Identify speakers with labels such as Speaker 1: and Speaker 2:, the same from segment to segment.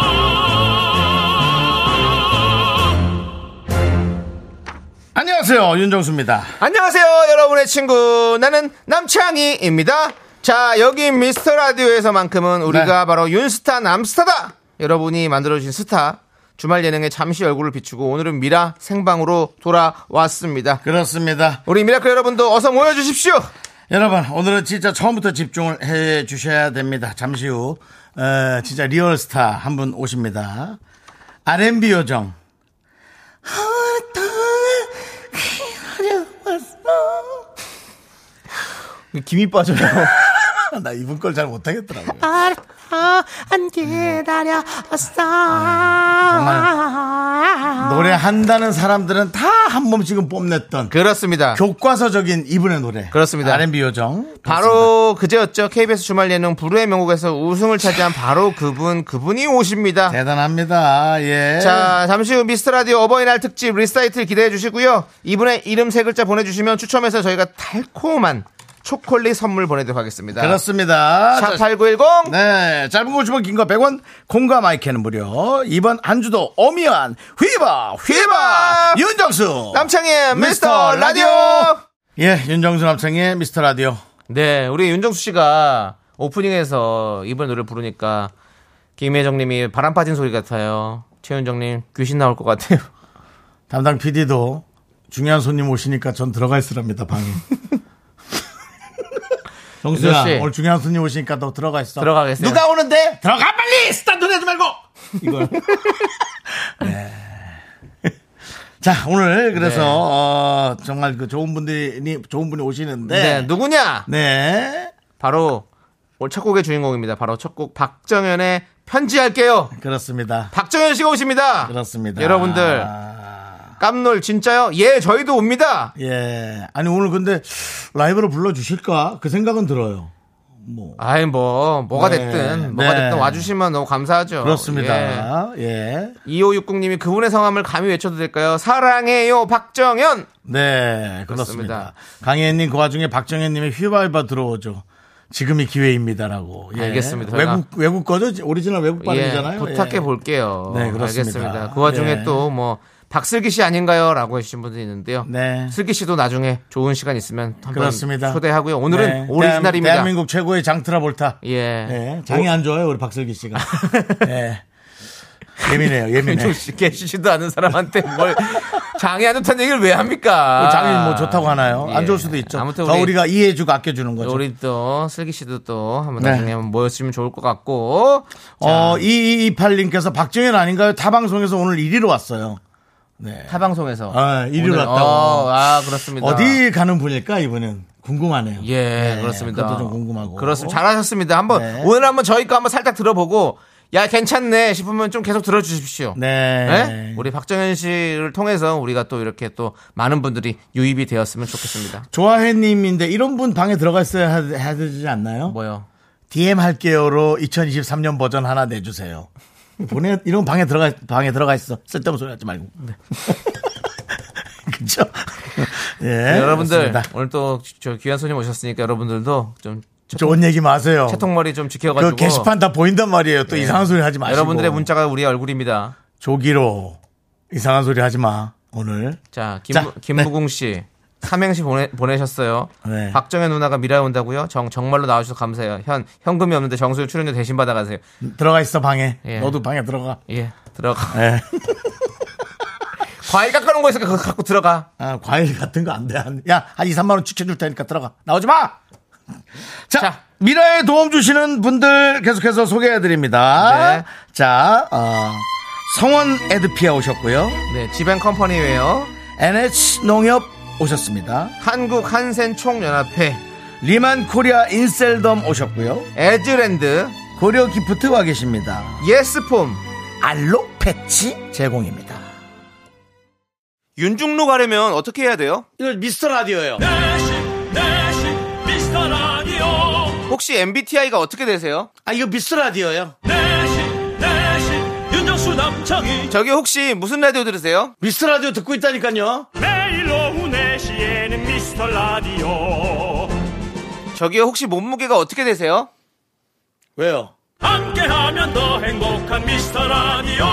Speaker 1: 안녕하세요 윤정수입니다.
Speaker 2: 안녕하세요, 여러분의 친구. 나는 남창희입니다. 자, 여기 미스터 라디오에서만큼은 우리가 바로 윤스타 남스타다! 여러분이 만들어주신 스타. 주말 예능에 잠시 얼굴을 비추고 오늘은 미라 생방으로 돌아왔습니다.
Speaker 1: 그렇습니다.
Speaker 2: 우리 미라클 여러분도 어서 모여주십시오!
Speaker 1: 여러분 오늘은 진짜 처음부터 집중을 해 주셔야 됩니다. 잠시 후 어, 진짜 리얼스타 한 분 오십니다. R&B 요정.
Speaker 2: 김이 빠져요.
Speaker 1: 나 이분 걸 잘 못하겠더라고요.
Speaker 3: 안 기다렸어.
Speaker 1: 노래 한다는 사람들은 다 한 몸씩은 뽐냈던
Speaker 2: 그렇습니다.
Speaker 1: 교과서적인 이분의 노래.
Speaker 2: 그렇습니다.
Speaker 1: R&B 요정.
Speaker 2: 바로 그제였죠. KBS 주말 예능 불후의 명곡에서 우승을 차지한 바로 그분, 그분이 오십니다.
Speaker 1: 대단합니다. 예.
Speaker 2: 자, 잠시 후 미스터 라디오 어버이날 특집 리사이틀 기대해 주시고요. 이분의 이름 세 글자 보내주시면 추첨해서 저희가 달콤한 초콜릿 선물 보내도록 하겠습니다.
Speaker 1: 그렇습니다. 자,
Speaker 2: 샵8910
Speaker 1: 네, 짧은 거 50원, 긴 거 100원, 공과 마이크는 무료. 이번 한 주도 어미한 휘바, 휘바,
Speaker 2: 휘바!
Speaker 1: 윤정수.
Speaker 2: 남창의 미스터
Speaker 1: 미스터 라디오.
Speaker 2: 라디오.
Speaker 1: 예, 윤정수 남창의 미스터 라디오.
Speaker 2: 네, 우리 윤정수 씨가 오프닝에서 이번 노래 부르니까 김혜정님이 바람 빠진 소리 같아요. 최윤정님 귀신 나올 것 같아요.
Speaker 1: 담당 PD도 중요한 손님 오시니까 전 들어가 있으랍니다, 방에. 정수야,
Speaker 2: 윤정 씨.
Speaker 1: 오늘 중요한 손님 오시니까 너 들어가 있어.
Speaker 2: 들어가겠어요.
Speaker 1: 누가 오는데? 들어가 빨리! 스탄트 내지 말고! 이거. 네. 자, 오늘 그래서
Speaker 2: 네.
Speaker 1: 어, 정말 그 좋은 분들이 좋은 분이 오시는데
Speaker 2: 네, 누구냐?
Speaker 1: 네,
Speaker 2: 바로 오늘 첫 곡의 주인공입니다. 바로 첫 곡 박정현의 편지할게요.
Speaker 1: 그렇습니다.
Speaker 2: 박정현 씨가 오십니다.
Speaker 1: 그렇습니다.
Speaker 2: 여러분들
Speaker 1: 아,
Speaker 2: 깜놀 진짜요? 예, 저희도 옵니다.
Speaker 1: 예. 아니 오늘 근데 라이브로 불러 주실까? 그 생각은 들어요.
Speaker 2: 아이 뭐 뭐가
Speaker 1: 네,
Speaker 2: 됐든 뭐가
Speaker 1: 네.
Speaker 2: 됐든 와주시면 너무 감사하죠. 예.
Speaker 1: 그렇습니다. 예.
Speaker 2: 2560님이 그분의 성함을 감히 외쳐도 될까요? 사랑해요 박정현. 예,
Speaker 1: 네, 그렇습니다.
Speaker 2: 그렇습니다.
Speaker 1: 강혜인 님 그 와중에 박정현 님의 휘바이바 들어오죠. 지금이 기회입니다라고. 예.
Speaker 2: 알겠습니다.
Speaker 1: 외국 외국 거죠? 오리지널 외국
Speaker 2: 예,
Speaker 1: 발음이잖아요.
Speaker 2: 부탁해 볼게요.
Speaker 1: 네, 그렇습니다.
Speaker 2: 알겠습니다. 그 와중에
Speaker 1: 예.
Speaker 2: 또 뭐 박슬기 씨 아닌가요?라고 해주신 분도 있는데요.
Speaker 1: 네.
Speaker 2: 슬기 씨도 나중에 좋은 시간 있으면 한번
Speaker 1: 그렇습니다.
Speaker 2: 초대하고요. 오늘은
Speaker 1: 네,
Speaker 2: 오리지널입니다.
Speaker 1: 대한, 민국 최고의 장트라볼타.
Speaker 2: 예.
Speaker 1: 예, 장이 안 좋아요, 우리 박슬기 씨가. 예. 예민해요, 예민해.
Speaker 2: 윤종 씨 계시지도 않은 사람한테 뭘 장애 안 좋다는 얘기를 왜 합니까?
Speaker 1: 장이 뭐 좋다고 하나요? 안
Speaker 2: 예.
Speaker 1: 좋을 수도 있죠.
Speaker 2: 아무튼
Speaker 1: 더
Speaker 2: 우리,
Speaker 1: 우리, 가 이해해주고 아껴주는 거죠.
Speaker 2: 우리 또 슬기 씨도 또 한번
Speaker 1: 네.
Speaker 2: 나중에 한번 모였으면 좋을 것 같고.
Speaker 1: 어, 2228님께서 박정현 아닌가요? 타방송에서 오늘 1위로 왔어요. 네.
Speaker 2: 타 방송에서
Speaker 1: 아, 이리로
Speaker 2: 오늘-
Speaker 1: 왔다고.
Speaker 2: 어, 아 그렇습니다.
Speaker 1: 어디 가는 분일까, 이분은? 궁금하네요.
Speaker 2: 예,
Speaker 1: 네,
Speaker 2: 그렇습니다.
Speaker 1: 그것도 좀 궁금하고.
Speaker 2: 그렇습니다. 잘하셨습니다. 한번
Speaker 1: 네.
Speaker 2: 오늘 한번 저희 거 한번 살짝 들어보고 야 괜찮네 싶으면 좀 계속 들어주십시오.
Speaker 1: 네.
Speaker 2: 네? 우리 박정현 씨를 통해서 우리가 또 이렇게 또 많은 분들이 유입이 되었으면 좋겠습니다.
Speaker 1: 조아혜님인데 이런 분 방에 들어가 있어야 하- 해야 되지 않나요?
Speaker 2: 뭐요?
Speaker 1: DM 할게요로 2023년 버전 하나 내주세요. 보내 이런 방에 들어가 방에 들어가 있어 쓸데없는 소리 하지 말고.
Speaker 2: 네.
Speaker 1: 그렇죠. 예,
Speaker 2: 네, 여러분들
Speaker 1: 그렇습니다.
Speaker 2: 오늘 또 저 귀한 손님 오셨으니까 여러분들도 좀
Speaker 1: 좋은 얘기 마세요.
Speaker 2: 채통머리 좀 지켜가지고
Speaker 1: 뭐그
Speaker 2: 네.
Speaker 1: 게시판 다 보인단 말이에요. 또 이상한 소리 하지 마시고.
Speaker 2: 여러분들의 문자가 우리의 얼굴입니다.
Speaker 1: 조기로 이상한 소리 하지 마 오늘.
Speaker 2: 자, 김,
Speaker 1: 자,
Speaker 2: 김무궁 씨. 삼행시 보내, 보내셨어요.
Speaker 1: 네.
Speaker 2: 박정현 누나가 미라에 온다고요? 정, 정말로 나와주셔서 감사해요. 현, 현금이 없는데 정수요 출연료 대신 받아가세요.
Speaker 1: 들어가 있어 방에.
Speaker 2: 예.
Speaker 1: 너도 방에 들어가.
Speaker 2: 예, 들어가.
Speaker 1: 예.
Speaker 2: 과일 깎아놓은 거 있으니까 그거 갖고 들어가.
Speaker 1: 아, 과일 같은 거 안 돼. 안 돼. 야, 한 2, 3만 원 지켜줄 테니까 들어가. 나오지 마! 자,
Speaker 2: 자.
Speaker 1: 미라에 도움 주시는 분들 계속해서 소개해 드립니다.
Speaker 2: 네.
Speaker 1: 자, 어, 성원 에드피아 오셨고요.
Speaker 2: 네, 지벤 컴퍼니웨어,
Speaker 1: NH 농협 오셨습니다.
Speaker 2: 한국 한센 총연합회,
Speaker 1: 리만 코리아 인셀덤 오셨고요.
Speaker 2: 에즈랜드,
Speaker 1: 고려 기프트 와 계십니다.
Speaker 2: 예스폼,
Speaker 1: 알록 패치 제공입니다.
Speaker 2: 윤중로 가려면 어떻게 해야 돼요?
Speaker 1: 이거 미스터 라디오예요.
Speaker 4: 네 내시 내시 미스터 라디오
Speaker 2: 혹시 MBTI가 어떻게 되세요?
Speaker 1: 아 이거 미스터 라디오예요.
Speaker 4: 네 내시 내시 윤정수 남창희
Speaker 2: 저기 혹시 무슨 라디오 들으세요?
Speaker 1: 미스터 라디오 듣고 있다니까요.
Speaker 4: 매일 오후 4시에는 미스터 라디오
Speaker 2: 저기 혹시 몸무게가 어떻게 되세요?
Speaker 1: 왜요?
Speaker 4: 함께하면 더 행복한 미스터 라디오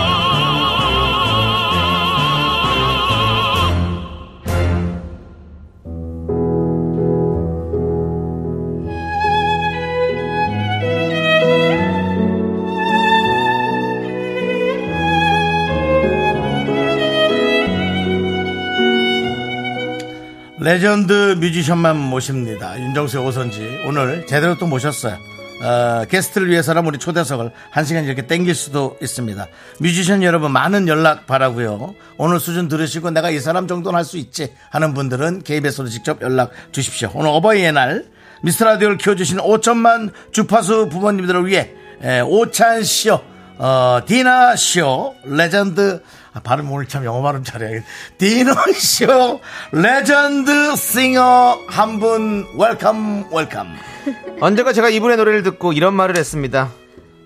Speaker 1: 레전드 뮤지션만 모십니다. 윤정수의 오선지 오늘 제대로 또 모셨어요. 어, 게스트를 위해서라 우리 초대석을 한 시간 이렇게 땡길 수도 있습니다. 뮤지션 여러분 많은 연락 바라고요. 오늘 수준 들으시고 내가 이 사람 정도는 할 수 있지 하는 분들은 KBS로 직접 연락 주십시오. 오늘 어버이의 날 미스터라디오를 키워주신 5천만 주파수 부모님들을 위해 에, 오찬시요 어, 디너쇼 레전드 아, 발음 오늘 참 영어 발음 잘해야겠 디너쇼 레전드 싱어 한 분 웰컴 웰컴
Speaker 2: 언젠가 제가 이분의 노래를 듣고 이런 말을 했습니다.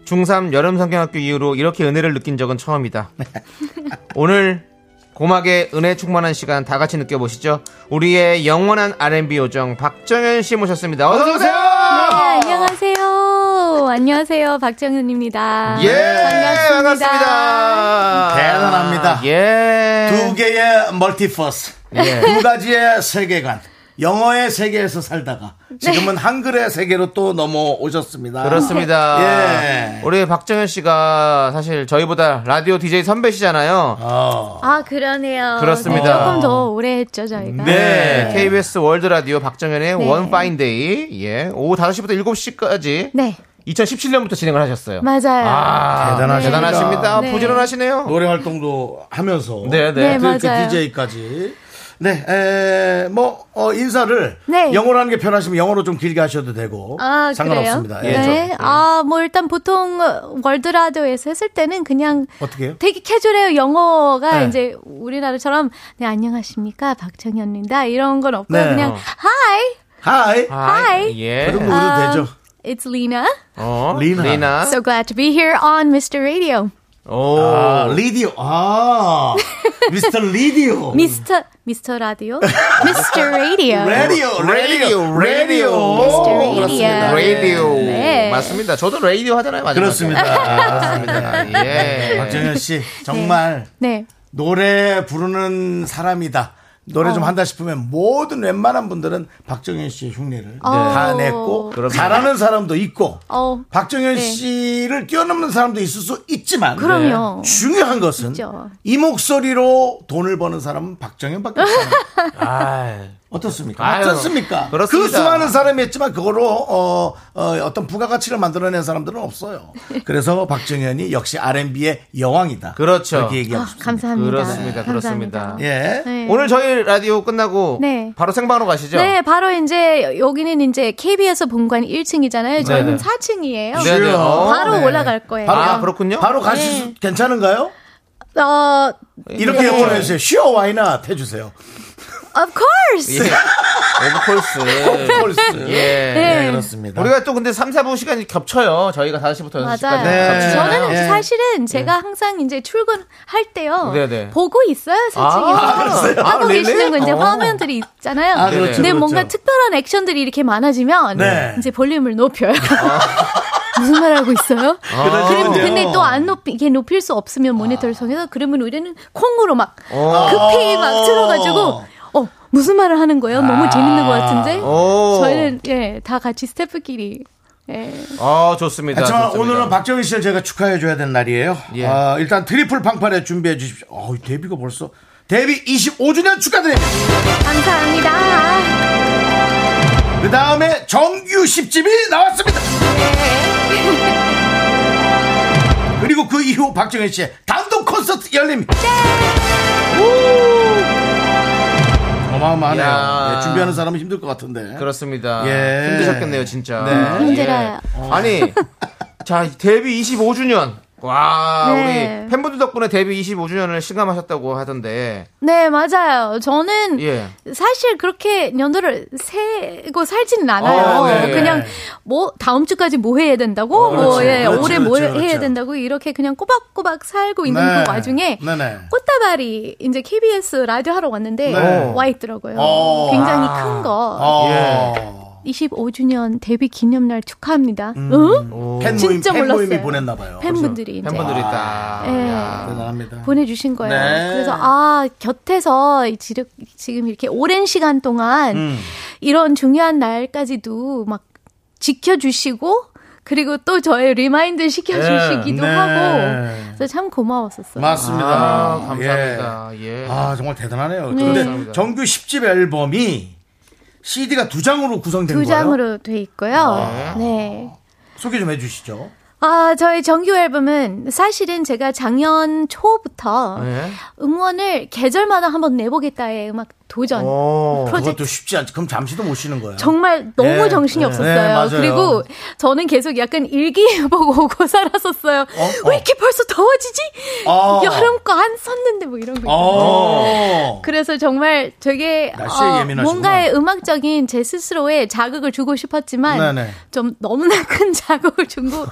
Speaker 2: 중3 여름성경학교 이후로 이렇게 은혜를 느낀 적은 처음이다.
Speaker 1: 네.
Speaker 2: 오늘 고막에 은혜 충만한 시간 다 같이 느껴보시죠. 우리의 영원한 R&B 요정 박정현 씨 모셨습니다. 어서 오세요.
Speaker 5: 네, 안녕하세요. 안녕하세요. 박정현입니다.
Speaker 2: 예, 반갑습니다.
Speaker 1: 대단합니다.
Speaker 2: 예.
Speaker 1: 두 개의 멀티퍼스
Speaker 2: 예.
Speaker 1: 두 가지의 세계관 영어의 세계에서 살다가 지금은 한글의 세계로 또 넘어오셨습니다
Speaker 2: 그렇습니다.
Speaker 1: 예.
Speaker 2: 아. 우리 박정현 씨가 사실 저희보다 라디오 DJ 선배시잖아요.
Speaker 1: 어,
Speaker 5: 아, 그러네요.
Speaker 2: 그렇습니다.
Speaker 5: 조금 더 오래 했죠,
Speaker 2: 네.
Speaker 5: 저희가.
Speaker 1: 네.
Speaker 2: KBS 월드 라디오 박정현의
Speaker 5: 네.
Speaker 2: 원 파인 데이. 예. 오후 5시부터 7시까지
Speaker 5: 네,
Speaker 2: 2017년부터 진행을 하셨어요.
Speaker 5: 맞아요.
Speaker 2: 아,
Speaker 1: 대단하십니다. 뭐.
Speaker 2: 대단하십니다.
Speaker 5: 네.
Speaker 2: 부지런하시네요.
Speaker 1: 노래 활동도 하면서
Speaker 2: 네, 네.
Speaker 5: 네,
Speaker 1: 그, 그
Speaker 5: 맞아요.
Speaker 1: DJ까지. 네, 에, 뭐, 어, 인사를
Speaker 5: 네.
Speaker 1: 영어로 하는 게 편하시면 영어로 좀 길게 하셔도 되고.
Speaker 5: 아,
Speaker 1: 상관없습니다.
Speaker 5: 그래요?
Speaker 1: 예.
Speaker 5: 네. 아, 뭐 일단 보통 월드라디오에서 했을 때는 그냥
Speaker 1: 어떻게 해요?
Speaker 5: 되게 캐주얼해요. 영어가
Speaker 1: 네.
Speaker 5: 이제 우리나라처럼 네, 안녕하십니까? 박정현입니다. 이런 건 없고요.
Speaker 1: 네.
Speaker 5: 그냥
Speaker 1: 어.
Speaker 5: hi.
Speaker 1: 하이!
Speaker 2: 하이.
Speaker 5: 하이.
Speaker 2: 예.
Speaker 1: 그런 거 우려도 되죠. 아.
Speaker 5: It's Lena.
Speaker 2: 어,
Speaker 1: 리나.
Speaker 2: 리나.
Speaker 5: So glad to be here on Mr. Radio.
Speaker 2: 오.
Speaker 1: 아, 리디오. 아, 미스터
Speaker 2: 어.
Speaker 1: 리디오.
Speaker 5: 미스터 미스터 라디오? 미스터 라디오.
Speaker 1: 라디오, 라디오, 라디오.
Speaker 5: 미스터 라디오.
Speaker 1: 그렇습니다.
Speaker 2: 라디오.
Speaker 5: 네.
Speaker 2: 맞습니다. 저도 라디오 하잖아요. 마지막에.
Speaker 1: 그렇습니다.
Speaker 2: 그렇습니다. 예.
Speaker 1: 박정현 씨, 정말
Speaker 5: 네.
Speaker 1: 노래 부르는 사람이다. 노래 좀
Speaker 5: 어.
Speaker 1: 한다 싶으면 모든 웬만한 분들은 박정현 씨의 흉내를 다
Speaker 5: 어.
Speaker 1: 냈고
Speaker 2: 그렇습니다.
Speaker 1: 잘하는 사람도 있고
Speaker 5: 어.
Speaker 1: 박정현
Speaker 5: 네.
Speaker 1: 씨를 뛰어넘는 사람도 있을 수 있지만
Speaker 5: 그럼요.
Speaker 2: 네.
Speaker 1: 중요한 것은
Speaker 5: 있죠.
Speaker 1: 이 목소리로 돈을 버는 사람은 박정현밖에 없어요.
Speaker 2: 아,
Speaker 1: 어떻습니까?
Speaker 2: 아유,
Speaker 1: 어떻습니까? 그
Speaker 2: 그렇습니다.
Speaker 1: 수많은 사람이 있지만 그거로 어, 어, 떤 부가가치를 만들어낸 사람들은 없어요. 그래서 박정현이 역시 R&B의 여왕이다.
Speaker 2: 그렇죠.
Speaker 1: 그렇게 얘기하고
Speaker 5: 아,
Speaker 1: 싶습니다.
Speaker 5: 감사합니다.
Speaker 2: 그렇습니다. 그렇습니다.
Speaker 5: 감사합니다.
Speaker 1: 예.
Speaker 5: 네.
Speaker 2: 오늘 저희 라디오 끝나고
Speaker 5: 네.
Speaker 2: 바로 생방으로 가시죠.
Speaker 5: 네, 바로 이제 여기는 이제 KBS 본관 1층이잖아요.
Speaker 2: 네네.
Speaker 5: 저는 4층이에요.
Speaker 2: 네, 네. 어,
Speaker 5: 바로
Speaker 1: 네.
Speaker 5: 올라갈 거예요.
Speaker 2: 바로- 아, 그렇군요.
Speaker 1: 바로 가실
Speaker 5: 네.
Speaker 1: 수 괜찮은가요?
Speaker 5: 어,
Speaker 1: 이렇게
Speaker 5: 네.
Speaker 1: 영어로 해주세요. Sure, why not? 해주세요.
Speaker 5: of course.
Speaker 2: 예. 오브콜스.
Speaker 1: 콜스.
Speaker 2: 예.
Speaker 1: 네,
Speaker 5: 네.
Speaker 1: 그렇습니다.
Speaker 2: 우리가 또 근데 3, 4부 시간이 겹쳐요. 저희가 5시부터 6시까지.
Speaker 5: 맞아요.
Speaker 1: 네.
Speaker 5: 저는
Speaker 1: 예.
Speaker 5: 사실은 제가 항상 이제 출근할 때요
Speaker 2: 네네.
Speaker 5: 보고 있어요, 솔직히.
Speaker 2: 그러세요?
Speaker 5: 하고
Speaker 2: 아, 네네?
Speaker 5: 계시는 거 이제
Speaker 2: 어.
Speaker 5: 화면들이 있잖아요.
Speaker 1: 아,
Speaker 2: 그렇죠,
Speaker 5: 근데 뭔가
Speaker 1: 그렇죠.
Speaker 5: 특별한 액션들이 이렇게 많아지면
Speaker 1: 네.
Speaker 5: 이제 볼륨을 높여요. 무슨 말 하고 있어요?
Speaker 1: 아, 그러시군요.
Speaker 5: 아. 그럼 근데 또 안 높이 이게 높일 수 없으면 모니터를 통해서 그러면 우리는 콩으로 막
Speaker 2: 어.
Speaker 5: 급히 막 틀어가지고 어 무슨 말을 하는 거예요? 너무 재밌는 것 같은데
Speaker 2: 오.
Speaker 5: 저희는 예다 같이 스태프끼리 예.
Speaker 2: 아, 좋습니다.
Speaker 1: 하지만
Speaker 2: 좋습니다.
Speaker 1: 오늘은 박정희 씨를 제가 축하해줘야 되는 날이에요.
Speaker 2: 예.
Speaker 1: 아, 일단 트리플 팡팔에 준비해 주십시오. 어우, 데뷔가 벌써. 데뷔 25주년 축하드립니다.
Speaker 5: 감사합니다.
Speaker 1: 그 다음에 정규 10집이 나왔습니다.
Speaker 5: 네.
Speaker 1: 그리고 그 이후 박정현 씨의 단독 콘서트 열립니다.
Speaker 5: 네.
Speaker 1: 우! 어마어마하네요.
Speaker 2: 이야.
Speaker 1: 예, 준비하는 사람은 힘들 것 같은데.
Speaker 2: 그렇습니다.
Speaker 1: 예.
Speaker 5: 아,
Speaker 2: 힘드셨겠네요, 진짜.
Speaker 1: 네.
Speaker 5: 힘들어요.
Speaker 2: 예. 아니, 자, 데뷔 25주년. 와,
Speaker 5: 네.
Speaker 2: 우리 팬분들 덕분에 데뷔 25주년을 실감하셨다고 하던데.
Speaker 5: 네, 맞아요. 저는
Speaker 2: 예.
Speaker 5: 사실 그렇게 연도를 세고 살지는 않아요.
Speaker 2: 어, 네.
Speaker 5: 그냥 뭐 다음 주까지 뭐 해야 된다고, 뭐
Speaker 1: 어, 그렇지,
Speaker 5: 예,
Speaker 1: 그렇지,
Speaker 5: 올해 뭐
Speaker 1: 그렇지,
Speaker 5: 해야
Speaker 1: 그렇지.
Speaker 5: 된다고 이렇게 그냥 꼬박꼬박 살고 있는
Speaker 1: 네.
Speaker 5: 그 와중에
Speaker 1: 네네.
Speaker 5: 꽃다발이 이제 KBS 라디오 하러 왔는데
Speaker 1: 네.
Speaker 5: 와 있더라고요.
Speaker 1: 어.
Speaker 5: 굉장히 큰 거.
Speaker 1: 어.
Speaker 2: 예.
Speaker 5: 25주년 데뷔 기념날 축하합니다. 응?
Speaker 1: 음. 팬 모임,
Speaker 5: 진짜
Speaker 1: 팬 모임이
Speaker 5: 몰랐어요.
Speaker 1: 보냈나 봐요. 아,
Speaker 5: 팬분들이 이제
Speaker 2: 팬분들이 딱.
Speaker 5: 예.
Speaker 2: 야.
Speaker 1: 대단합니다.
Speaker 5: 보내주신 거예요.
Speaker 1: 네.
Speaker 5: 그래서 아 곁에서 이 지르- 지금 이렇게 오랜 시간 동안
Speaker 1: 음.
Speaker 5: 이런 중요한 날까지도 막 지켜주시고 그리고 또 저의 리마인드 시켜주시기도
Speaker 1: 네.
Speaker 5: 하고 그래서 참 고마웠었어요.
Speaker 1: 맞습니다.
Speaker 2: 아, 감사합니다. 예.
Speaker 1: 아, 정말 대단하네요.
Speaker 5: 네.
Speaker 1: 근데
Speaker 2: 감사합니다.
Speaker 1: 정규 10집 앨범이 CD가 두 장으로 구성된
Speaker 5: 두
Speaker 1: 거예요.
Speaker 5: 장으로 돼
Speaker 1: 아.
Speaker 5: 있고요. 네.
Speaker 1: 소개 좀 해주시죠.
Speaker 5: 아, 저의 정규 앨범은 사실은 제가 작년 초부터
Speaker 2: 예.
Speaker 1: 네.
Speaker 5: 응원을 계절마다 한번 내보겠다의 음악 도전
Speaker 2: 오.
Speaker 5: 프로젝트
Speaker 1: 그것도 쉽지 않지. 그럼 잠시도 못 쉬는 거예요.
Speaker 5: 정말 너무
Speaker 1: 네,
Speaker 5: 정신이
Speaker 1: 네. 네,
Speaker 5: 없었어요.
Speaker 1: 맞아요.
Speaker 5: 그리고 저는 계속 약간 일기예보고 오고 살았었어요.
Speaker 1: 어?
Speaker 5: 왜 이렇게 벌써 더워지지?
Speaker 1: 어.
Speaker 5: 여름과 안 섰는데 뭐 이런 거 있잖아요.
Speaker 1: 어.
Speaker 5: 그래서 정말 되게 어,
Speaker 1: 날씨에 예민하시구나.
Speaker 5: 뭔가의 음악적인 제 스스로에 자극을 주고 싶었지만
Speaker 1: 네네. 아.
Speaker 5: 좀 너무나 큰 자극을 준 것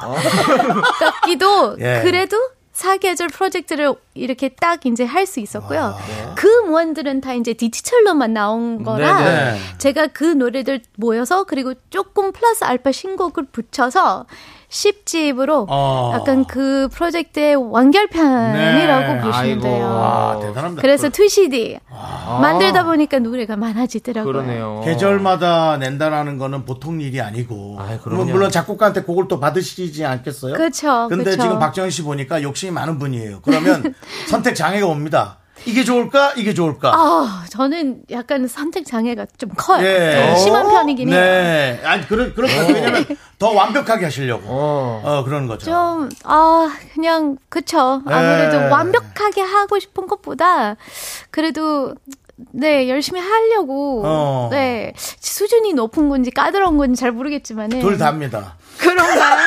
Speaker 5: 같기도
Speaker 1: 예.
Speaker 5: 그래도 사계절 프로젝트를 이렇게 딱 이제 할 수 있었고요.
Speaker 1: 아, 네.
Speaker 5: 그 무언들은 다 이제 디지털로만 나온 거라
Speaker 1: 음, 네네.
Speaker 5: 제가 그 노래들 모여서 그리고 조금 플러스 알파 신곡을 붙여서 10집으로
Speaker 1: 어.
Speaker 5: 약간 그 프로젝트의 완결편이라고
Speaker 1: 네.
Speaker 5: 보시면
Speaker 2: 아이고.
Speaker 5: 돼요.
Speaker 1: 아, 대단합니다.
Speaker 5: 그래서 2CD 만들다
Speaker 2: 아.
Speaker 5: 보니까 노래가 많아지더라고요.
Speaker 2: 그러네요.
Speaker 1: 계절마다 낸다라는 거는 보통 일이 아니고
Speaker 2: 어. 아이, 그럼요.
Speaker 1: 물론, 물론 작곡가한테 곡을 또 받으시지 않겠어요?
Speaker 5: 그렇죠. 그쵸,
Speaker 1: 근데
Speaker 5: 그쵸.
Speaker 1: 지금 박정희 씨 보니까 욕심이 많은 분이에요. 그러면 선택 장애가 옵니다. 이게 좋을까? 이게 좋을까?
Speaker 5: 아, 저는 약간 선택 장애가 좀 커요.
Speaker 1: 예.
Speaker 5: 좀 심한 편이긴 해요.
Speaker 1: 네. 아니 그런 그런 거 왜냐면 더 완벽하게 하시려고 어, 그런 거죠.
Speaker 5: 좀, 아, 그냥, 그쵸. 아무래도
Speaker 1: 네.
Speaker 5: 완벽하게 하고 싶은 것보다, 그래도, 네, 열심히 하려고,
Speaker 1: 어.
Speaker 5: 네, 수준이 높은 건지 까다로운 건지 잘 모르겠지만은.
Speaker 1: 둘 다입니다.
Speaker 5: 네. 그런가요?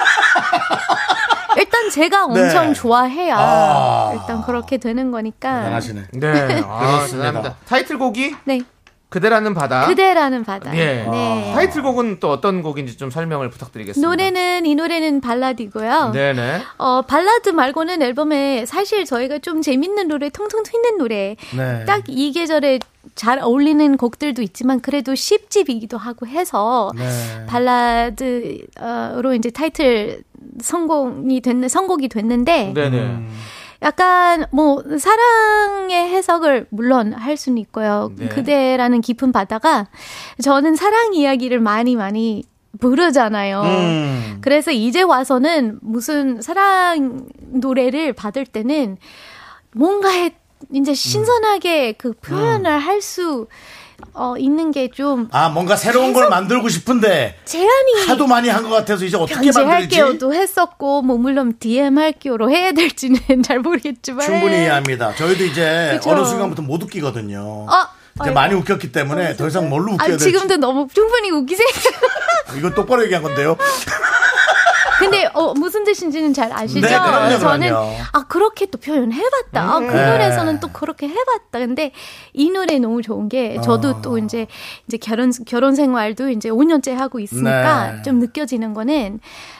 Speaker 5: 일단 제가 엄청
Speaker 1: 네.
Speaker 5: 좋아해야,
Speaker 1: 아.
Speaker 5: 일단 그렇게 되는 거니까.
Speaker 1: 대단하시네.
Speaker 2: 네. 아,
Speaker 1: 그렇습니다.
Speaker 2: 대단합니다. 타이틀곡이
Speaker 5: 네,
Speaker 2: 그대라는 바다.
Speaker 5: 그대라는 바다.
Speaker 2: 예.
Speaker 1: 아.
Speaker 5: 네.
Speaker 2: 타이틀곡은 또 어떤 곡인지 좀 설명을 부탁드리겠습니다.
Speaker 5: 노래는, 이 노래는 발라드고요.
Speaker 2: 네네.
Speaker 5: 어, 발라드 말고는 앨범에 사실 저희가 좀 재밌는 노래, 통통 튀는 노래,
Speaker 1: 네.
Speaker 5: 딱 이 계절에 잘 어울리는 곡들도 있지만 그래도 10집이기도 하고 해서 어,
Speaker 1: 네.
Speaker 5: 발라드로 이제 타이틀 성공이 됐는 선곡이 됐는데
Speaker 2: 네네.
Speaker 1: 음.
Speaker 5: 약간 뭐 사랑의 해석을 물론 할 수는 있고요.
Speaker 2: 네.
Speaker 5: 그대라는 깊은 바다가 저는 사랑 이야기를 많이 많이 부르잖아요.
Speaker 1: 음.
Speaker 5: 그래서 이제 와서는 무슨 사랑 노래를 받을 때는 뭔가에
Speaker 1: 음.
Speaker 5: 이제 신선하게 그 표현을 할 수 어, 있는 게 좀
Speaker 1: 아 뭔가 새로운 걸 만들고 싶은데
Speaker 5: 제한이
Speaker 1: 하도 많이 한 것 같아서 이제 어떻게 만들지?
Speaker 5: 변제할게요도 했었고 뭐 물론 DM 할게요로 해야 될지는 잘 모르겠지만
Speaker 1: 충분히 이해합니다. 저희도 이제
Speaker 5: 네. 그쵸.
Speaker 1: 어느 순간부터 못 웃기거든요.
Speaker 5: 아,
Speaker 1: 이제
Speaker 5: 아이고. 많이
Speaker 1: 많이 웃겼기 때문에 더 이상 뭘로 웃겨야
Speaker 5: 아,
Speaker 1: 될지
Speaker 5: 지금도 너무 충분히 웃기세요.
Speaker 1: 이건 똑바로 얘기한 건데요.
Speaker 5: 근데 어, 무슨 뜻인지는 잘 아시죠?
Speaker 1: 네, 그럼요,
Speaker 5: 저는
Speaker 1: 그럼요.
Speaker 5: 아 그렇게 또 표현해봤다. 아, 그
Speaker 1: 네.
Speaker 5: 노래에서는 또 그렇게 해봤다. 근데 이 노래 너무 좋은
Speaker 1: 어.
Speaker 5: 게 저도 또 이제 이제 결혼 결혼 생활도 이제 5년째 하고 있으니까
Speaker 1: 네.
Speaker 5: 좀 느껴지는 거는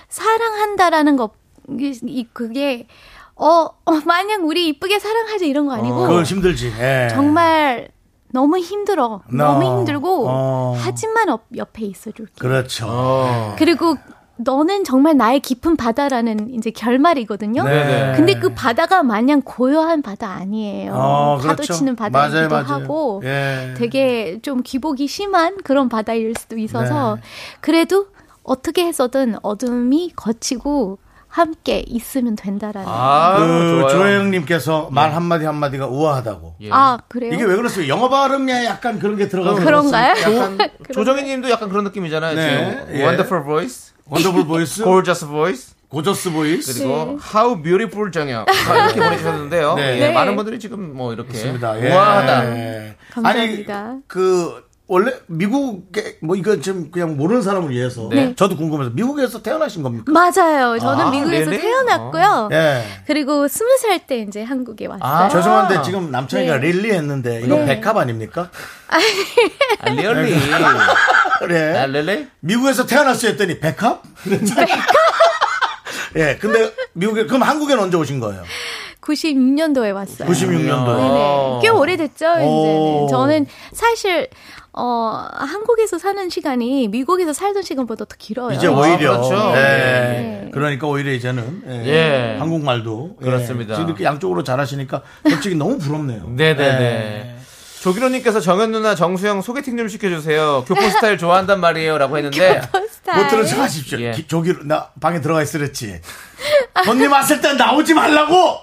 Speaker 5: 사랑한다라는 거 이- 이- 그게 어, 어 마냥 우리 이쁘게 사랑하자 이런 거 아니고
Speaker 1: 어, 그건 힘들지. 예.
Speaker 5: 어. 정말 너무 힘들어.
Speaker 1: 어.
Speaker 5: 너무 힘들고
Speaker 1: 어.
Speaker 5: 하지만 옆- 옆에 있어줄게.
Speaker 1: 그렇죠.
Speaker 5: 그리고 너는 정말 나의 깊은 바다라는 이제 결말이거든요.
Speaker 1: 네네.
Speaker 5: 근데 그 바다가 마냥 고요한 바다 아니에요.
Speaker 1: 어, 그렇죠.
Speaker 5: 파도치는
Speaker 1: 맞아요,
Speaker 5: 바다이기도
Speaker 1: 맞아요.
Speaker 5: 하고
Speaker 1: 예.
Speaker 5: 되게 좀 기복이 심한 그런 바다일 수도 있어서
Speaker 1: 네.
Speaker 5: 그래도 어떻게 해서든 어둠이 거치고 함께 있으면 된다라는. 아,
Speaker 2: 아,
Speaker 1: 그
Speaker 2: 좋아요. 네.
Speaker 1: 조혜영님께서 말 한마디 한마디가 우아하다고.
Speaker 2: 예.
Speaker 5: 그래요?
Speaker 1: 이게 왜 그랬어요? 영어 발음에 약간 그런 게 들어가서
Speaker 5: 그런가요?
Speaker 2: 약간 조정희 님도 약간 그런 느낌이잖아요.
Speaker 1: 네,
Speaker 2: 지금
Speaker 1: 예. 그
Speaker 2: Wonderful voice,
Speaker 1: 원더풀 보이스,
Speaker 2: gorgeous voice,
Speaker 1: 고저스 보이스.
Speaker 2: 그리고 How beautiful 정혁 이렇게 보내주셨는데요.
Speaker 1: 네.
Speaker 2: 예,
Speaker 5: 네. 아. 네.
Speaker 2: 많은 분들이 지금 뭐 이렇게
Speaker 1: 있습니다. 예.
Speaker 2: 우아하다.
Speaker 1: 예.
Speaker 5: 감사합니다.
Speaker 1: 아니, 그 원래 미국에 뭐 이건 지금 그냥 모르는 사람을 위해서
Speaker 5: 네.
Speaker 1: 저도 궁금해서 미국에서 태어나신 겁니까?
Speaker 5: 맞아요. 저는
Speaker 1: 아,
Speaker 5: 미국에서
Speaker 2: 네네.
Speaker 5: 태어났고요.
Speaker 1: 예.
Speaker 5: 그리고 스무 살 때 이제 한국에
Speaker 2: 아.
Speaker 5: 왔어요.
Speaker 1: 죄송한데 지금 남창이가
Speaker 5: 네.
Speaker 1: 릴리 했는데 이거 백합 아닙니까?
Speaker 2: 아,
Speaker 1: 네.
Speaker 2: 리얼리.
Speaker 1: 그래.
Speaker 2: 아, 릴리?
Speaker 1: 네. 미국에서 태어났어 했더니 백합? 예, 근데 미국에 그럼 한국엔 언제 오신 거예요?
Speaker 5: 96년도에 왔어요.
Speaker 1: 96년도에.
Speaker 5: 네네. 꽤 오래됐죠,
Speaker 1: 아. 오.
Speaker 5: 이제는. 저는 사실, 어, 한국에서 사는 시간이 미국에서 살던 시간보다 더 길어요.
Speaker 1: 이제
Speaker 2: 아,
Speaker 1: 오히려
Speaker 2: 그렇죠.
Speaker 1: 예.
Speaker 5: 네.
Speaker 1: 그러니까 오히려 이제는 예.
Speaker 2: 예.
Speaker 1: 한국말도 예.
Speaker 2: 그렇습니다.
Speaker 1: 지금 이렇게 양쪽으로 잘하시니까 솔직히 너무 부럽네요. 예.
Speaker 2: 네네네. 조기로님께서 정현 누나 정수영 소개팅 좀 시켜주세요. 교포 스타일 좋아한단 말이에요라고 했는데
Speaker 5: 스타일. 아,
Speaker 1: 못 들은 척 하십시오.
Speaker 2: 예.
Speaker 1: 기- 저기로 나 방에 들어가 있으랬지. 손님 왔을 땐 나오지 말라고.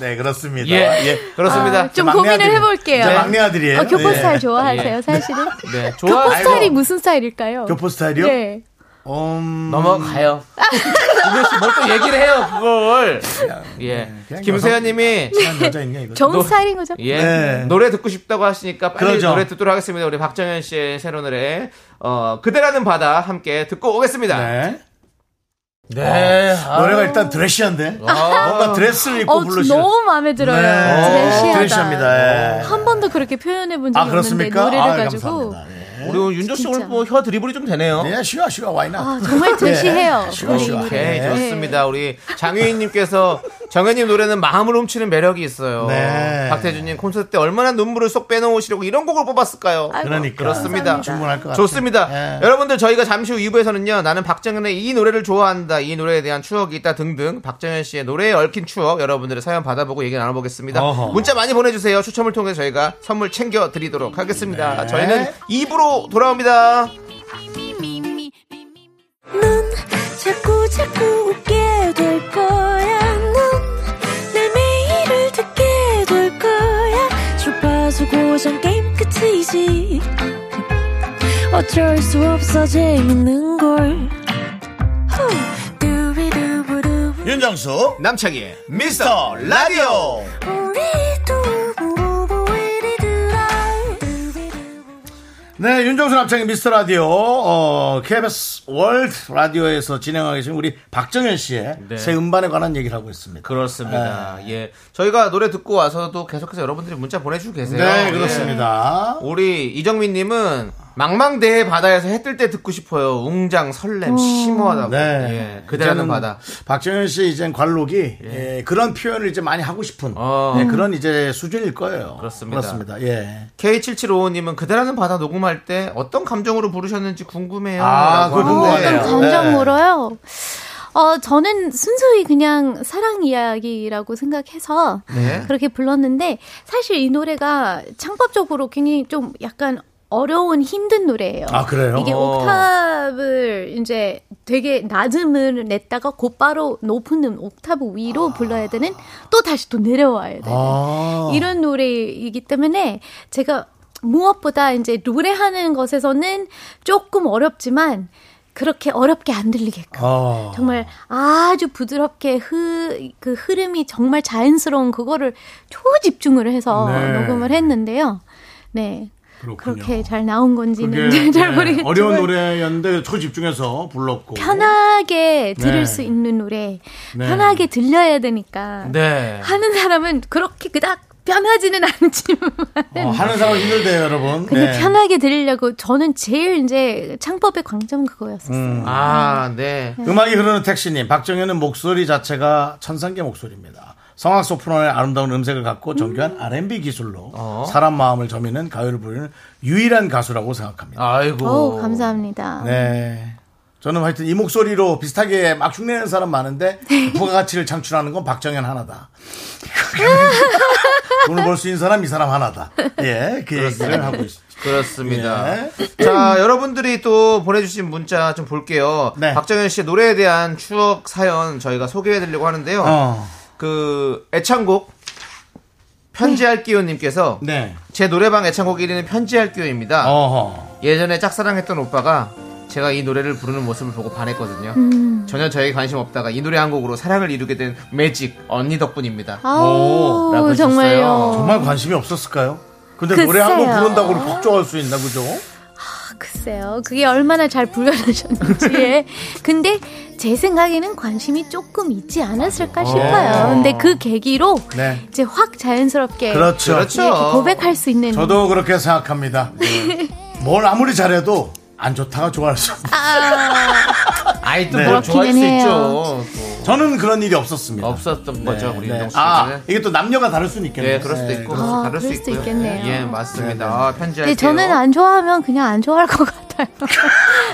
Speaker 1: 네 그렇습니다.
Speaker 2: 예 예 그렇습니다.
Speaker 5: 아, 좀
Speaker 1: 막내
Speaker 5: 고민을
Speaker 1: 아들이-
Speaker 5: 해볼게요.
Speaker 1: 제 막내 아들이에요.
Speaker 5: 어, 교포
Speaker 1: 예.
Speaker 5: 스타일 좋아하세요, 사실은?
Speaker 2: 네 좋아
Speaker 5: 교포 스타일이
Speaker 1: 아이고.
Speaker 5: 무슨 스타일일까요?
Speaker 1: 교포 스타일이요?
Speaker 5: 네.
Speaker 1: 음,
Speaker 2: 넘어가요. 그것이 뭘또 얘기를 해요 그걸. 예
Speaker 1: 그냥
Speaker 2: 김세현님이
Speaker 1: 친한 여자 있냐 이거?
Speaker 5: 정
Speaker 2: 노-
Speaker 5: 스타일인 거죠?
Speaker 2: 예
Speaker 1: 네.
Speaker 2: 노래 듣고 싶다고 하시니까 빨리
Speaker 1: 그러죠.
Speaker 2: 노래 듣도록 하겠습니다. 우리 박정현 씨의 새로운 노래 어 그대라는 바다 함께 듣고 오겠습니다.
Speaker 1: 네.
Speaker 2: 네. 아,
Speaker 1: 노래가 일단 드레시한데. 뭔가 드레스를 입고
Speaker 5: 어,
Speaker 1: 부르시는. 네.
Speaker 5: 너무 마음에 들어요. 드레시하다.
Speaker 1: 드레시합니다. 예.
Speaker 5: 한 번도 그렇게 표현해 본 적이
Speaker 1: 아 그렇습니까?
Speaker 5: 없는데 노래를
Speaker 1: 아,
Speaker 5: 가지고
Speaker 1: 감사합니다. 예.
Speaker 2: 우리 윤정 씨 오늘
Speaker 5: 진짜.
Speaker 2: 뭐혀 드리블이 좀 되네요.
Speaker 1: 예, 쉬어 쉬어 와이나.
Speaker 5: 아, 정말 드시해요.
Speaker 1: 예.
Speaker 5: 우리
Speaker 1: 좋아.
Speaker 5: 노래.
Speaker 2: 오케이
Speaker 1: 네.
Speaker 2: 좋습니다. 우리 장유인님께서 정현님 노래는 마음을 훔치는 매력이 있어요.
Speaker 1: 네.
Speaker 2: 박태준님 콘서트 때 얼마나 눈물을 쏙 빼놓으시려고 이런 곡을 뽑았을까요?
Speaker 5: 아이고,
Speaker 1: 그러니까.
Speaker 2: 그렇습니다.
Speaker 5: 감사합니다.
Speaker 1: 충분할 것 같아요.
Speaker 2: 좋습니다.
Speaker 1: 예.
Speaker 2: 여러분들 저희가 잠시 후 2부에서는요. 나는 박정현의 이 노래를 좋아한다. 이 노래에 대한 추억이 있다 등등 박정현 씨의 노래에 얽힌 추억 여러분들의 사연 받아보고 얘기 나눠보겠습니다.
Speaker 1: 어허.
Speaker 2: 문자 많이 보내주세요. 추첨을 통해서 저희가 선물 챙겨드리도록 하겠습니다.
Speaker 1: 네.
Speaker 2: 저희는 2부로 돌아옵니다.
Speaker 6: 넌 자꾸 자꾸 웃게 될 거야. 넌내 매일을 듣게 될 거야. 주파수 고정 게임 끝이지. 어쩔 수 없어 재밌는 걸. 후. 두비두부두.
Speaker 1: 윤정수
Speaker 2: 남창희의 미스터 라디오
Speaker 6: 우리 두부부부 우리 두라. 두비두부.
Speaker 1: 네, 윤정수 남창의 미스터 라디오, 어, KBS 월드 라디오에서 진행하고 계신 우리 박정현 씨의
Speaker 2: 네.
Speaker 1: 새 음반에 관한 얘기를 하고 있습니다.
Speaker 2: 그렇습니다. 예. 저희가 노래 듣고 와서도 계속해서 여러분들이 문자 보내주고 계세요.
Speaker 1: 네,
Speaker 2: 예.
Speaker 1: 그렇습니다.
Speaker 2: 우리 이정민님은 망망대해 바다에서 해 뜰 때 듣고 싶어요. 웅장 설렘 심오하다고.
Speaker 1: 음. 네.
Speaker 2: 예. 그대라는
Speaker 1: 이제는
Speaker 2: 바다.
Speaker 1: 박정현 씨 이젠 관록이 예, 그런 표현을 이제 많이 하고 싶은
Speaker 2: 어.
Speaker 1: 예, 그런 이제 수준일 거예요.
Speaker 2: 그렇습니다.
Speaker 1: 그렇습니다. 예.
Speaker 2: K7755님은 그대라는 바다 녹음할 때 어떤 감정으로 부르셨는지 궁금해요.
Speaker 1: 아,
Speaker 2: 라고
Speaker 1: 그거
Speaker 5: 어,
Speaker 2: 하는데.
Speaker 1: 궁금해요.
Speaker 5: 어떤
Speaker 1: 네.
Speaker 5: 감정 물어요? 어, 저는 순수히 그냥 사랑 이야기라고 생각해서
Speaker 2: 네.
Speaker 5: 그렇게 불렀는데 사실 이 노래가 창법적으로 굉장히 좀 약간 어려운 힘든 노래예요.
Speaker 1: 아, 그래요?
Speaker 5: 이게
Speaker 2: 어.
Speaker 5: 옥탑을 이제 되게 낮음을 냈다가 곧바로 높은 음, 옥타브 위로 불러야 되는 또 다시 또 내려와야 되는
Speaker 1: 아.
Speaker 5: 이런 노래이기 때문에 제가 무엇보다 이제 노래하는 것에서는 조금 어렵지만 그렇게 어렵게 안 들리게끔
Speaker 1: 아.
Speaker 5: 정말 아주 부드럽게 흐, 그 흐름이 정말 자연스러운 그거를 초집중을 해서
Speaker 1: 네.
Speaker 5: 녹음을 했는데요. 네.
Speaker 1: 그렇군요.
Speaker 5: 그렇게 잘 나온 건지는
Speaker 1: 그게,
Speaker 5: 잘
Speaker 1: 예,
Speaker 5: 모르겠지만
Speaker 1: 어려운 노래였는데 초집중해서 불렀고.
Speaker 5: 편하게 들을
Speaker 1: 네.
Speaker 5: 수 있는 노래
Speaker 1: 네.
Speaker 5: 편하게 들려야 되니까
Speaker 2: 네.
Speaker 5: 하는 사람은 그렇게 그닥 편하지는 않지만
Speaker 1: 어, 하는 사람 힘들대요, 여러분.
Speaker 5: 근데
Speaker 1: 네.
Speaker 5: 편하게 들으려고 저는 제일 이제 창법의 광점 그거였어요.
Speaker 2: 아, 네.
Speaker 1: 음악이 흐르는 택시님, 박정현은 목소리 자체가 천상계 목소리입니다. 성악 소프라노의 아름다운 음색을 갖고 정교한 R&B 기술로
Speaker 5: 어.
Speaker 1: 사람 마음을 저미는 가요를 부르는 유일한 가수라고 생각합니다.
Speaker 2: 아이고.
Speaker 5: 어우 감사합니다.
Speaker 1: 네. 저는 하여튼 이 목소리로 비슷하게 막 흉내내는 사람 많은데
Speaker 5: 네.
Speaker 1: 부가가치를 창출하는 건 박정현 하나다. 돈을 벌 수 있는 사람 이 사람 하나다. 예, 그 얘기를 하고 있습니다.
Speaker 2: 그렇습니다. 자, 여러분들이 또 보내주신 문자 좀 볼게요.
Speaker 1: 네.
Speaker 2: 박정현 씨의 노래에 대한 추억 사연 저희가 소개해드리려고 하는데요.
Speaker 1: 어,
Speaker 2: 그 애창곡 편지할 끼요님께서
Speaker 1: 네.
Speaker 2: 제 노래방 애창곡 1위는 편지할 끼요입니다.
Speaker 1: 어허.
Speaker 2: 예전에 짝사랑했던 오빠가 제가 이 노래를 부르는 모습을 보고 반했거든요.
Speaker 5: 음.
Speaker 2: 전혀 저에게 관심 없다가 이 노래 한 곡으로 사랑을 이루게 된 매직 언니 덕분입니다. 오, 라고
Speaker 5: 아우
Speaker 2: 해주셨어요.
Speaker 5: 정말요.
Speaker 1: 정말 관심이 없었을까요? 근데
Speaker 2: 네.
Speaker 5: 글쎄요.
Speaker 1: 노래 한 번 부른다고 그렇게 확 좋아할 수 있나, 그죠?
Speaker 5: 글쎄요. 그게 얼마나 잘 불려내셨는지. 근데 제 생각에는 관심이 조금 있지 않았을까 싶어요. 근데 그 계기로
Speaker 1: 네.
Speaker 5: 이제 확 자연스럽게
Speaker 1: 그렇죠.
Speaker 2: 그렇죠.
Speaker 5: 이렇게 고백할 수 있는
Speaker 1: 저도 그렇게 생각합니다.
Speaker 2: 네.
Speaker 1: 뭘 아무리 잘해도 안 좋다가 좋아할 수 없어요.
Speaker 2: 아이 또
Speaker 1: 네.
Speaker 2: 뭘 좋아할 수
Speaker 5: 그렇기는
Speaker 2: 있죠.
Speaker 1: 저는 그런 일이 없었습니다.
Speaker 2: 또 없었던 거죠 우리
Speaker 1: 네.
Speaker 2: 윤정수
Speaker 1: 아,
Speaker 2: 씨는.
Speaker 1: 이게 또 남녀가 다를 수는 있겠네요.
Speaker 2: 예, 그럴 수도 있고
Speaker 5: 아,
Speaker 2: 다를 수
Speaker 5: 그럴 수도
Speaker 2: 있고요.
Speaker 5: 있겠네요.
Speaker 2: 예,
Speaker 1: 네, 네.
Speaker 2: 맞습니다. 아, 편지할게요.
Speaker 5: 근데 저는 안 좋아하면 그냥 안 좋아할 것 같아요.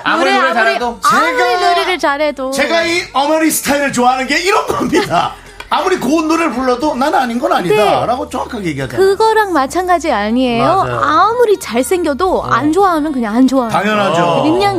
Speaker 2: 아무리 노래 잘해도
Speaker 5: 아무리
Speaker 1: 제가-
Speaker 5: 노래를 잘해도
Speaker 1: 제가 이 어머니 스타일을 좋아하는 게 이런 겁니다. 아무리 고운 노래를 불러도 나는 아닌 건 아니다.
Speaker 5: 네.
Speaker 1: 라고 정확하게 얘기하잖아요.
Speaker 5: 그거랑 마찬가지 아니에요.
Speaker 1: 맞아요. 어.
Speaker 5: 아무리 잘생겨도 안 좋아하면 그냥 안 좋아하는
Speaker 1: 당연하죠.
Speaker 5: 그냥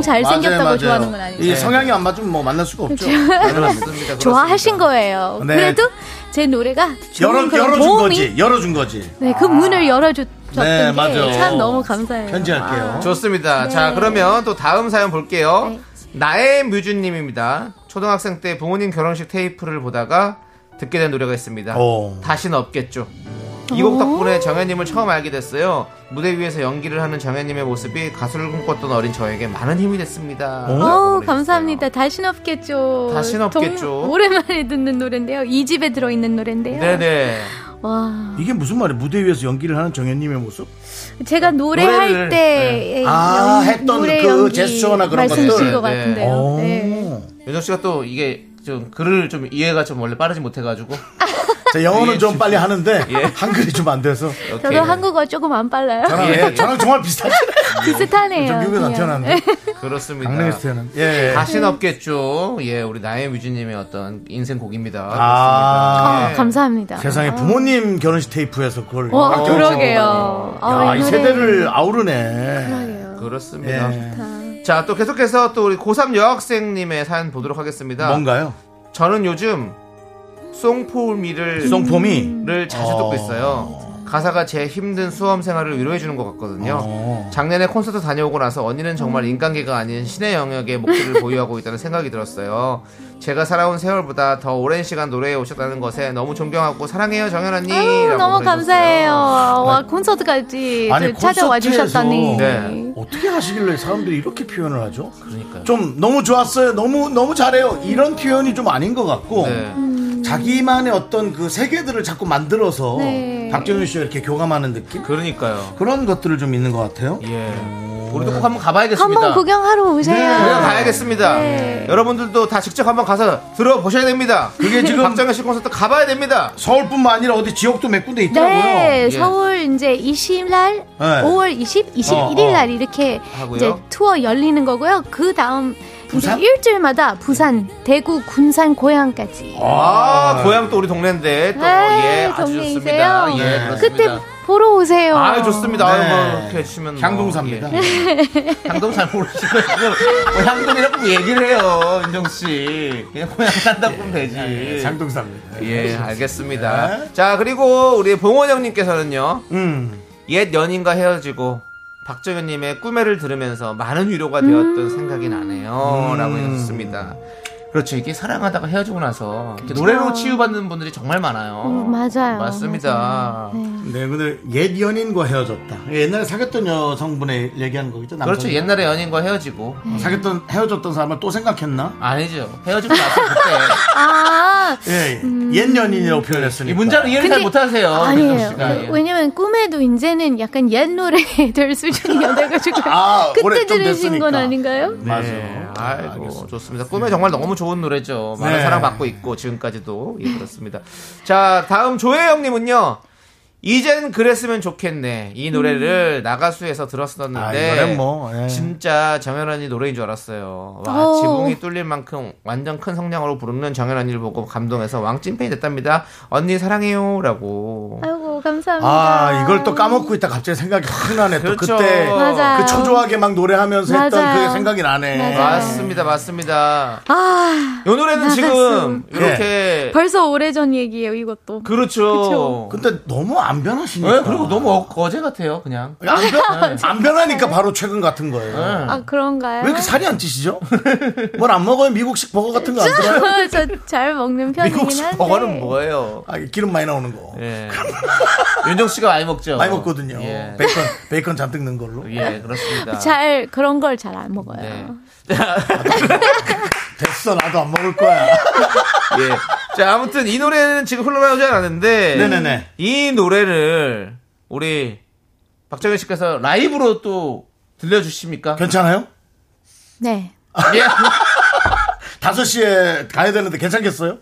Speaker 1: 어. 맞아요, 예,
Speaker 5: 잘생겼다고
Speaker 1: 맞아요.
Speaker 5: 좋아하는 건 아니에요.
Speaker 1: 이 성향이 안 맞으면 뭐 만날 수가 없죠.
Speaker 2: 그렇습니다.
Speaker 5: 좋아하신 거예요.
Speaker 1: 네.
Speaker 5: 그래도 제 노래가
Speaker 1: 열어,
Speaker 5: 좋은 그런
Speaker 1: 열어준
Speaker 5: 도움이-
Speaker 1: 거지. 열어준 거지.
Speaker 5: 네, 그 문을
Speaker 1: 네,
Speaker 5: 열어줬던
Speaker 1: 맞아요.
Speaker 5: 게 참 너무 감사해요.
Speaker 1: 편지할게요.
Speaker 5: 아.
Speaker 2: 좋습니다. 자, 그러면 또 다음 사연 볼게요.
Speaker 5: 네.
Speaker 2: 나의 뮤즈님입니다. 초등학생 때 부모님 결혼식 테이프를 보다가 듣게 된 노래가 있습니다.
Speaker 1: 오.
Speaker 2: 다신 없겠죠. 이 곡 덕분에 정현님을 처음 알게 됐어요. 무대 위에서 연기를 하는 정현님의 모습이 가수를 꿈꿨던 어린 저에게 많은 힘이 됐습니다.
Speaker 1: 오.
Speaker 2: 라고
Speaker 5: 어우,
Speaker 2: 보내주셨어요.
Speaker 5: 감사합니다. 다신 없겠죠.
Speaker 2: 다신 없겠죠.
Speaker 5: 동- 오랜만에 듣는 노래인데요. 이 집에 들어있는 노래인데요.
Speaker 2: 네네.
Speaker 5: 와,
Speaker 1: 이게 무슨 말이에요? 무대 위에서 연기를 하는 정현님의 모습?
Speaker 5: 제가 노래할
Speaker 2: 노래를-
Speaker 5: 때 예,
Speaker 1: 아, 했던 그 제스처나 그런
Speaker 5: 말씀
Speaker 1: 것들.
Speaker 5: 주신 것
Speaker 2: 네, 네.
Speaker 5: 같은데요. 네.
Speaker 1: 오.
Speaker 2: 윤정 씨가 또 이게 좀 글을 좀 이해가 좀 원래 빠르지 못해가지고.
Speaker 1: 자, 영어는 좀 빨리 하는데
Speaker 2: 예.
Speaker 1: 한글이 좀 안 돼서.
Speaker 5: 저도
Speaker 2: 오케이.
Speaker 5: 한국어 조금 안 빨라요.
Speaker 1: 저랑,
Speaker 2: 예, 예.
Speaker 1: 저랑 정말 비슷하지?
Speaker 5: 비슷하네요. 예.
Speaker 1: 저 미국에서 안
Speaker 5: 그냥.
Speaker 1: 태어났는데.
Speaker 2: 그렇습니다.
Speaker 1: 강릉에서 태어났는데. 예, 예.
Speaker 2: 다신 없겠죠. 예, 우리 나의 뮤지님의 어떤 인생 곡입니다.
Speaker 1: 아.
Speaker 5: 아,
Speaker 2: 예.
Speaker 5: 감사합니다.
Speaker 1: 세상에 부모님 결혼식 테이프에서 그걸.
Speaker 5: 와,
Speaker 2: 아,
Speaker 1: 막 결혼식
Speaker 5: 그러게요.
Speaker 1: 야,
Speaker 5: 아,
Speaker 1: 이
Speaker 5: 노래. 그러니까.
Speaker 1: 세대를 아우르네.
Speaker 5: 그러게요.
Speaker 2: 그렇습니다.
Speaker 1: 예.
Speaker 2: 자, 또 계속해서 또 우리 고3 여학생님의 사연 보도록 하겠습니다.
Speaker 1: 뭔가요?
Speaker 2: 저는 요즘 송포미를
Speaker 5: 음.
Speaker 1: 송폼이.
Speaker 2: 를 자주
Speaker 1: 어.
Speaker 2: 듣고 있어요. 가사가 제 힘든 수험 생활을 위로해 주는 것 같거든요.
Speaker 1: 어.
Speaker 2: 작년에 콘서트 다녀오고 나서 언니는 정말 인간계가 아닌 신의 영역의 목소리를 보유하고 있다는 생각이 들었어요. 제가 살아온 세월보다 더 오랜 시간 노래에 오셨다는 것에 너무 존경하고 사랑해요 정현 언니.
Speaker 5: 아유,
Speaker 2: 라고
Speaker 5: 너무
Speaker 2: 보내주셨어요.
Speaker 5: 감사해요. 와, 콘서트까지
Speaker 1: 아니,
Speaker 5: 또 찾아와
Speaker 1: 콘서트에서
Speaker 5: 주셨다니.
Speaker 2: 네.
Speaker 1: 어떻게 하시길래 사람들이 이렇게 표현을 하죠?
Speaker 2: 그러니까요.
Speaker 1: 좀 너무 좋았어요. 너무 너무 잘해요. 이런 표현이 좀 아닌 것 같고
Speaker 2: 네.
Speaker 5: 음.
Speaker 1: 자기만의 어떤 그 세계들을 자꾸 만들어서
Speaker 5: 네.
Speaker 1: 박정현 씨와 이렇게 교감하는 느낌
Speaker 2: 그러니까요.
Speaker 1: 그런 것들을 좀 있는 것 같아요.
Speaker 2: 예. 우리도 꼭 한번 가봐야겠습니다. 네,
Speaker 5: 한번 구경하러 오세요.
Speaker 2: 그냥 가야겠습니다.
Speaker 5: 네.
Speaker 2: 여러분들도 다 직접 한번 가서 들어보셔야 됩니다.
Speaker 1: 그게 지금-
Speaker 2: 박정현 씨 콘서트 가봐야 됩니다.
Speaker 1: 서울뿐만 아니라 어디 지역도 몇 군데 있더라고요.
Speaker 5: 네,
Speaker 2: 예.
Speaker 5: 서울 이제 20날,
Speaker 1: 네.
Speaker 5: 5월 20, 21일
Speaker 1: 어, 어.
Speaker 5: 날 이렇게
Speaker 2: 하고요.
Speaker 5: 이제 투어 열리는 거고요. 그 다음
Speaker 1: 부산?
Speaker 5: 일주일마다 부산, 대구, 군산, 고향까지.
Speaker 2: 아, 고향 또 우리 동네인데 또
Speaker 5: 네,
Speaker 2: 예, 아주
Speaker 5: 동네이세요. 뭐.
Speaker 2: 좋습니다. 예,
Speaker 1: 네.
Speaker 5: 그때
Speaker 2: 그렇습니다.
Speaker 5: 보러 오세요.
Speaker 2: 아, 좋습니다. 아유,
Speaker 1: 네.
Speaker 2: 뭐 이렇게 치면
Speaker 1: 향동사입니다.
Speaker 5: 네.
Speaker 1: 네.
Speaker 2: 뭐, 예. 향동 잘 모르시고 뭐 향동이라고 얘기를 해요, 인정 씨. 그냥 고향 산다고 보면 되지.
Speaker 1: 장동사입니다.
Speaker 2: 예, 알겠습니다. 자, 그리고 우리 봉원영님께서는요.
Speaker 1: 음.
Speaker 2: 옛 연인과 헤어지고 박정현님의 꿈에를 들으면서 많은 위로가 되었던
Speaker 5: 음.
Speaker 2: 생각이 나네요. 라고 해주셨습니다. 그렇죠. 이게 사랑하다가 헤어지고 나서 이렇게 노래로 치유받는 분들이 정말 많아요.
Speaker 5: 음, 맞아요.
Speaker 2: 맞습니다.
Speaker 1: 네, 근데 옛 연인과 헤어졌다. 옛날에 사귀었던 여성분의 얘기하는 거겠죠? 남성
Speaker 2: 그렇죠. 옛날에 연인과 헤어지고.
Speaker 5: 네.
Speaker 1: 사귀었던 헤어졌던 사람을 또 생각했나?
Speaker 2: 아니죠. 헤어지고 나서 그때.
Speaker 5: 아,
Speaker 1: 예, 예. 옛 연인이라고 표현했으니까.
Speaker 2: 이 문제를 이해를 잘
Speaker 5: 근데-
Speaker 2: 못하세요.
Speaker 5: 아니에요.
Speaker 2: 민정 씨가. 예.
Speaker 5: 왜- 왜냐면 꿈에도 이제는 약간 옛 노래들 수준이어야 돼가지고
Speaker 1: 아,
Speaker 5: 그때
Speaker 1: 올해 좀
Speaker 5: 들으신 건
Speaker 1: 됐으니까.
Speaker 5: 아닌가요?
Speaker 1: 맞아.
Speaker 2: 네, 아이고
Speaker 1: 알겠습니다.
Speaker 2: 좋습니다. 꿈에 정말 너무 좋은 노래죠. 많은
Speaker 1: 네.
Speaker 2: 사랑받고 있고 지금까지도 예, 그렇습니다. 자 다음 조혜영님은요. 이젠 그랬으면 좋겠네. 이 노래를
Speaker 5: 음.
Speaker 2: 나가수에서 들었었는데
Speaker 1: 아, 이 노래는 뭐, 예.
Speaker 2: 진짜 정연언니 노래인 줄 알았어요. 와
Speaker 5: 어.
Speaker 2: 지붕이 뚫릴 만큼 완전 큰 성량으로 부르는 정연언니를 보고 감동해서 왕찐팬이 됐답니다. 언니 사랑해요라고.
Speaker 5: 아이고 감사합니다.
Speaker 1: 아, 이걸 또 까먹고 있다 갑자기 생각이 확 나네. 또
Speaker 2: 그렇죠.
Speaker 1: 그때
Speaker 5: 맞아요.
Speaker 1: 그 초조하게 막 노래하면서 했던
Speaker 5: 맞아요.
Speaker 1: 그게 생각이 나네.
Speaker 5: 맞아요.
Speaker 2: 맞습니다, 맞습니다.
Speaker 5: 아,
Speaker 2: 이 노래는
Speaker 5: 나가수.
Speaker 2: 지금
Speaker 1: 예.
Speaker 2: 이렇게
Speaker 5: 벌써 오래전 얘기예요
Speaker 1: 그-
Speaker 5: 이것도.
Speaker 2: 그렇죠.
Speaker 1: 근데 너무 안 변하시니까.
Speaker 2: 예, 그리고 너무 네. 어- 어제 같아요, 그냥.
Speaker 1: 안, 변, 안 변하니까 바로 최근 같은 거예요.
Speaker 2: 네.
Speaker 5: 아 그런가요?
Speaker 1: 왜 이렇게 살이 안 찌시죠? 뭘 안 먹어요? 미국식 버거 같은 거 안 들어요?
Speaker 5: 저 잘 먹는 편이긴
Speaker 1: 미국식
Speaker 5: 한데.
Speaker 2: 버거는 뭐예요?
Speaker 1: 아, 기름 많이 나오는 거.
Speaker 2: 예. 윤정 씨가 많이 먹죠.
Speaker 1: 많이 먹거든요.
Speaker 2: 예,
Speaker 1: 베이컨, 베이컨 잔뜩 넣은 걸로.
Speaker 2: 예, 그렇습니다.
Speaker 5: 잘 그런 걸 잘 안 먹어요.
Speaker 2: 네.
Speaker 1: 됐어, 나도 안 먹을 거야.
Speaker 2: 예. 자, 아무튼 이 노래는 지금 흘러나오지 않았는데.
Speaker 1: 네네네.
Speaker 2: 이 노래를 우리 박정현 씨께서 라이브로 또 들려주십니까?
Speaker 1: 괜찮아요?
Speaker 5: 네.
Speaker 2: 예.
Speaker 1: 5시에 가야 되는데 괜찮겠어요?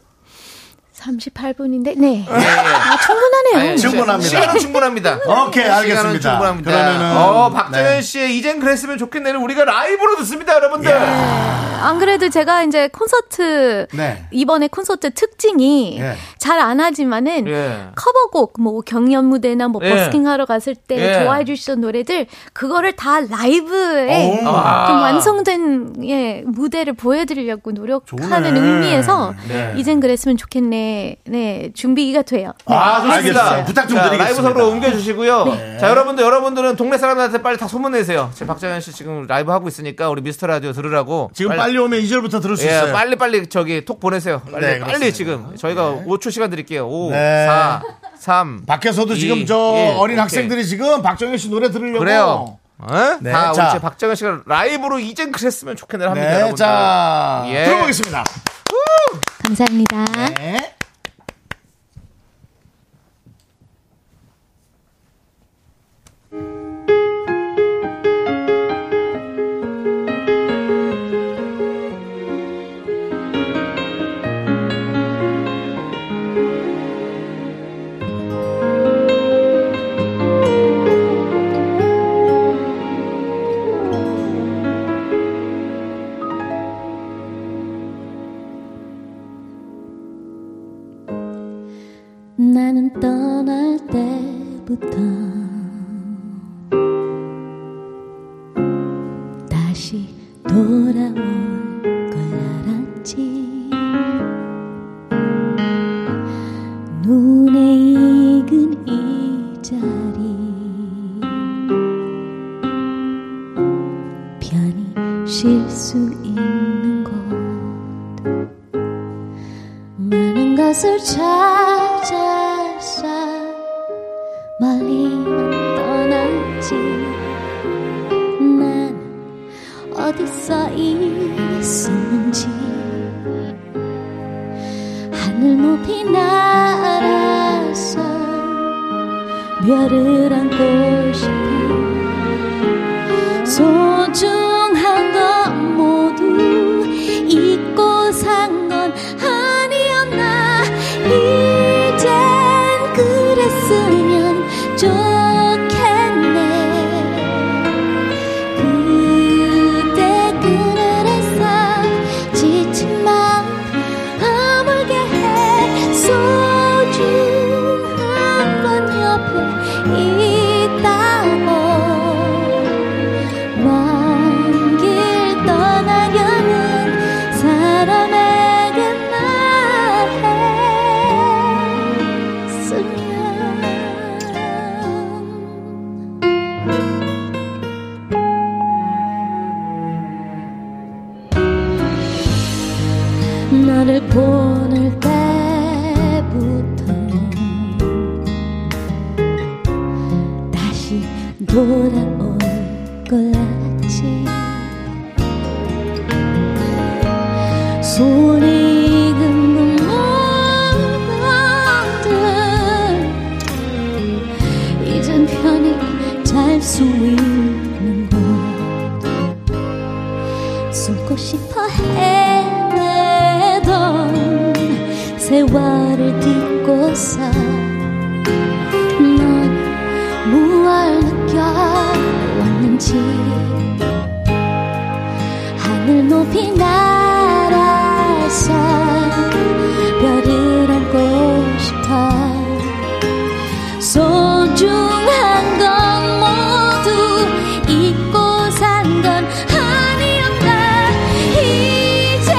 Speaker 5: 38분인데 네.
Speaker 2: 예, 예.
Speaker 5: 아, 충분하네요.
Speaker 2: 아니,
Speaker 1: 음, 충분합니다.
Speaker 2: 시간은 충분합니다.
Speaker 1: 오케이,
Speaker 2: 시간은
Speaker 1: 알겠습니다.
Speaker 2: 충분합니다.
Speaker 1: 그러면은.
Speaker 2: 어, 박정현
Speaker 1: 네.
Speaker 2: 씨의 이젠 그랬으면 좋겠네를 우리가 라이브로 듣습니다, 여러분들.
Speaker 1: 예.
Speaker 5: 안 그래도 제가 이제 콘서트
Speaker 1: 네.
Speaker 5: 이번에 콘서트 특징이
Speaker 1: 예.
Speaker 5: 잘 안 하지만은
Speaker 2: 예.
Speaker 5: 커버곡 뭐 경연 무대나 뭐
Speaker 2: 예.
Speaker 5: 버스킹 하러 갔을 때
Speaker 2: 예.
Speaker 5: 좋아해 주셨던 노래들 그거를 다 라이브에
Speaker 1: 오.
Speaker 5: 좀
Speaker 2: 아.
Speaker 5: 완성된 예, 무대를 보여드리려고 노력하는
Speaker 1: 좋네.
Speaker 5: 의미에서
Speaker 2: 네.
Speaker 5: 이젠 그랬으면 좋겠네 네 준비가 돼요.
Speaker 2: 아, 좋습니다.
Speaker 1: 알겠어요. 부탁 좀
Speaker 2: 자,
Speaker 1: 드리겠습니다. 네.
Speaker 2: 라이브 서로 옮겨주시고요. 자, 여러분들, 여러분들은 동네 사람들한테 빨리 다 소문내세요. 지금 박정현 씨 지금 라이브 하고 있으니까 우리 미스터 라디오 들으라고.
Speaker 1: 지금 빨리, 오면 2절부터 들을 수
Speaker 2: 예,
Speaker 1: 있어요.
Speaker 2: 빨리 빨리 저기 톡 보내세요. 빨리
Speaker 1: 네, 그렇습니다.
Speaker 2: 빨리 지금 저희가 5초 시간 드릴게요. 5,
Speaker 1: 네.
Speaker 2: 4, 3.
Speaker 1: 밖에서도
Speaker 2: 이,
Speaker 1: 지금 저
Speaker 2: 예,
Speaker 1: 어린
Speaker 2: 오케이.
Speaker 1: 학생들이 지금 박정현 씨 노래 들으려고.
Speaker 2: 그래요. 어?
Speaker 1: 네,
Speaker 2: 다
Speaker 1: 자.
Speaker 2: 우리 박정현 씨가 라이브로 이젠 그랬으면 좋겠네 합니다.
Speaker 1: 네,
Speaker 2: 여러분들.
Speaker 1: 자,
Speaker 2: 예.
Speaker 1: 들어보겠습니다.
Speaker 5: 감사합니다.
Speaker 1: 네.
Speaker 6: 나는 떠날 때부터 다시 돌아올 걸 알았지 눈에 익은 이 자리 편히 쉴 수 있는 곳 많은 것을 찾아서 멀리 떠났지 난 어디서 있었는지 하늘 높이 날아서 별을 안고 싶어 소중한 건 모두 잊고 산 건 아니었나 이젠 그랬으면 좋겠네 그대 그늘에서 지친 마음 아물게 해 소중한 건 옆에 있다고 먼길 떠나려는 사람에게 말했으면 너를 보낼 때부터 다시 돌아올 걸 알았지 손에 익은 눈물들 이젠 편히 잘 수 있는 곳 숨고 싶어 헤매던 세월을 딛고서 난 무얼 느껴왔는지 하늘 높이 날아서 별을 안고 싶어 소중한 건 모두 잊고 산 건 아니었나 이젠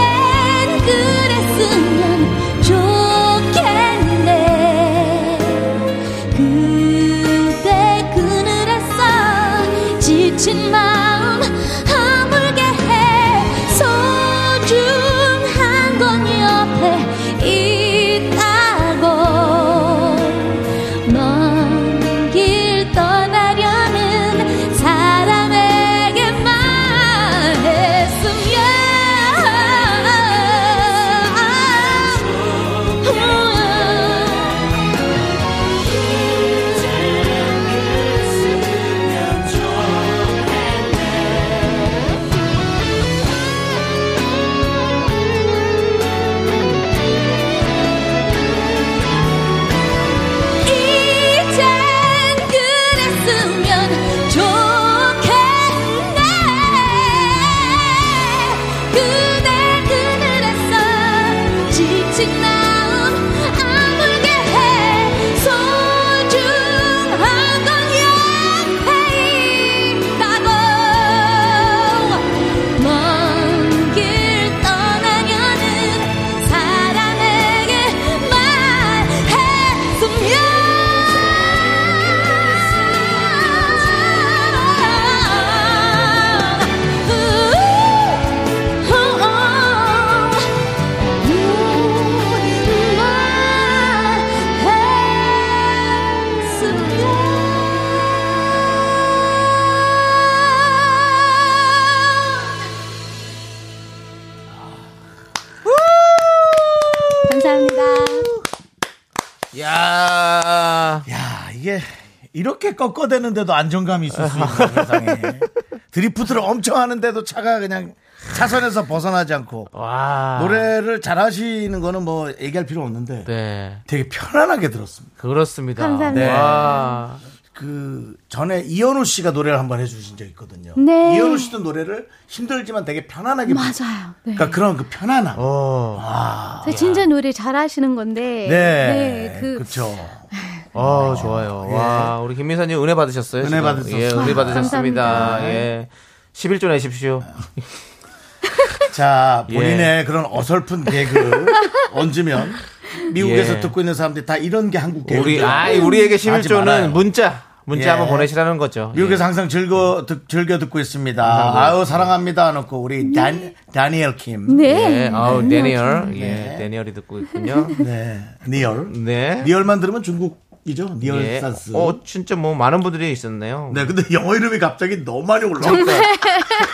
Speaker 6: 그랬으면 좋겠네 그대 그늘에서 지친 마음 아물게 해 음.
Speaker 2: 야
Speaker 1: 야, 이게 이렇게 꺾어대는데도 안정감이 있을 수 있는 세상에. 드리프트를 엄청 하는데도 차가 그냥 차선에서 벗어나지 않고
Speaker 2: 와.
Speaker 1: 노래를 잘하시는 거는 뭐 얘기할 필요 없는데
Speaker 2: 네.
Speaker 1: 되게 편안하게 들었습니다.
Speaker 2: 그렇습니다.
Speaker 5: 감사합니다.
Speaker 1: 네.
Speaker 2: 와.
Speaker 1: 그 전에 이현우 씨가 노래를 한번 해주신 적 있거든요.
Speaker 5: 네.
Speaker 1: 이현우 씨도 노래를 힘들지만 되게 편안하게. 부르-
Speaker 5: 맞아요. 네.
Speaker 1: 그러니까 그런 그 편안함.
Speaker 2: 어.
Speaker 5: 사실 진짜 노래 잘하시는 건데.
Speaker 1: 네.
Speaker 5: 그
Speaker 1: 그렇죠.
Speaker 2: 어, 좋아요. 와, 우리 김민사님 은혜 받으셨어요?
Speaker 1: 예. 은혜
Speaker 2: 지금?
Speaker 1: 받으셨어요.
Speaker 2: 예, 은혜
Speaker 5: 아,
Speaker 2: 받으셨습니다.
Speaker 5: 감사합니다.
Speaker 2: 예. 11조 내십시오.
Speaker 1: 자, 본인의
Speaker 2: 예.
Speaker 1: 그런 어설픈 개그 얹으면 미국에서
Speaker 2: 예.
Speaker 1: 듣고 있는 사람들이 다 이런 게 한국 개그.
Speaker 2: 우리, 아, 우리에게 11조는 문자, 문자
Speaker 1: 예.
Speaker 2: 한번 보내시라는 거죠. 예.
Speaker 1: 미국에서 항상 즐거, 듣, 즐겨 듣고 있습니다. 아유, 사랑합니다. 놓고 우리 단, 다니엘 킴.
Speaker 5: 네.
Speaker 2: 예. 예. 아우, 데니얼.
Speaker 1: 음, 네.
Speaker 2: 예, 데니얼이 듣고 있군요.
Speaker 1: 네. 니얼.
Speaker 2: 네.
Speaker 1: 니얼만 들으면 중국이죠. 니얼
Speaker 2: 예.
Speaker 1: 산스.
Speaker 2: 어, 진짜 뭐 많은 분들이 있었네요.
Speaker 1: 네, 근데 영어 이름이 갑자기 너무 많이 올라왔어요.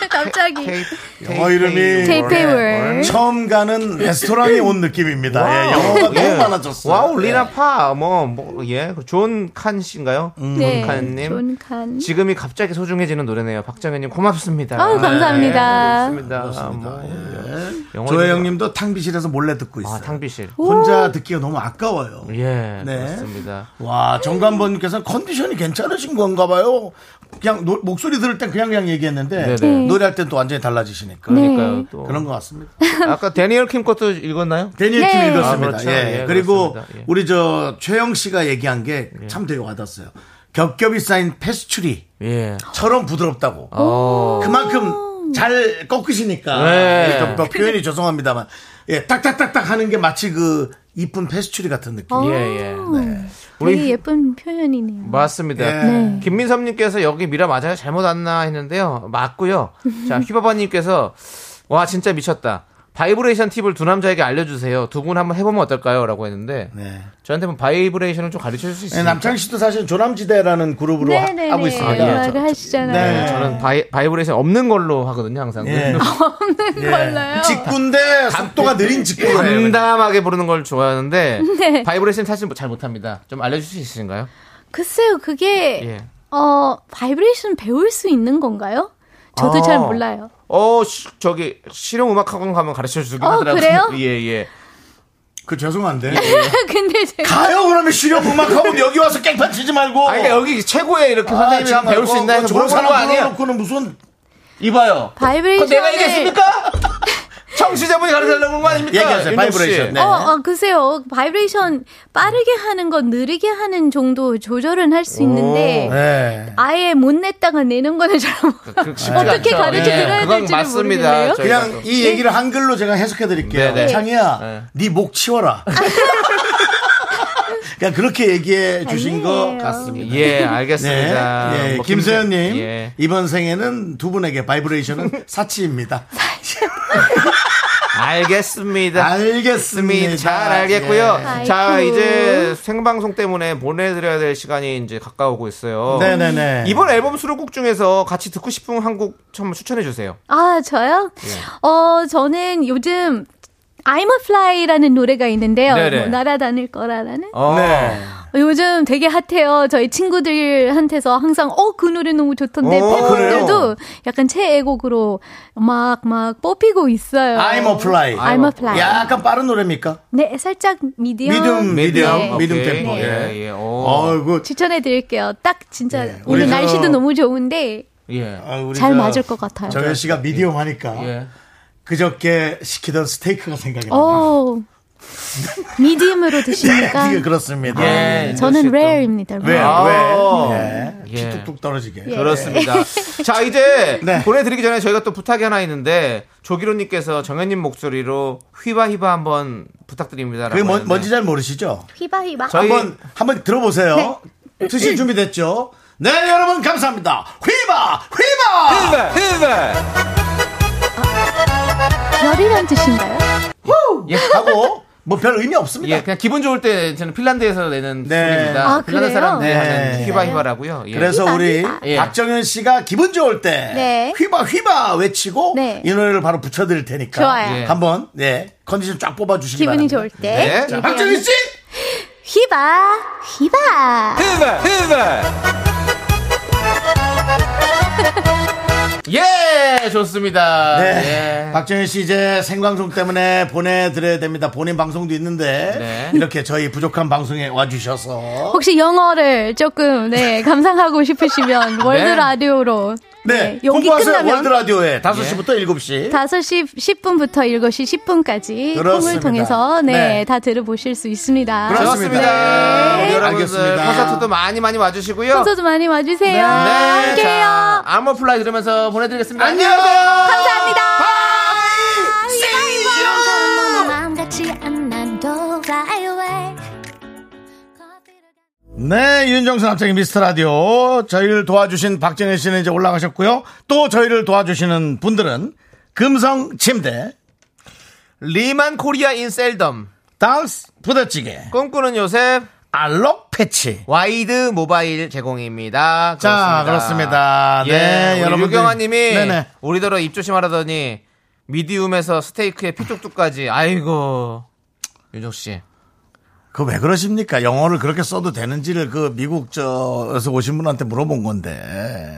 Speaker 5: 갑자기.
Speaker 2: 테이-
Speaker 1: 영어 이름이
Speaker 5: 테이페이 월.
Speaker 1: 처음 가는 레스토랑에 온 느낌입니다. 예, 영어가
Speaker 2: 예.
Speaker 1: 너무 많아졌어요.
Speaker 2: 와우,
Speaker 1: 예.
Speaker 2: 리나파, 뭐, 뭐, 예. 존 칸씨인가요?
Speaker 1: 음.
Speaker 5: 네.
Speaker 2: 칸님.
Speaker 5: 존 칸.
Speaker 2: 지금이 갑자기 소중해지는 노래네요. 박정현님 고맙습니다. 네.
Speaker 5: 아우, 감사합니다.
Speaker 1: 네,
Speaker 2: 고맙습니다. 뭐, 영어
Speaker 1: 예. 조혜영님도 탕비실에서 몰래 듣고 있어요.
Speaker 2: 아, 탕비실.
Speaker 1: 혼자 듣기가 너무 아까워요.
Speaker 2: 예,
Speaker 1: 네.
Speaker 2: 그렇습니다.
Speaker 1: 와 정관번님께서 컨디션이 괜찮으신 건가 봐요. 그냥 노- 목소리 들을 땐 그냥 그냥 얘기했는데 음.
Speaker 2: 네네.
Speaker 1: 노래할 땐 또 완전히 달라지시니까
Speaker 5: 네.
Speaker 2: 그러니까요. 또
Speaker 1: 그런 것 같습니다.
Speaker 2: 아까 데니얼 킴 것도 읽었나요?
Speaker 1: 데니엘 킴 읽었습니다.
Speaker 2: 아, 그렇죠.
Speaker 1: 예.
Speaker 2: 예,
Speaker 1: 그리고
Speaker 2: 그렇습니다. 예.
Speaker 1: 우리 저 최영 씨가 얘기한 게 참 되게 와닿았어요. 겹겹이 쌓인 페스츄리처럼
Speaker 5: 아,
Speaker 2: 예.
Speaker 1: 부드럽다고.
Speaker 2: 어.
Speaker 1: 그만큼 잘 꺾으시니까
Speaker 2: 네.
Speaker 1: 예, 좀, 더 표현이 죄송합니다만 예, 딱딱딱딱 하는 게 마치 그 이쁜 페스츄리 같은 느낌.
Speaker 5: 어,
Speaker 2: 예, 예.
Speaker 5: 되게
Speaker 2: 우리-
Speaker 5: 예쁜 표현이네요.
Speaker 2: 맞습니다.
Speaker 1: 예. 네.
Speaker 2: 김민섭님께서 여기 미라 맞아요? 잘못 왔나 했는데요. 맞고요. 자, 휘바바님께서 와 진짜 미쳤다. 바이브레이션 팁을 두 남자에게 알려주세요. 두 분 한번 해보면 어떨까요?라고 했는데
Speaker 1: 네.
Speaker 2: 저한테 뭐 바이브레이션을 좀 가르쳐 줄 수
Speaker 1: 네,
Speaker 2: 있어요?
Speaker 1: 남창 씨도 사실 조남지대라는 그룹으로
Speaker 5: 네네네.
Speaker 1: 하, 고 있습니다.
Speaker 2: 아, 예.
Speaker 5: 음악을 하시잖아요.
Speaker 1: 네.
Speaker 2: 저는 바이, 바이브레이션 없는 걸로 하거든요 항상.
Speaker 1: 예.
Speaker 5: 없는 걸로요.
Speaker 1: 직구인데 속도가 느린 직구예요. 네.
Speaker 2: 담담하게 부르는 걸 좋아하는데
Speaker 5: 네.
Speaker 2: 바이브레이션 사실 잘 못합니다. 좀 알려줄 수 있으신가요?
Speaker 5: 글쎄요, 그게
Speaker 2: 예.
Speaker 5: 어 바이브레이션 배울 수 있는 건가요? 저도
Speaker 2: 아.
Speaker 5: 잘 몰라요.
Speaker 2: 어 시- 저기 실용음악학원 가면 가르쳐 주긴
Speaker 5: 어,
Speaker 2: 하더라고요.
Speaker 5: 그래요?
Speaker 2: 예 예.
Speaker 1: 그 죄송한데
Speaker 5: 근데 제가
Speaker 1: 가요 그러면 실력 음악하고 여기 와서 깽판 치지 말고.
Speaker 5: 어.
Speaker 2: 아니 그러니까 여기 최고의
Speaker 5: 아,
Speaker 2: 이렇게 선생님이
Speaker 1: 정말.
Speaker 2: 배울 수
Speaker 5: 뭐,
Speaker 2: 있나 해서
Speaker 1: 뭐 좋은
Speaker 2: 물어보는
Speaker 1: 사람
Speaker 2: 거 아니에요?
Speaker 1: 불러놓고는 무슨 네.
Speaker 2: 이봐요. 그거
Speaker 5: 바이브레이션
Speaker 2: 내가 이겼습니까? 청취자분이 가르쳐달라고 그런 거 아닙니까?
Speaker 1: 얘기하세요.
Speaker 2: 윤정 씨.
Speaker 1: 바이브레이션. 네.
Speaker 5: 어, 어, 글쎄요. 바이브레이션 빠르게 하는 건 느리게 하는 정도 조절은 할 수 있는데
Speaker 1: 네.
Speaker 5: 아예 못 냈다가 내는 거는 잘 모르.
Speaker 2: 그- 쉽지가
Speaker 5: 어떻게
Speaker 2: 않죠.
Speaker 5: 가르쳐
Speaker 2: 예,
Speaker 5: 드려야
Speaker 2: 그건
Speaker 5: 될지를
Speaker 2: 맞습니다.
Speaker 5: 모르겠네요.
Speaker 2: 저희가
Speaker 1: 그냥
Speaker 2: 또.
Speaker 1: 이 얘기를 한글로 제가 해석해 드릴게요.
Speaker 2: 네네.
Speaker 1: 창이야, 네 목 치워라. 그러니까 그냥 그렇게 얘기해 주신 것
Speaker 5: 아니에요.
Speaker 1: 같습니다.
Speaker 2: 예, 알겠습니다.
Speaker 1: 네. 예,
Speaker 2: 뭐
Speaker 1: 김세현님
Speaker 2: 예.
Speaker 1: 이번 생에는 두 분에게 바이브레이션은 사치입니다.
Speaker 2: 알겠습니다.
Speaker 1: 알겠습니다.
Speaker 2: 잘 알겠고요.
Speaker 1: 예.
Speaker 2: 자,
Speaker 5: 아이쿠.
Speaker 2: 이제 생방송 때문에 보내드려야 될 시간이 이제 가까우고 있어요.
Speaker 1: 예. 네네네.
Speaker 2: 이번 앨범 수록곡 중에서 같이 듣고 싶은 한곡 좀 추천해 주세요.
Speaker 5: 아, 저요?
Speaker 1: 예.
Speaker 5: 어, 저는 요즘 I'm a fly라는 노래가 있는데요.
Speaker 2: 네네.
Speaker 5: 뭐, 날아다닐 거라라는.
Speaker 2: 어.
Speaker 1: 네.
Speaker 5: 요즘 되게 핫해요. 저희 친구들한테서 항상 어 그 노래 너무 좋던데
Speaker 1: 어,
Speaker 2: 오,
Speaker 5: 팬분들도 약간 최애곡으로 막 막 뽑히고 있어요.
Speaker 1: I'm a fly.
Speaker 5: I'm a fly.
Speaker 1: 약간 빠른 노래입니까?
Speaker 5: 네, 살짝 미디엄.
Speaker 1: 미디움, 미디움,
Speaker 5: 네.
Speaker 1: 미디움
Speaker 2: 어, 오케이.
Speaker 1: 템포.
Speaker 2: 예,
Speaker 1: 예.
Speaker 2: 예. 오.
Speaker 1: 어이구.
Speaker 5: 추천해 드릴게요. 딱 진짜
Speaker 1: 예, 우리
Speaker 5: 오늘
Speaker 1: 저-
Speaker 5: 날씨도 너무 좋은데
Speaker 2: 예.
Speaker 1: 아, 우리
Speaker 5: 잘
Speaker 1: 저
Speaker 5: 맞을 것 같아요.
Speaker 1: 정현 씨가 미디움 하니까
Speaker 2: 예.
Speaker 1: 그저께 시키던 스테이크가 생각이 나요.
Speaker 5: 오. 미디움으로 드시니까
Speaker 1: 이게 네, 그렇습니다.
Speaker 2: 예.
Speaker 5: 저는
Speaker 2: 역시 또.
Speaker 5: rare입니다.
Speaker 1: 왜?
Speaker 5: rare.
Speaker 2: 아.
Speaker 1: 왜? 예.
Speaker 2: 예.
Speaker 1: 피 뚝뚝 떨어지게.
Speaker 2: 그렇습니다. 자, 이제
Speaker 1: 네.
Speaker 2: 보내드리기 전에 저희가 또 부탁이 하나 있는데 조기로님께서 정현님 목소리로 휘바휘바 한번 부탁드립니다.
Speaker 1: 그게 뭔, 뭔지 잘 모르시죠?
Speaker 5: 휘바휘바.
Speaker 2: 저희-
Speaker 1: 한번 한번 들어보세요. 드실 준비 됐죠? 네, 여러분 감사합니다. 휘바, 휘바.
Speaker 2: 휘바 휘바.
Speaker 5: 아, 별이란
Speaker 1: 아,
Speaker 5: 뜻인가요?
Speaker 2: 예.
Speaker 1: 하고 뭐 별 의미 없습니다.
Speaker 2: 예, 그냥 기분 좋을 때 저는 핀란드에서 내는
Speaker 1: 네.
Speaker 2: 소리입니다.
Speaker 5: 아,
Speaker 2: 핀란드
Speaker 5: 그래요?
Speaker 2: 사람들이
Speaker 1: 네.
Speaker 2: 하는 휘바휘바라고요. 예.
Speaker 1: 그래서 우리
Speaker 2: 예.
Speaker 1: 박정현 씨가 기분 좋을 때
Speaker 5: 네.
Speaker 1: 휘바 휘바 외치고
Speaker 5: 네.
Speaker 1: 이 노래를 바로 붙여드릴 테니까
Speaker 5: 좋아요.
Speaker 2: 예.
Speaker 1: 한번 네 컨디션 쫙 뽑아주시기
Speaker 5: 기분이
Speaker 1: 바랍니다.
Speaker 5: 좋을 때.
Speaker 2: 네.
Speaker 1: 박정현 씨
Speaker 5: 휘바 휘바 휘바
Speaker 2: 예, 좋습니다.
Speaker 1: 네.
Speaker 2: 예.
Speaker 1: 박정현 씨 이제 생방송 때문에 보내드려야 됩니다. 본인 방송도 있는데
Speaker 2: 네.
Speaker 1: 이렇게 저희 부족한 방송에 와주셔서
Speaker 5: 혹시 영어를 조금 네 감상하고 싶으시면 월드 라디오로
Speaker 1: 네,
Speaker 5: 연기
Speaker 1: 공부하세요
Speaker 5: 끝나면
Speaker 1: 월드 라디오에
Speaker 2: 예.
Speaker 1: 5시부터 7시
Speaker 5: 5시 10분부터 7시 10분까지
Speaker 1: 그렇습니다.
Speaker 5: 콩을 통해서
Speaker 1: 네.
Speaker 5: 네 다 들어보실 수 있습니다.
Speaker 1: 그렇습니다.
Speaker 2: 좋습니다.
Speaker 1: 네.
Speaker 2: 여러분들
Speaker 1: 알겠습니다.
Speaker 2: 콘서트도 많이 많이 와주시고요.
Speaker 5: 콘서트 많이 와주세요.
Speaker 2: 네, 자,
Speaker 5: 함께요.
Speaker 2: 아머플라이 들으면서 보내드리겠습니다. 안녕.
Speaker 5: 감사합니다.
Speaker 6: 마음같이 안난 돌아의 왜
Speaker 1: 네, 윤정수 남창의 미스터 라디오. 저희를 도와주신 박정현 씨는 이제 올라가셨고요. 또 저희를 도와주시는 분들은 금성 침대,
Speaker 2: 리만 코리아 인 셀덤.
Speaker 1: 닥스 부대찌개,
Speaker 2: 꿈꾸는 요셉
Speaker 1: 알록 패치.
Speaker 2: 와이드 모바일 제공입니다.
Speaker 1: 자, 그렇습니다. 네,
Speaker 2: 예,
Speaker 1: 여러분들.
Speaker 2: 여러분 유경아님이
Speaker 1: 네네.
Speaker 2: 우리더러 입 조심하라더니 미디움에서 스테이크에 피쪽쪽까지. 아이고 윤정 씨.
Speaker 1: 그 왜 그러십니까? 영어를 그렇게 써도 되는지를 그 미국 저에서 오신 분한테 물어본 건데.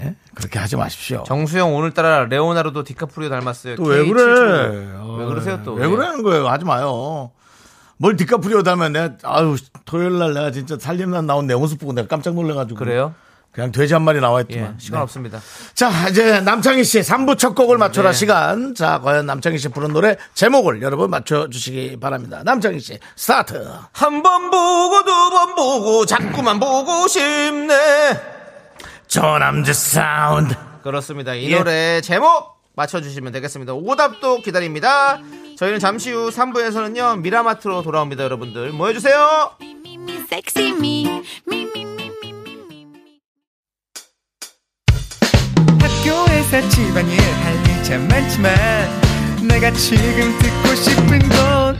Speaker 1: 예? 그렇게 하지 마십시오.
Speaker 2: 정수영 오늘따라 레오나르도 디카프리오 닮았어요.
Speaker 1: 또 왜
Speaker 2: K77.
Speaker 1: 그래? 어.
Speaker 2: 왜 그러세요 또?
Speaker 1: 왜 그러는 거예요? 하지 마요. 뭘 디카프리오 닮으면 내가 아유 토요일 날 내가 진짜 살림난 나온 내 모습 보고 내가 깜짝 놀래가지고
Speaker 2: 그래요?
Speaker 1: 그냥 돼지 한 마리 나와
Speaker 2: 예,
Speaker 1: 있더만. 네.
Speaker 2: 시간 없습니다.
Speaker 1: 자 이제 남창희 씨 3부 첫 곡을 맞춰라
Speaker 2: 네.
Speaker 1: 시간. 자 과연 남창희 씨 부른 노래 제목을 여러분 맞춰주시기 바랍니다. 남창희 씨 스타트.
Speaker 2: 한 번 보고 두 번 보고 자꾸만 보고 싶네.
Speaker 1: 저남주 사운드.
Speaker 2: 그렇습니다. 이
Speaker 1: 예.
Speaker 2: 노래 제목 맞춰주시면 되겠습니다. 오답도 기다립니다. 저희는 잠시 후 3부에서는요 미라마트로 돌아옵니다. 여러분들 모여주세요.
Speaker 6: 섹시 미미미미미미
Speaker 7: 학교에서 집안일 할 일 참 많지만 내가 지금 듣고 싶은 건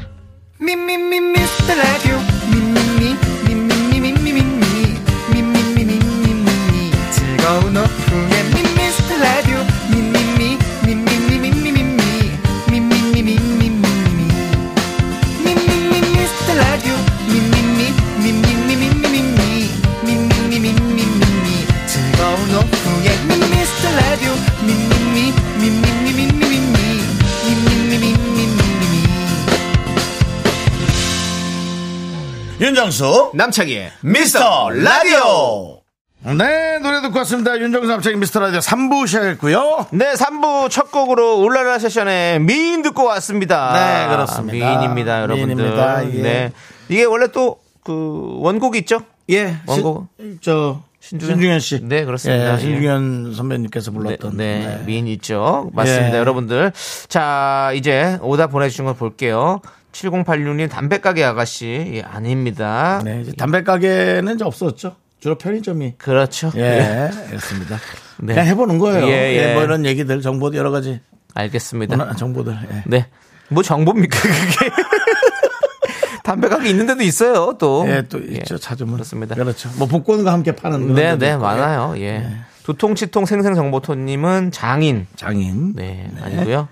Speaker 7: 미미미 미스터 라디오 미미미 미미미미미미 미미미미미미 즐거운 오후에 미스터 라디오 미미미 미미미미미미 미미미미미미미 미미미 미스터 라디오 미미미 미미미미미미 미미미미미미 즐거운 오후에 미스터 라디오 미미미 미미미미미미 미미미미미미미
Speaker 1: 윤정수
Speaker 2: 남창희의
Speaker 1: 미스터 라디오. 네 노래 듣고 왔습니다. 윤정수 남창희 미스터 라디오 3부 시작했고요.
Speaker 2: 네 3부 첫 곡으로 울랄라 세션의 미인 듣고 왔습니다.
Speaker 1: 네, 그렇습니다.
Speaker 2: 미인입니다 여러분들.
Speaker 1: 미인입니다, 예.
Speaker 2: 네 이게 원래 또 그 원곡이 있죠?
Speaker 1: 예,
Speaker 2: 원곡.
Speaker 1: 신- 저
Speaker 2: 신중현?
Speaker 1: 신중현, 씨.
Speaker 2: 네, 그렇습니다.
Speaker 1: 예, 신중현 선배님께서
Speaker 2: 네,
Speaker 1: 불렀던
Speaker 2: 네,
Speaker 1: 네.
Speaker 2: 미인 있죠. 맞습니다,
Speaker 1: 예.
Speaker 2: 여러분들. 자, 이제 오답 보내주신 거 볼게요. 7086님 담배가게 아가씨. 예, 아닙니다.
Speaker 1: 네, 이제 담배 가게는 이제 없었죠. 주로 편의점이
Speaker 2: 그렇죠.
Speaker 1: 예, 그렇습니다.
Speaker 2: 네.
Speaker 1: 그냥 해보는 거예요.
Speaker 2: 예,
Speaker 1: 예,
Speaker 2: 예.
Speaker 1: 뭐 이런 얘기들, 정보들 여러 가지
Speaker 2: 알겠습니다.
Speaker 1: 문화 정보들. 예.
Speaker 2: 네. 뭐 정보입니까, 그게? 담배가게 있는데도 있어요, 또.
Speaker 1: 예, 또 있죠. 찾으면
Speaker 2: 그렇습니다.
Speaker 1: 그렇죠. 뭐 복권과 함께 파는 그런
Speaker 2: 네,
Speaker 1: 데도
Speaker 2: 네,
Speaker 1: 있고.
Speaker 2: 많아요. 예. 두통치통 생생정보토님은 장인.
Speaker 1: 장인.
Speaker 2: 네, 아니고요.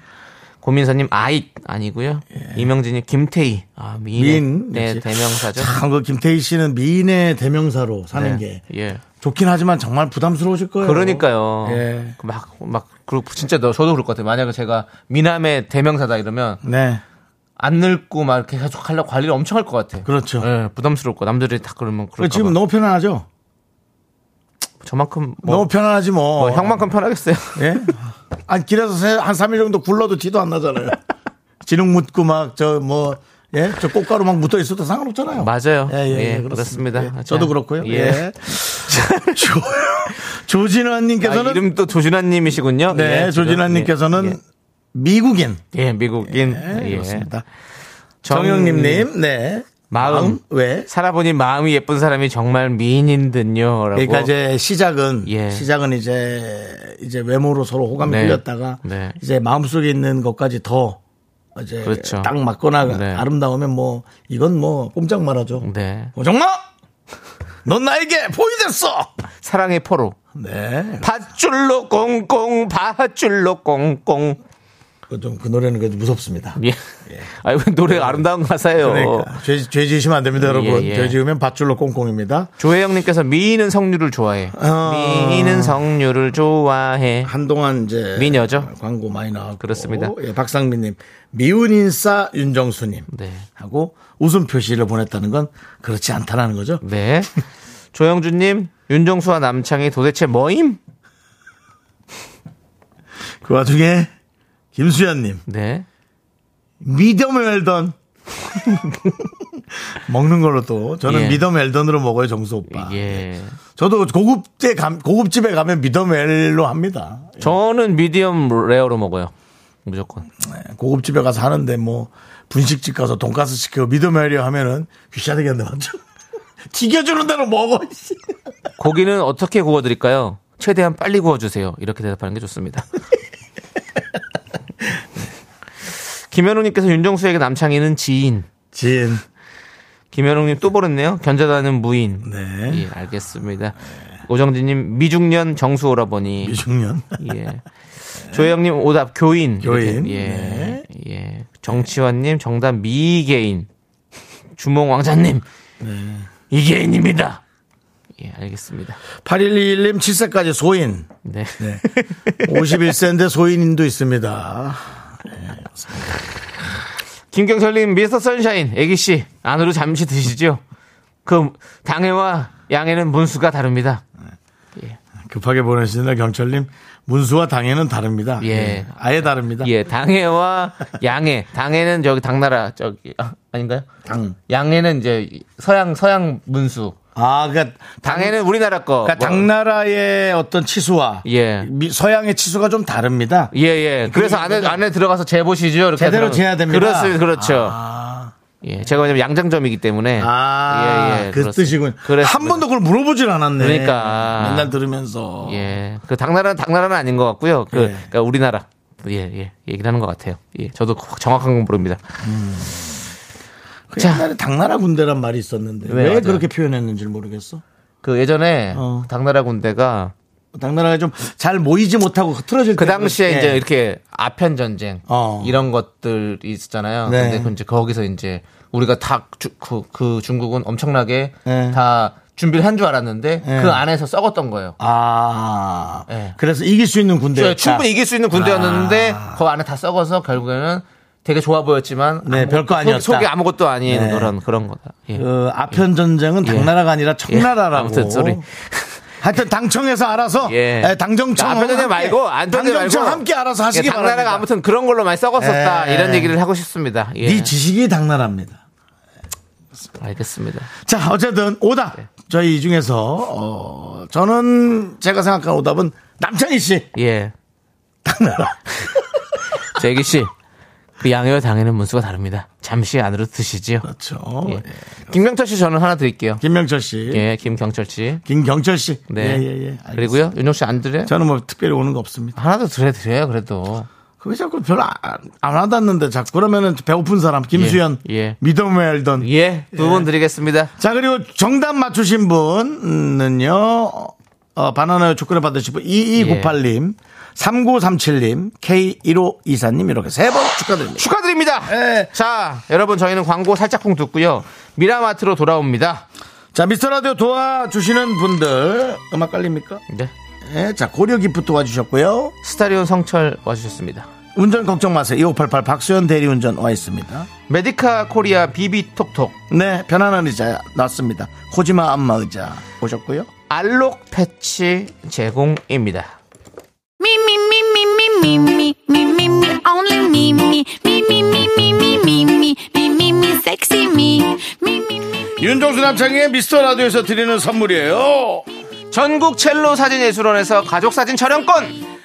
Speaker 2: 고민서님 아잇 아니고요. 이명진님 김태희. 아, 미인.
Speaker 1: 예. 미인
Speaker 2: 네,
Speaker 1: 역시.
Speaker 2: 대명사죠.
Speaker 1: 참, 그 김태희 씨는 미인의 대명사로 사는
Speaker 2: 네,
Speaker 1: 게
Speaker 2: 예.
Speaker 1: 좋긴 하지만 정말 부담스러우실 거예요.
Speaker 2: 그러니까요.
Speaker 1: 예.
Speaker 2: 그 막, 막, 그리고 진짜 너, 저도 그럴 것 같아요. 만약에 제가 미남의 대명사다 이러면
Speaker 1: 네,
Speaker 2: 안 늙고 막 이렇게 계속 하려고 관리를 엄청 할 것 같아요.
Speaker 1: 그렇죠.
Speaker 2: 예, 부담스러울 거. 남들이 다 그러면 그럴까
Speaker 1: 어, 지금
Speaker 2: 봐.
Speaker 1: 너무 편안하죠.
Speaker 2: 저만큼 뭐,
Speaker 1: 너무 편안하지 뭐.
Speaker 2: 뭐 형만큼 편하겠어요.
Speaker 1: 예? 아니, 길에서 세- 한 3일 정도 굴러도 티도 안 나잖아요. 진흙 묻고 막, 저 뭐, 예? 저 꽃가루 막 묻어 있어도 상관없잖아요.
Speaker 2: 맞아요.
Speaker 1: 예, 예, 예,
Speaker 2: 예,
Speaker 1: 그렇습니다.
Speaker 2: 그렇습니다.
Speaker 1: 예, 저도 그렇고요.
Speaker 2: 예.
Speaker 1: 예. 자, 조, 조진아님께서는.
Speaker 2: 아, 이름도 조진아님이시군요.
Speaker 1: 네,
Speaker 2: 예,
Speaker 1: 조진아님께서는
Speaker 2: 예,
Speaker 1: 미국인.
Speaker 2: 예, 예, 미국인. 예,
Speaker 1: 예, 그렇습니다.
Speaker 2: 정-
Speaker 1: 정영님님, 네.
Speaker 2: 마음.
Speaker 1: 왜?
Speaker 2: 살아보니 마음이 예쁜 사람이 정말 미인인 듯요. 라고.
Speaker 1: 그러니까 이제 시작은
Speaker 2: 예.
Speaker 1: 시작은 이제 이제 외모로 서로 호감이
Speaker 2: 네.
Speaker 1: 풀렸다가
Speaker 2: 네.
Speaker 1: 이제 마음속에 있는 것까지 더 이제
Speaker 2: 그렇죠.
Speaker 1: 딱 맞거나
Speaker 2: 네.
Speaker 1: 아름다우면 뭐 이건 뭐 꼼짝 말하죠.
Speaker 2: 네.
Speaker 1: 정말 넌 나에게 포위됐어.
Speaker 2: 사랑의 포로.
Speaker 1: 네.
Speaker 2: 밧줄로 꽁꽁 밧줄로 꽁꽁
Speaker 1: 그 좀 그 노래는 그래도 무섭습니다.
Speaker 2: 예. 아니, 왜 노래가 아름다운 가사예요.
Speaker 1: 네. 그러니까 죄, 죄 지으시면 안 됩니다,
Speaker 2: 어. 예,
Speaker 1: 여러분.
Speaker 2: 예.
Speaker 1: 죄 지으면 밧줄로 꽁꽁입니다.
Speaker 2: 조혜영님께서 미인은 성류를 좋아해.
Speaker 1: 어.
Speaker 2: 미인은 성류를 좋아해.
Speaker 1: 한동안 이제
Speaker 2: 미녀죠?
Speaker 1: 광고 많이 나왔고
Speaker 2: 그렇습니다.
Speaker 1: 예, 박상민님 미운 인싸 윤정수님
Speaker 2: 네.
Speaker 1: 하고 웃음 표시를 보냈다는 건 그렇지 않다라는 거죠.
Speaker 2: 네. 조영준님, 윤정수와 남창이 도대체 뭐임?
Speaker 1: 그 와중에 김수현님
Speaker 2: 네.
Speaker 1: 미덤 웰던 먹는 걸로 또 저는
Speaker 2: 예.
Speaker 1: 미덤 웰던으로 먹어요 정수 오빠.
Speaker 2: 예.
Speaker 1: 저도 고급집에 감- 고급집에 가면 미덤 웰로 합니다.
Speaker 2: 저는 미디엄 레어로 먹어요. 무조건.
Speaker 1: 예, 고급집에 가서 하는데 뭐 분식집 가서 돈가스 시키고 믿음하려 하면은 귀찮으겠네 맞죠? 튀겨주는 대로 먹어. 씨.
Speaker 2: 고기는 어떻게 구워드릴까요? 최대한 빨리 구워주세요. 이렇게 대답하는 게 좋습니다. 김현웅님께서 윤정수에게 남창이는 지인.
Speaker 1: 진.
Speaker 2: 김현웅님 또 버렸네요. 견제다는 무인.
Speaker 1: 네.
Speaker 2: 예, 알겠습니다. 오정진님 미중년 정수 오라버니.
Speaker 1: 미중년.
Speaker 2: 예. 조혜영님 오답 교인.
Speaker 1: 교인.
Speaker 2: 이렇게. 예.
Speaker 1: 네.
Speaker 2: 예. 정치환님 정답 미개인. 주몽 왕자님
Speaker 1: 네.
Speaker 2: 이계인입니다. 예, 알겠습니다.
Speaker 1: 8121님 7세까지 소인.
Speaker 2: 네.
Speaker 1: 네. 51세인데 소인인도 있습니다.
Speaker 2: 김경철님 미스터 선샤인 애기 씨 안으로 잠시 드시죠. 그 당해와 양해는 문수가 다릅니다.
Speaker 1: 급하게 보내시는 경철님 문수와 당에는 다릅니다.
Speaker 2: 예.
Speaker 1: 예. 아예 다릅니다.
Speaker 2: 예, 당해와 양해. 당해는 저기 당나라 저기 아, 아닌가요?
Speaker 1: 당.
Speaker 2: 양해는 이제 서양 서양 문수.
Speaker 1: 아, 그러니까 당-
Speaker 2: 당해는 우리나라 거.
Speaker 1: 그러니까
Speaker 2: 뭐-
Speaker 1: 당나라의 어떤 치수와
Speaker 2: 예.
Speaker 1: 미- 서양의 치수가 좀 다릅니다.
Speaker 2: 예, 예. 그래서 안에, 안에 들어가서 재보시죠. 이렇게
Speaker 1: 그러니까 제대로
Speaker 2: 들어가-
Speaker 1: 재야 됩니다.
Speaker 2: 그렇습니다. 그렇죠.
Speaker 1: 아.
Speaker 2: 예. 제가 왜냐면 양장점이기 때문에.
Speaker 1: 아, 그
Speaker 2: 예. 그렇습니다.
Speaker 1: 뜻이군.
Speaker 2: 그렇습니다.
Speaker 1: 한 번도 그걸 물어보질 않았네.
Speaker 2: 그러니까.
Speaker 1: 맨날 들으면서.
Speaker 2: 예. 그 당나라는 당나라는 아닌 것 같고요. 그,
Speaker 1: 어. 예.
Speaker 2: 그러니까 우리나라. 예, 예. 얘기를 하는 것 같아요. 예. 저도 확 정확한 건 모릅니다.
Speaker 1: 그
Speaker 2: 자.
Speaker 1: 옛날에 당나라 군대란 말이 있었는데
Speaker 2: 네,
Speaker 1: 왜
Speaker 2: 맞아요.
Speaker 1: 그렇게 표현했는지 모르겠어.
Speaker 2: 그 예전에
Speaker 1: 어.
Speaker 2: 당나라 군대가
Speaker 1: 당나라가 좀 잘 모이지 못하고 흐트러질
Speaker 2: 그
Speaker 1: 때
Speaker 2: 당시에
Speaker 1: 그렇게-
Speaker 2: 이제 이렇게 아편 전쟁
Speaker 1: 네, 예. 어.
Speaker 2: 이런 것들이 있었잖아요.
Speaker 1: 네.
Speaker 2: 근데 그 이제 거기서 이제 우리가 다 주- 그, 그 중국은 엄청나게
Speaker 1: 네.
Speaker 2: 다 준비를 한 줄 알았는데
Speaker 1: 네.
Speaker 2: 그 안에서 썩었던 거예요.
Speaker 1: 아,
Speaker 2: 예.
Speaker 1: 그래서 이길 수 있는 군대였다.
Speaker 2: 네, 충분히 이길 수 있는 군대였는데 그 안에 다 썩어서 결국에는 되게 좋아 보였지만
Speaker 1: 아. 네,
Speaker 2: 아무것도- 그
Speaker 1: 별거 아니었다.
Speaker 2: 속에, 속에 아무것도 아닌
Speaker 1: 네.
Speaker 2: 그런 그런 거다. 예.
Speaker 1: 그 아편 전쟁은 당나라가 아니라 청나라라고.
Speaker 2: 예. 아무튼 sorry.
Speaker 1: 하여튼 당청에서 알아서
Speaker 2: 예.
Speaker 1: 예, 당정청
Speaker 2: 그러니까 아편전쟁
Speaker 1: 함께-
Speaker 2: 말고 안편전쟁
Speaker 1: 당정청
Speaker 2: 말고
Speaker 1: 함께 알아서 하시기
Speaker 2: 예, 당나라가
Speaker 1: 바랍니다.
Speaker 2: 아무튼 그런 걸로 많이 썩었었다
Speaker 1: 예.
Speaker 2: 이런 얘기를 하고 싶습니다. 예.
Speaker 1: 네 지식이 당나라입니다.
Speaker 2: 알겠습니다.
Speaker 1: 자, 어쨌든 오답.
Speaker 2: 예.
Speaker 1: 저희 이 중에서 어, 저는 제가 생각한 오답은 남창희 씨.
Speaker 2: 예.
Speaker 1: 당나라.
Speaker 2: 재기 씨. 그 양해와 당해는 문수가 다릅니다. 잠시 안으로 드시지요.
Speaker 1: 그렇죠.
Speaker 2: 예.
Speaker 1: 예.
Speaker 2: 김경철 씨 저는 하나 드릴게요.
Speaker 1: 김명철 씨,
Speaker 2: 예, 김경철 씨.
Speaker 1: 김경철 씨.
Speaker 2: 네.
Speaker 1: 예, 예, 예. 알겠습니다.
Speaker 2: 그리고요. 윤종 씨안 드려요?
Speaker 1: 저는 뭐 특별히 오는 거 없습니다.
Speaker 2: 하나 더 드려 드려요. 그래도.
Speaker 1: 그게 자꾸 별로 안, 안 와닿는데 자꾸 그러면은 배고픈 사람 김수현,
Speaker 2: 예, 예.
Speaker 1: 미더웰던.
Speaker 2: 예. 두 분 드리겠습니다.
Speaker 1: 자 그리고 정답 맞추신 분은요 어, 바나나 초콜릿 받으신 분 2298님,
Speaker 2: 예.
Speaker 1: 3937님, K1524님 이렇게 세 번 축하드립니다.
Speaker 2: 축하드립니다.
Speaker 1: 예.
Speaker 2: 자, 여러분 저희는 광고 살짝쿵 듣고요. 미라마트로 돌아옵니다.
Speaker 1: 자, 미스터 라디오 도와주시는 분들 음악 깔립니까?
Speaker 2: 네.
Speaker 1: 네, 자, 고려 기프트 와주셨고요.
Speaker 2: 스타리온 성철 와주셨습니다.
Speaker 1: 운전 걱정 마세요. 2588 박수현 대리운전 와 있습니다.
Speaker 2: 메디카 코리아 비비톡톡
Speaker 1: 네, 편안한 의자 났습니다. 코지마 안마 의자 오셨고요.
Speaker 2: 알록 패치 제공입니다.
Speaker 6: Me, me, me, me, me, me, me, me, me, me, only me, me, me, me, me, me, me, me, me, me, me, me, sexy me, me, me, me.
Speaker 1: 윤종수 남창의 미스터 라디오에서 드리는 선물이에요.
Speaker 2: 전국 첼로 사진예술원에서 가족사진 촬영권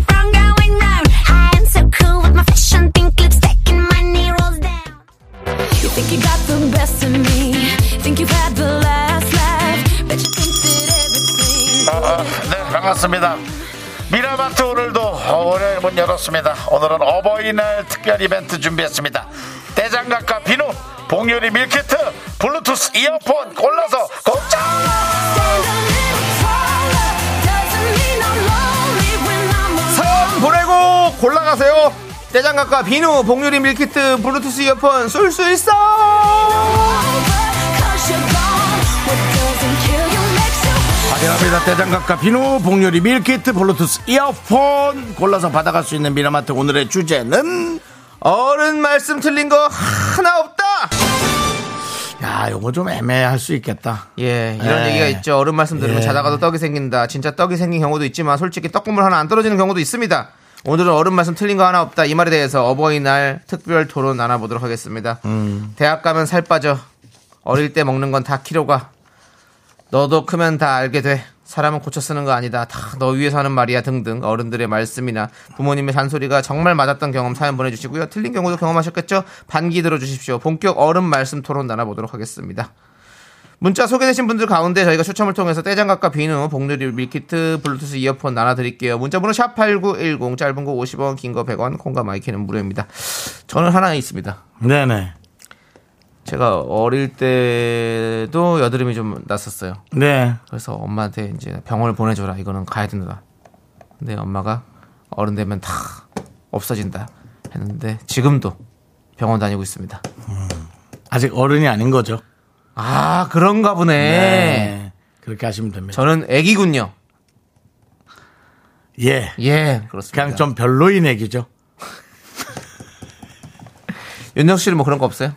Speaker 6: front going round. I am so cool with my fashion, pink lipstick and my knee rolls down. Think you got the best of me. Think you've had the last laugh. Bet you think that everything.
Speaker 1: 네, 반갑습니다. 미라마트 오늘도 월요일 문 열었습니다. 오늘은 어버이날 특별 이벤트 준비했습니다. 대장갑과 비누, 봉유리 밀키트, 블루투스 이어폰 골라서 곱창!
Speaker 6: Stand a little taller. Doesn't mean I'm lonely when I'm alone.
Speaker 2: 사연 보내고 골라가세요. 대장갑과 비누, 복유리 밀키트, 블루투스 이어폰 쏠 수 있어.
Speaker 6: Cause you're gone. What doesn't kill you makes you.
Speaker 1: 감사합니다. 대장갑과 비누, 복요리 밀키트, 블루투스 이어폰 골라서 받아갈 수 있는 미라마트 오늘의 주제는
Speaker 2: 어른 말씀 틀린 거 하나 없다.
Speaker 1: 야, 요거 좀 애매할 수 있겠다.
Speaker 2: 예, 이런
Speaker 1: 예.
Speaker 2: 얘기가 있죠. 어른 말씀 들으면
Speaker 1: 예.
Speaker 2: 자다가도 떡이 생긴다. 진짜 떡이 생긴 경우도 있지만 솔직히 떡국물 하나 안 떨어지는 경우도 있습니다. 오늘은 어른 말씀 틀린 거 하나 없다. 이 말에 대해서 어버이날 특별 토론 나눠보도록 하겠습니다.
Speaker 1: 음.
Speaker 2: 대학 가면 살 빠져. 어릴 때 먹는 건 다 키로가. 너도 크면 다 알게 돼. 사람은 고쳐 쓰는 거 아니다. 다 너 위해서 하는 말이야 등등 어른들의 말씀이나 부모님의 잔소리가 정말 맞았던 경험 사연 보내주시고요. 틀린 경우도 경험하셨겠죠? 반기 들어주십시오. 본격 어른 말씀 토론 나눠보도록 하겠습니다. 문자 소개되신 분들 가운데 저희가 추첨을 통해서 떼장갑과 비누, 복누리 밀키트, 블루투스 이어폰 나눠드릴게요. 문자번호 샵8910, 짧은 거 50원, 긴 거 100원, 콩과 마이키는 무료입니다. 저는 하나 있습니다.
Speaker 1: 네네.
Speaker 2: 제가 어릴 때도 여드름이 좀 났었어요.
Speaker 1: 네.
Speaker 2: 그래서 엄마한테 이제 병원을 보내줘라. 이거는 가야 된다. 근데 엄마가 어른 되면 다 없어진다 했는데 지금도 병원 다니고 있습니다.
Speaker 1: 아직 어른이 아닌 거죠.
Speaker 2: 아 그런가 보네.
Speaker 1: 그렇게 하시면 됩니다.
Speaker 2: 저는 애기군요.
Speaker 1: 예.
Speaker 2: 예, 그렇습니다.
Speaker 1: 그냥 좀 별로인 얘기죠.
Speaker 2: 윤정 씨는 뭐 그런 거 없어요?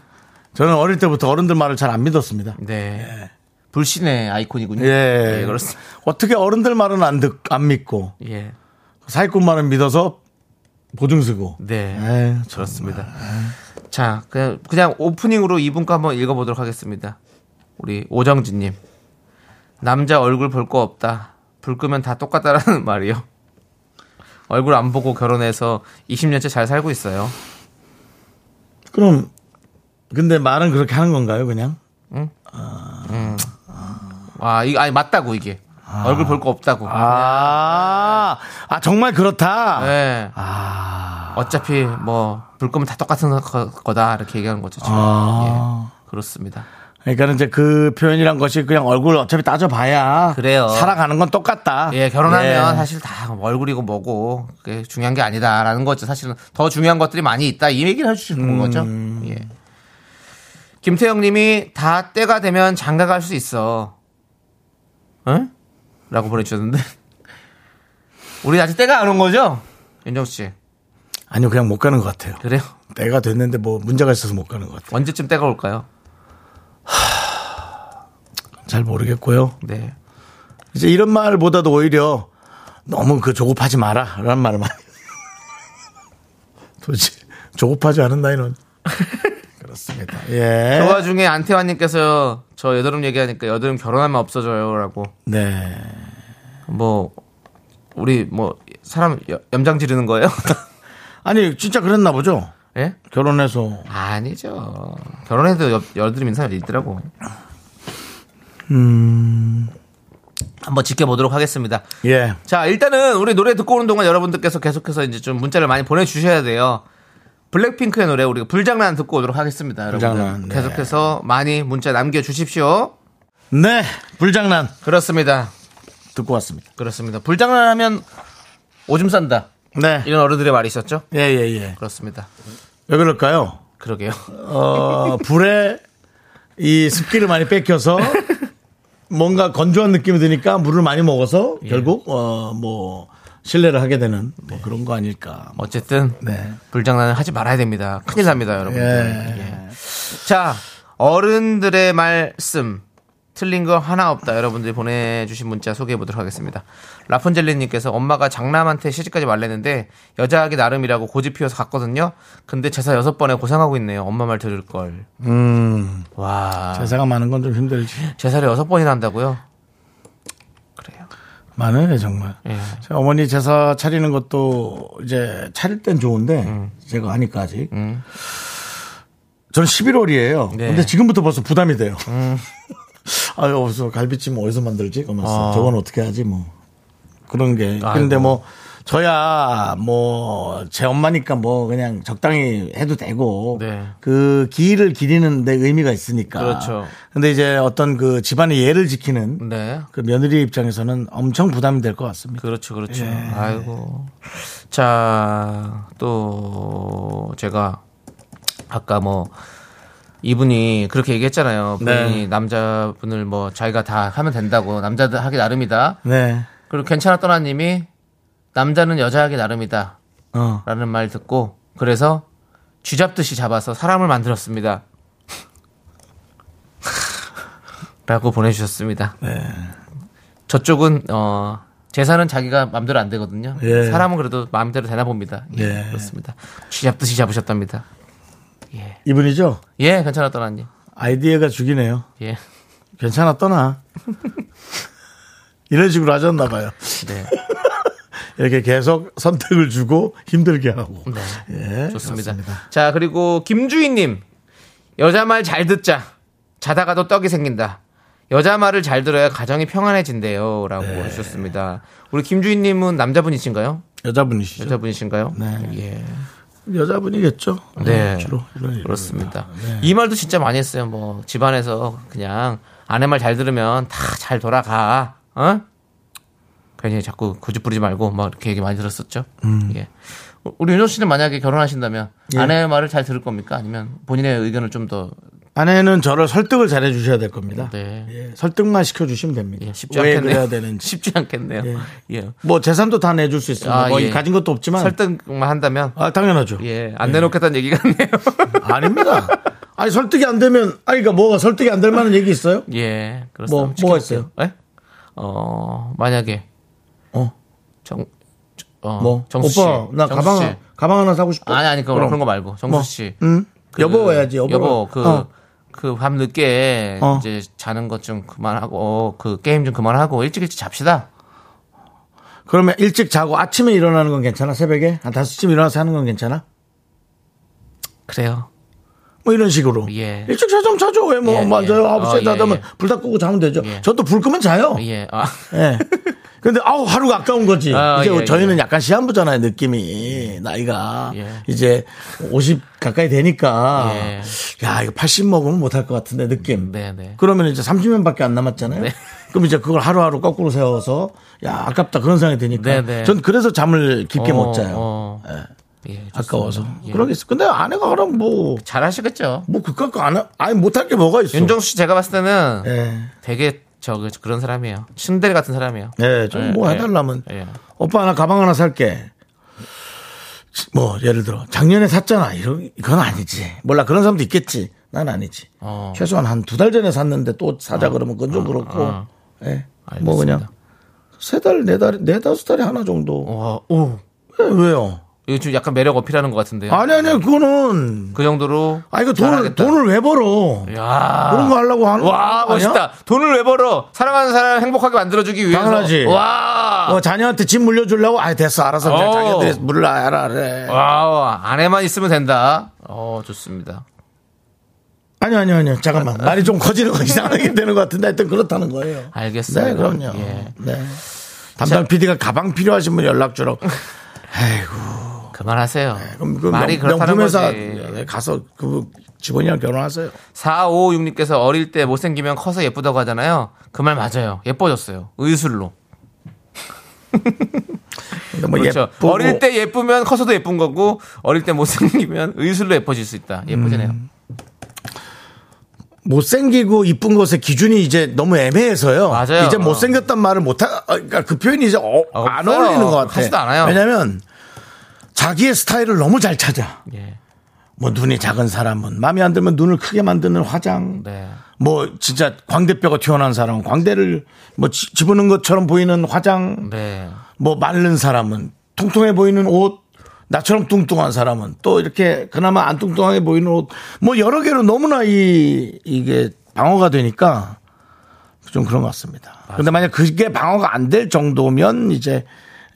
Speaker 1: 저는 어릴 때부터 어른들 말을 잘 안 믿었습니다.
Speaker 2: 네. 불신의 아이콘이군요.
Speaker 1: 예.
Speaker 2: 예, 그렇습니다.
Speaker 1: 어떻게 어른들 말은 안, 듣, 안 믿고,
Speaker 2: 예.
Speaker 1: 사기꾼 말은 믿어서 보증 쓰고.
Speaker 2: 네.
Speaker 1: 예, 저-
Speaker 2: 그렇습니다. 자, 그냥, 그냥 오프닝으로 이분과 한번 읽어보도록 하겠습니다. 우리 오정진님. 남자 얼굴 볼 거 없다. 불 끄면 다 똑같다라는 말이요. 얼굴 안 보고 결혼해서 20년째 잘 살고 있어요.
Speaker 1: 그럼, 근데 말은 그렇게 하는 건가요, 그냥? 아.
Speaker 2: 와, 이 음. 아니, 맞다고, 이게. 얼굴 볼 거 없다고.
Speaker 1: 아, 아, 정말 그렇다?
Speaker 2: 네. 어차피 뭐 불금은 다 똑같은 거- 거다 이렇게 얘기하는 거죠. 지금.
Speaker 1: 아.
Speaker 2: 예. 그렇습니다.
Speaker 1: 그러니까 이제 그 표현이란 것이 그냥 얼굴 어차피 따져봐야.
Speaker 2: 그래요.
Speaker 1: 살아가는 건 똑같다.
Speaker 2: 예, 결혼하면
Speaker 1: 예.
Speaker 2: 사실 다 얼굴이고 뭐고 그게 중요한 게 아니다라는 거죠. 사실은 더 중요한 것들이 많이 있다 이 얘기를 해주시는 거죠. 예. 김태영님이 다 때가 되면 장가 갈 수 있어. 응? 라고 보내주셨는데 우리 아직 때가 안 온 거죠? 윤정 씨
Speaker 1: 아니요, 그냥 못 가는 것 같아요.
Speaker 2: 그래요?
Speaker 1: 때가 됐는데 뭐 문제가 있어서 못 가는 것 같아요.
Speaker 2: 언제쯤 때가 올까요?
Speaker 1: 잘 모르겠고요.
Speaker 2: 네.
Speaker 1: 이제 이런 말보다도 오히려 너무 그 조급하지 마라. 라는 말을 많이. 도대체 조급하지 않은 나이는. 그렇습니다. 예.
Speaker 2: 그 와중에 안태환님께서 저 여드름 얘기하니까 여드름 결혼하면 없어져요라고
Speaker 1: 네.
Speaker 2: 뭐 우리 뭐 사람 여- 염장 지르는 거예요?
Speaker 1: 아니, 진짜 그랬나 보죠?
Speaker 2: 예?
Speaker 1: 결혼해서.
Speaker 2: 아니죠. 결혼해도 여, 여드름 있는 사람이 있더라고. 음.
Speaker 1: 음.
Speaker 2: 한번 지켜보도록 하겠습니다.
Speaker 1: 예.
Speaker 2: 자, 일단은 우리 노래 듣고 오는 동안 여러분들께서 계속해서 이제 좀 문자를 많이 보내주셔야 돼요. 블랙핑크의 노래 우리가 불장난 듣고 오도록 하겠습니다. 여러분들
Speaker 1: 불장난, 네.
Speaker 2: 계속해서 많이 문자 남겨주십시오.
Speaker 1: 네. 불장난
Speaker 2: 그렇습니다.
Speaker 1: 듣고 왔습니다.
Speaker 2: 그렇습니다. 불장난 하면 오줌 싼다.
Speaker 1: 네.
Speaker 2: 이런 어른들의 말이 있었죠?
Speaker 1: 예, 예, 예.
Speaker 2: 그렇습니다.
Speaker 1: 왜 그럴까요?
Speaker 2: 그러게요.
Speaker 1: 어, 불에 이 습기를 많이 뺏겨서 뭔가 건조한 느낌이 드니까 물을 많이 먹어서 결국 어, 뭐 신뢰를 하게 되는 뭐 그런 거 아닐까. 뭐.
Speaker 2: 어쨌든
Speaker 1: 네.
Speaker 2: 불장난을 하지 말아야 됩니다. 큰일 납니다, 여러분들.
Speaker 1: 예.
Speaker 2: 예. 자, 어른들의 말씀. 틀린 거 하나 없다. 여러분들이 보내주신 문자 소개해 보도록 하겠습니다. 라푼젤리님께서 엄마가 장남한테 시집까지 말랬는데 여자하기 나름이라고 고집 피워서 갔거든요. 근데 제사 여섯 번에 고생하고 있네요. 엄마 말 들을 걸.
Speaker 1: 음,
Speaker 2: 와.
Speaker 1: 대사가 많은 건 좀 힘들지.
Speaker 2: 제사를 여섯 번이나 한다고요? 그래요.
Speaker 1: 많으네 정말.
Speaker 2: 예.
Speaker 1: 제 어머니 제사 차리는
Speaker 2: 음.
Speaker 1: 것도 이제 차릴 땐 좋은데 제가 하니까 아직 전 11월이에요.
Speaker 2: 네. 음.
Speaker 1: 근데 지금부터 벌써 부담이 돼요. 아유, 어디서 갈비찜 뭐 어디서 만들지? 가면서
Speaker 2: 아.
Speaker 1: 저건 어떻게 하지? 뭐 그런 게. 근데
Speaker 2: 아이고.
Speaker 1: 뭐 저야 뭐 제 엄마니까 뭐 그냥 적당히 해도 되고
Speaker 2: 네.
Speaker 1: 그 길을 기리는 데 의미가 있으니까.
Speaker 2: 그렇죠.
Speaker 1: 근데 이제 어떤 그 집안의 예를 지키는
Speaker 2: 네.
Speaker 1: 그 며느리 입장에서는 엄청 부담이 될 것 같습니다.
Speaker 2: 그렇죠, 그렇죠.
Speaker 1: 예.
Speaker 2: 아이고. 자, 또 제가 아까 뭐 이분이 그렇게 얘기했잖아요.
Speaker 1: 네.
Speaker 2: 본인이 남자분을 뭐 자기가 다 하면 된다고 남자들 하기 나름이다.
Speaker 1: 네.
Speaker 2: 그리고 괜찮아 떠나님이 남자는 여자 하기 나름이다라는
Speaker 1: 어.
Speaker 2: 말 듣고 그래서 쥐잡듯이 잡아서 사람을 만들었습니다. 라고 보내주셨습니다.
Speaker 1: 네.
Speaker 2: 저쪽은 어, 재산은 자기가 마음대로 안 되거든요.
Speaker 1: 예.
Speaker 2: 사람은 그래도 마음대로 되나 봅니다. 예,
Speaker 1: 예.
Speaker 2: 그렇습니다. 쥐잡듯이 잡으셨답니다.
Speaker 1: 이분이죠?
Speaker 2: 예, 괜찮아 떠나님.
Speaker 1: 아이디어가 죽이네요.
Speaker 2: 예,
Speaker 1: 괜찮아 떠나. 이런 식으로 하셨나 봐요.
Speaker 2: 네,
Speaker 1: 이렇게 계속 선택을 주고 힘들게 하고.
Speaker 2: 네.
Speaker 1: 예.
Speaker 2: 좋습니다. 자 그리고 김주희님 여자 말 잘 듣자 자다가도 떡이 생긴다. 여자 말을 잘 들어야 가정이 평안해진대요라고 하셨습니다. 우리 김주희님은 남자분이신가요?
Speaker 1: 여자분이시죠?
Speaker 2: 여자분이신가요?
Speaker 1: 네.
Speaker 2: 예.
Speaker 1: 여자... 분이겠죠
Speaker 2: 네.
Speaker 1: 주로 네. 이런 일을.
Speaker 2: 그렇습니다. 이 말도 진짜 많이 했어요. 뭐 집안에서 그냥 아내 말 잘 들으면 다 잘 돌아가. 어? 괜히 자꾸 고집 부리지 말고 막 이렇게 얘기 많이 들었었죠.
Speaker 1: 음.
Speaker 2: 예. 우리 윤호 씨는 만약에 결혼하신다면
Speaker 1: 예.
Speaker 2: 아내의 말을 잘 들을 겁니까? 아니면 본인의 의견을 좀 더
Speaker 1: 아내는 저를 설득을 잘해 주셔야 될 겁니다.
Speaker 2: 네.
Speaker 1: 예, 설득만 시켜 주시면 됩니다.
Speaker 2: 예, 쉽지
Speaker 1: 왜
Speaker 2: 않겠네요.
Speaker 1: 그래야 되는지.
Speaker 2: 쉽지 않겠네요. 예.
Speaker 1: 뭐 재산도 다 내줄 수 있습니다.
Speaker 2: 아,
Speaker 1: 뭐
Speaker 2: 예.
Speaker 1: 가진 것도 없지만
Speaker 2: 설득만 한다면
Speaker 1: 아, 당연하죠.
Speaker 2: 예, 안 내놓겠다는 얘기 같네요.
Speaker 1: 아닙니다. 아니 설득이 안 되면 아니 그러니까 뭐가 설득이 안 될 만한 얘기 있어요?
Speaker 2: 예, 그렇습니다.
Speaker 1: 뭐, 뭐가
Speaker 2: 지켜볼게요. 예? 어, 만약에
Speaker 1: 어.
Speaker 2: 정, 저- 어,
Speaker 1: 뭐
Speaker 2: 정수 씨,
Speaker 1: 오빠 나
Speaker 2: 정수
Speaker 1: 가방
Speaker 2: 씨.
Speaker 1: 하나- 가방 하나 사고 싶어.
Speaker 2: 아니 아니 그런 그런 거 말고 정수
Speaker 1: 뭐,
Speaker 2: 씨.
Speaker 1: 응?
Speaker 2: 그-
Speaker 1: 여보 와야지 여보.
Speaker 2: 여보 그 그 밤 늦게
Speaker 1: 어.
Speaker 2: 이제 자는 것 좀 그만하고 그 게임 좀 그만하고 일찍 일찍 잡시다.
Speaker 1: 그러면 일찍 자고 아침에 일어나는 건 괜찮아? 새벽에? 한 5시쯤 일어나서 하는 건 괜찮아?
Speaker 2: 그래요.
Speaker 1: 뭐 이런 식으로.
Speaker 2: 예.
Speaker 1: 일찍 자좀 자죠. 왜 뭐,
Speaker 2: 예,
Speaker 1: 맞아요.
Speaker 2: 예.
Speaker 1: 아홉 시에
Speaker 2: 어,
Speaker 1: 다
Speaker 2: 예,
Speaker 1: 자면
Speaker 2: 예.
Speaker 1: 불다 끄고 자면 되죠.
Speaker 2: 예.
Speaker 1: 저도 불 끄면 자요. 예.
Speaker 2: 예. 아.
Speaker 1: 근데 아우 하루가 아까운 거지.
Speaker 2: 아,
Speaker 1: 이제
Speaker 2: 예,
Speaker 1: 저희는
Speaker 2: 예.
Speaker 1: 약간 시한부잖아요 느낌이 나이가
Speaker 2: 예.
Speaker 1: 이제 50 가까이 되니까
Speaker 2: 예.
Speaker 1: 야 이거 80 먹으면 못할 것 같은데 느낌.
Speaker 2: 네, 네.
Speaker 1: 그러면 이제 30년밖에 안 남았잖아요. 그럼 이제 그걸 하루하루 거꾸로 세워서 야 아깝다 그런 생각이 드니까
Speaker 2: 네, 네.
Speaker 1: 전 그래서 잠을 깊게
Speaker 2: 어,
Speaker 1: 못 자요.
Speaker 2: 어. 예, 좋습니다.
Speaker 1: 아까워서
Speaker 2: 예.
Speaker 1: 그러겠어. 근데 아내가 그럼 뭐뭐
Speaker 2: 잘하시겠죠.
Speaker 1: 그깟 거안 하- 아니 못할 게 뭐가 있어.
Speaker 2: 윤정수 씨 제가 봤을 때는
Speaker 1: 예.
Speaker 2: 되게 저 그- 그런 사람이에요. 신데레 같은 사람이에요.
Speaker 1: 예, 좀 뭐
Speaker 2: 예,
Speaker 1: 해달라면
Speaker 2: 예.
Speaker 1: 오빠 나 가방 하나 살게. 뭐 예를 들어 작년에 샀잖아. 이런 이건 아니지. 몰라 그런 사람도 있겠지. 난 아니지.
Speaker 2: 어.
Speaker 1: 최소한 한 두 달 전에 샀는데 또 사자 그러면 그건 좀 그렇고.
Speaker 2: 어.
Speaker 1: 예.
Speaker 2: 알겠습니다.
Speaker 1: 뭐 그냥 세 달, 네 달, 네 다섯 달에 하나 정도.
Speaker 2: 와, 오.
Speaker 1: 예, 왜요?
Speaker 2: 이거 좀 약간 매력 어필하는 것 같은데요.
Speaker 1: 아니 아니 그거는
Speaker 2: 그 정도로.
Speaker 1: 아 이거 돈을
Speaker 2: 잘하겠다.
Speaker 1: 돈을 왜 벌어?
Speaker 2: 야.
Speaker 1: 그런 거 하려고 하는
Speaker 2: 와,
Speaker 1: 거 아니야?
Speaker 2: 멋있다. 돈을 왜 벌어? 사랑하는 사람 행복하게 만들어주기 위해서.
Speaker 1: 당연하지.
Speaker 2: 와.
Speaker 1: 어, 자녀한테 집 물려주려고 아 됐어 알아서 그냥
Speaker 2: 어.
Speaker 1: 자기들이 물려라 그래.
Speaker 2: 와, 아내만 있으면 된다. 어, 좋습니다.
Speaker 1: 아니요, 아니요, 아니요. 잠깐만. 말이 좀 커지는 거 이상하게 되는 것 같은데 하여튼 그렇다는 거예요.
Speaker 2: 알겠습니다.
Speaker 1: 네, 그럼요.
Speaker 2: 예.
Speaker 1: 네. 담당 PD가 가방 필요하신 분 연락 주라고.
Speaker 2: 그만하세요.
Speaker 1: 그럼 그
Speaker 2: 말이
Speaker 1: 명,
Speaker 2: 그렇다는
Speaker 1: 품 회사
Speaker 2: 거지.
Speaker 1: 가서 그 직원이랑 결혼하세요.
Speaker 2: 4556님께서 어릴 때 못생기면 커서 예쁘다고 하잖아요. 그 말 맞아요. 예뻐졌어요. 의술로.
Speaker 1: 그러니까 뭐
Speaker 2: 그렇죠.
Speaker 1: 예쁘고
Speaker 2: 어릴 때 예쁘면 커서도 예쁜 거고, 어릴 때 못생기면 의술로 예뻐질 수 있다. 예쁘지네요.
Speaker 1: 음. 못생기고 이쁜 것의 기준이 이제 너무 애매해서요.
Speaker 2: 맞아요.
Speaker 1: 이제
Speaker 2: 어.
Speaker 1: 못생겼단 말을 못하, 어, 그러니까 그 표현이 이제 어- 안
Speaker 2: 없어요.
Speaker 1: 어울리는 것 같아.
Speaker 2: 하지도 않아요.
Speaker 1: 왜냐면 자기의 스타일을 너무 잘 찾아.
Speaker 2: 예.
Speaker 1: 뭐 눈이 작은 사람은 마음에 안 들면 눈을 크게 만드는 화장.
Speaker 2: 네.
Speaker 1: 뭐 진짜 광대뼈가 튀어나온 사람은 광대를 뭐 지- 집어넣은 것처럼 보이는 화장,
Speaker 2: 네.
Speaker 1: 뭐 마른 사람은 통통해 보이는 옷, 나처럼 뚱뚱한 사람은 또 이렇게 그나마 안 뚱뚱하게 보이는 옷, 뭐 여러 개로 너무나 이 이게 방어가 되니까 좀 그런 것 같습니다. 근데 만약 그게 방어가 안 될 정도면 이제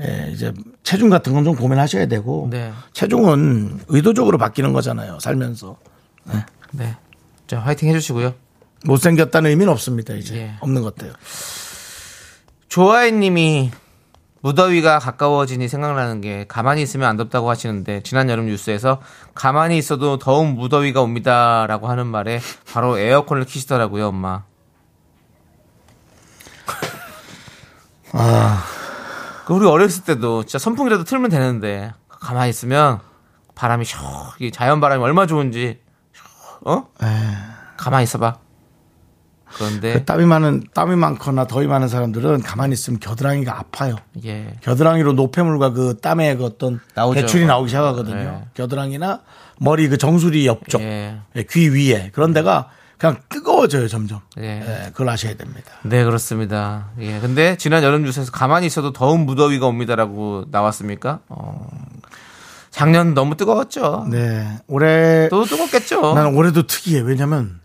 Speaker 1: 예, 이제 체중 같은 건 좀 고민하셔야 되고
Speaker 2: 네.
Speaker 1: 체중은 의도적으로 바뀌는 거잖아요. 살면서.
Speaker 2: 네. 자, 화이팅 해주시고요.
Speaker 1: 못생겼다는 의미는 없습니다, 이제.
Speaker 2: 예.
Speaker 1: 없는 것 같아요.
Speaker 2: 조아혜 님이 무더위가 가까워지니 생각나는 게 가만히 있으면 안 덥다고 하시는데 지난 여름 뉴스에서 가만히 있어도 더운 무더위가 옵니다라고 하는 말에 바로 에어컨을 키시더라고요, 엄마. 아. 우리 어렸을 때도 진짜 선풍이라도 틀면 되는데 가만히 있으면 바람이 샥, 이 자연 바람이 얼마나 좋은지 샥, 어? 가만히 있어 봐.
Speaker 1: 네.
Speaker 2: 그런데
Speaker 1: 그 땀이 많은, 땀이 많거나 더위 많은 사람들은 가만히 있으면 겨드랑이가 아파요.
Speaker 2: 예.
Speaker 1: 겨드랑이로 노폐물과 그 땀의 그 어떤
Speaker 2: 나오죠.
Speaker 1: 배출이 나오기 시작하거든요.
Speaker 2: 네.
Speaker 1: 겨드랑이나 머리 그 정수리 옆쪽,
Speaker 2: 예.
Speaker 1: 예, 귀 위에 그런 데가 그냥 뜨거워져요 점점.
Speaker 2: 예.
Speaker 1: 예, 그걸 아셔야 됩니다.
Speaker 2: 네 그렇습니다. 예, 근데 지난 여름 뉴스에서 가만히 있어도 더운 무더위가 옵니다라고 나왔습니까? 어, 작년 너무 뜨거웠죠.
Speaker 1: 네, 올해
Speaker 2: 또 뜨겁겠죠.
Speaker 1: 나는 올해도 특이해. 왜냐면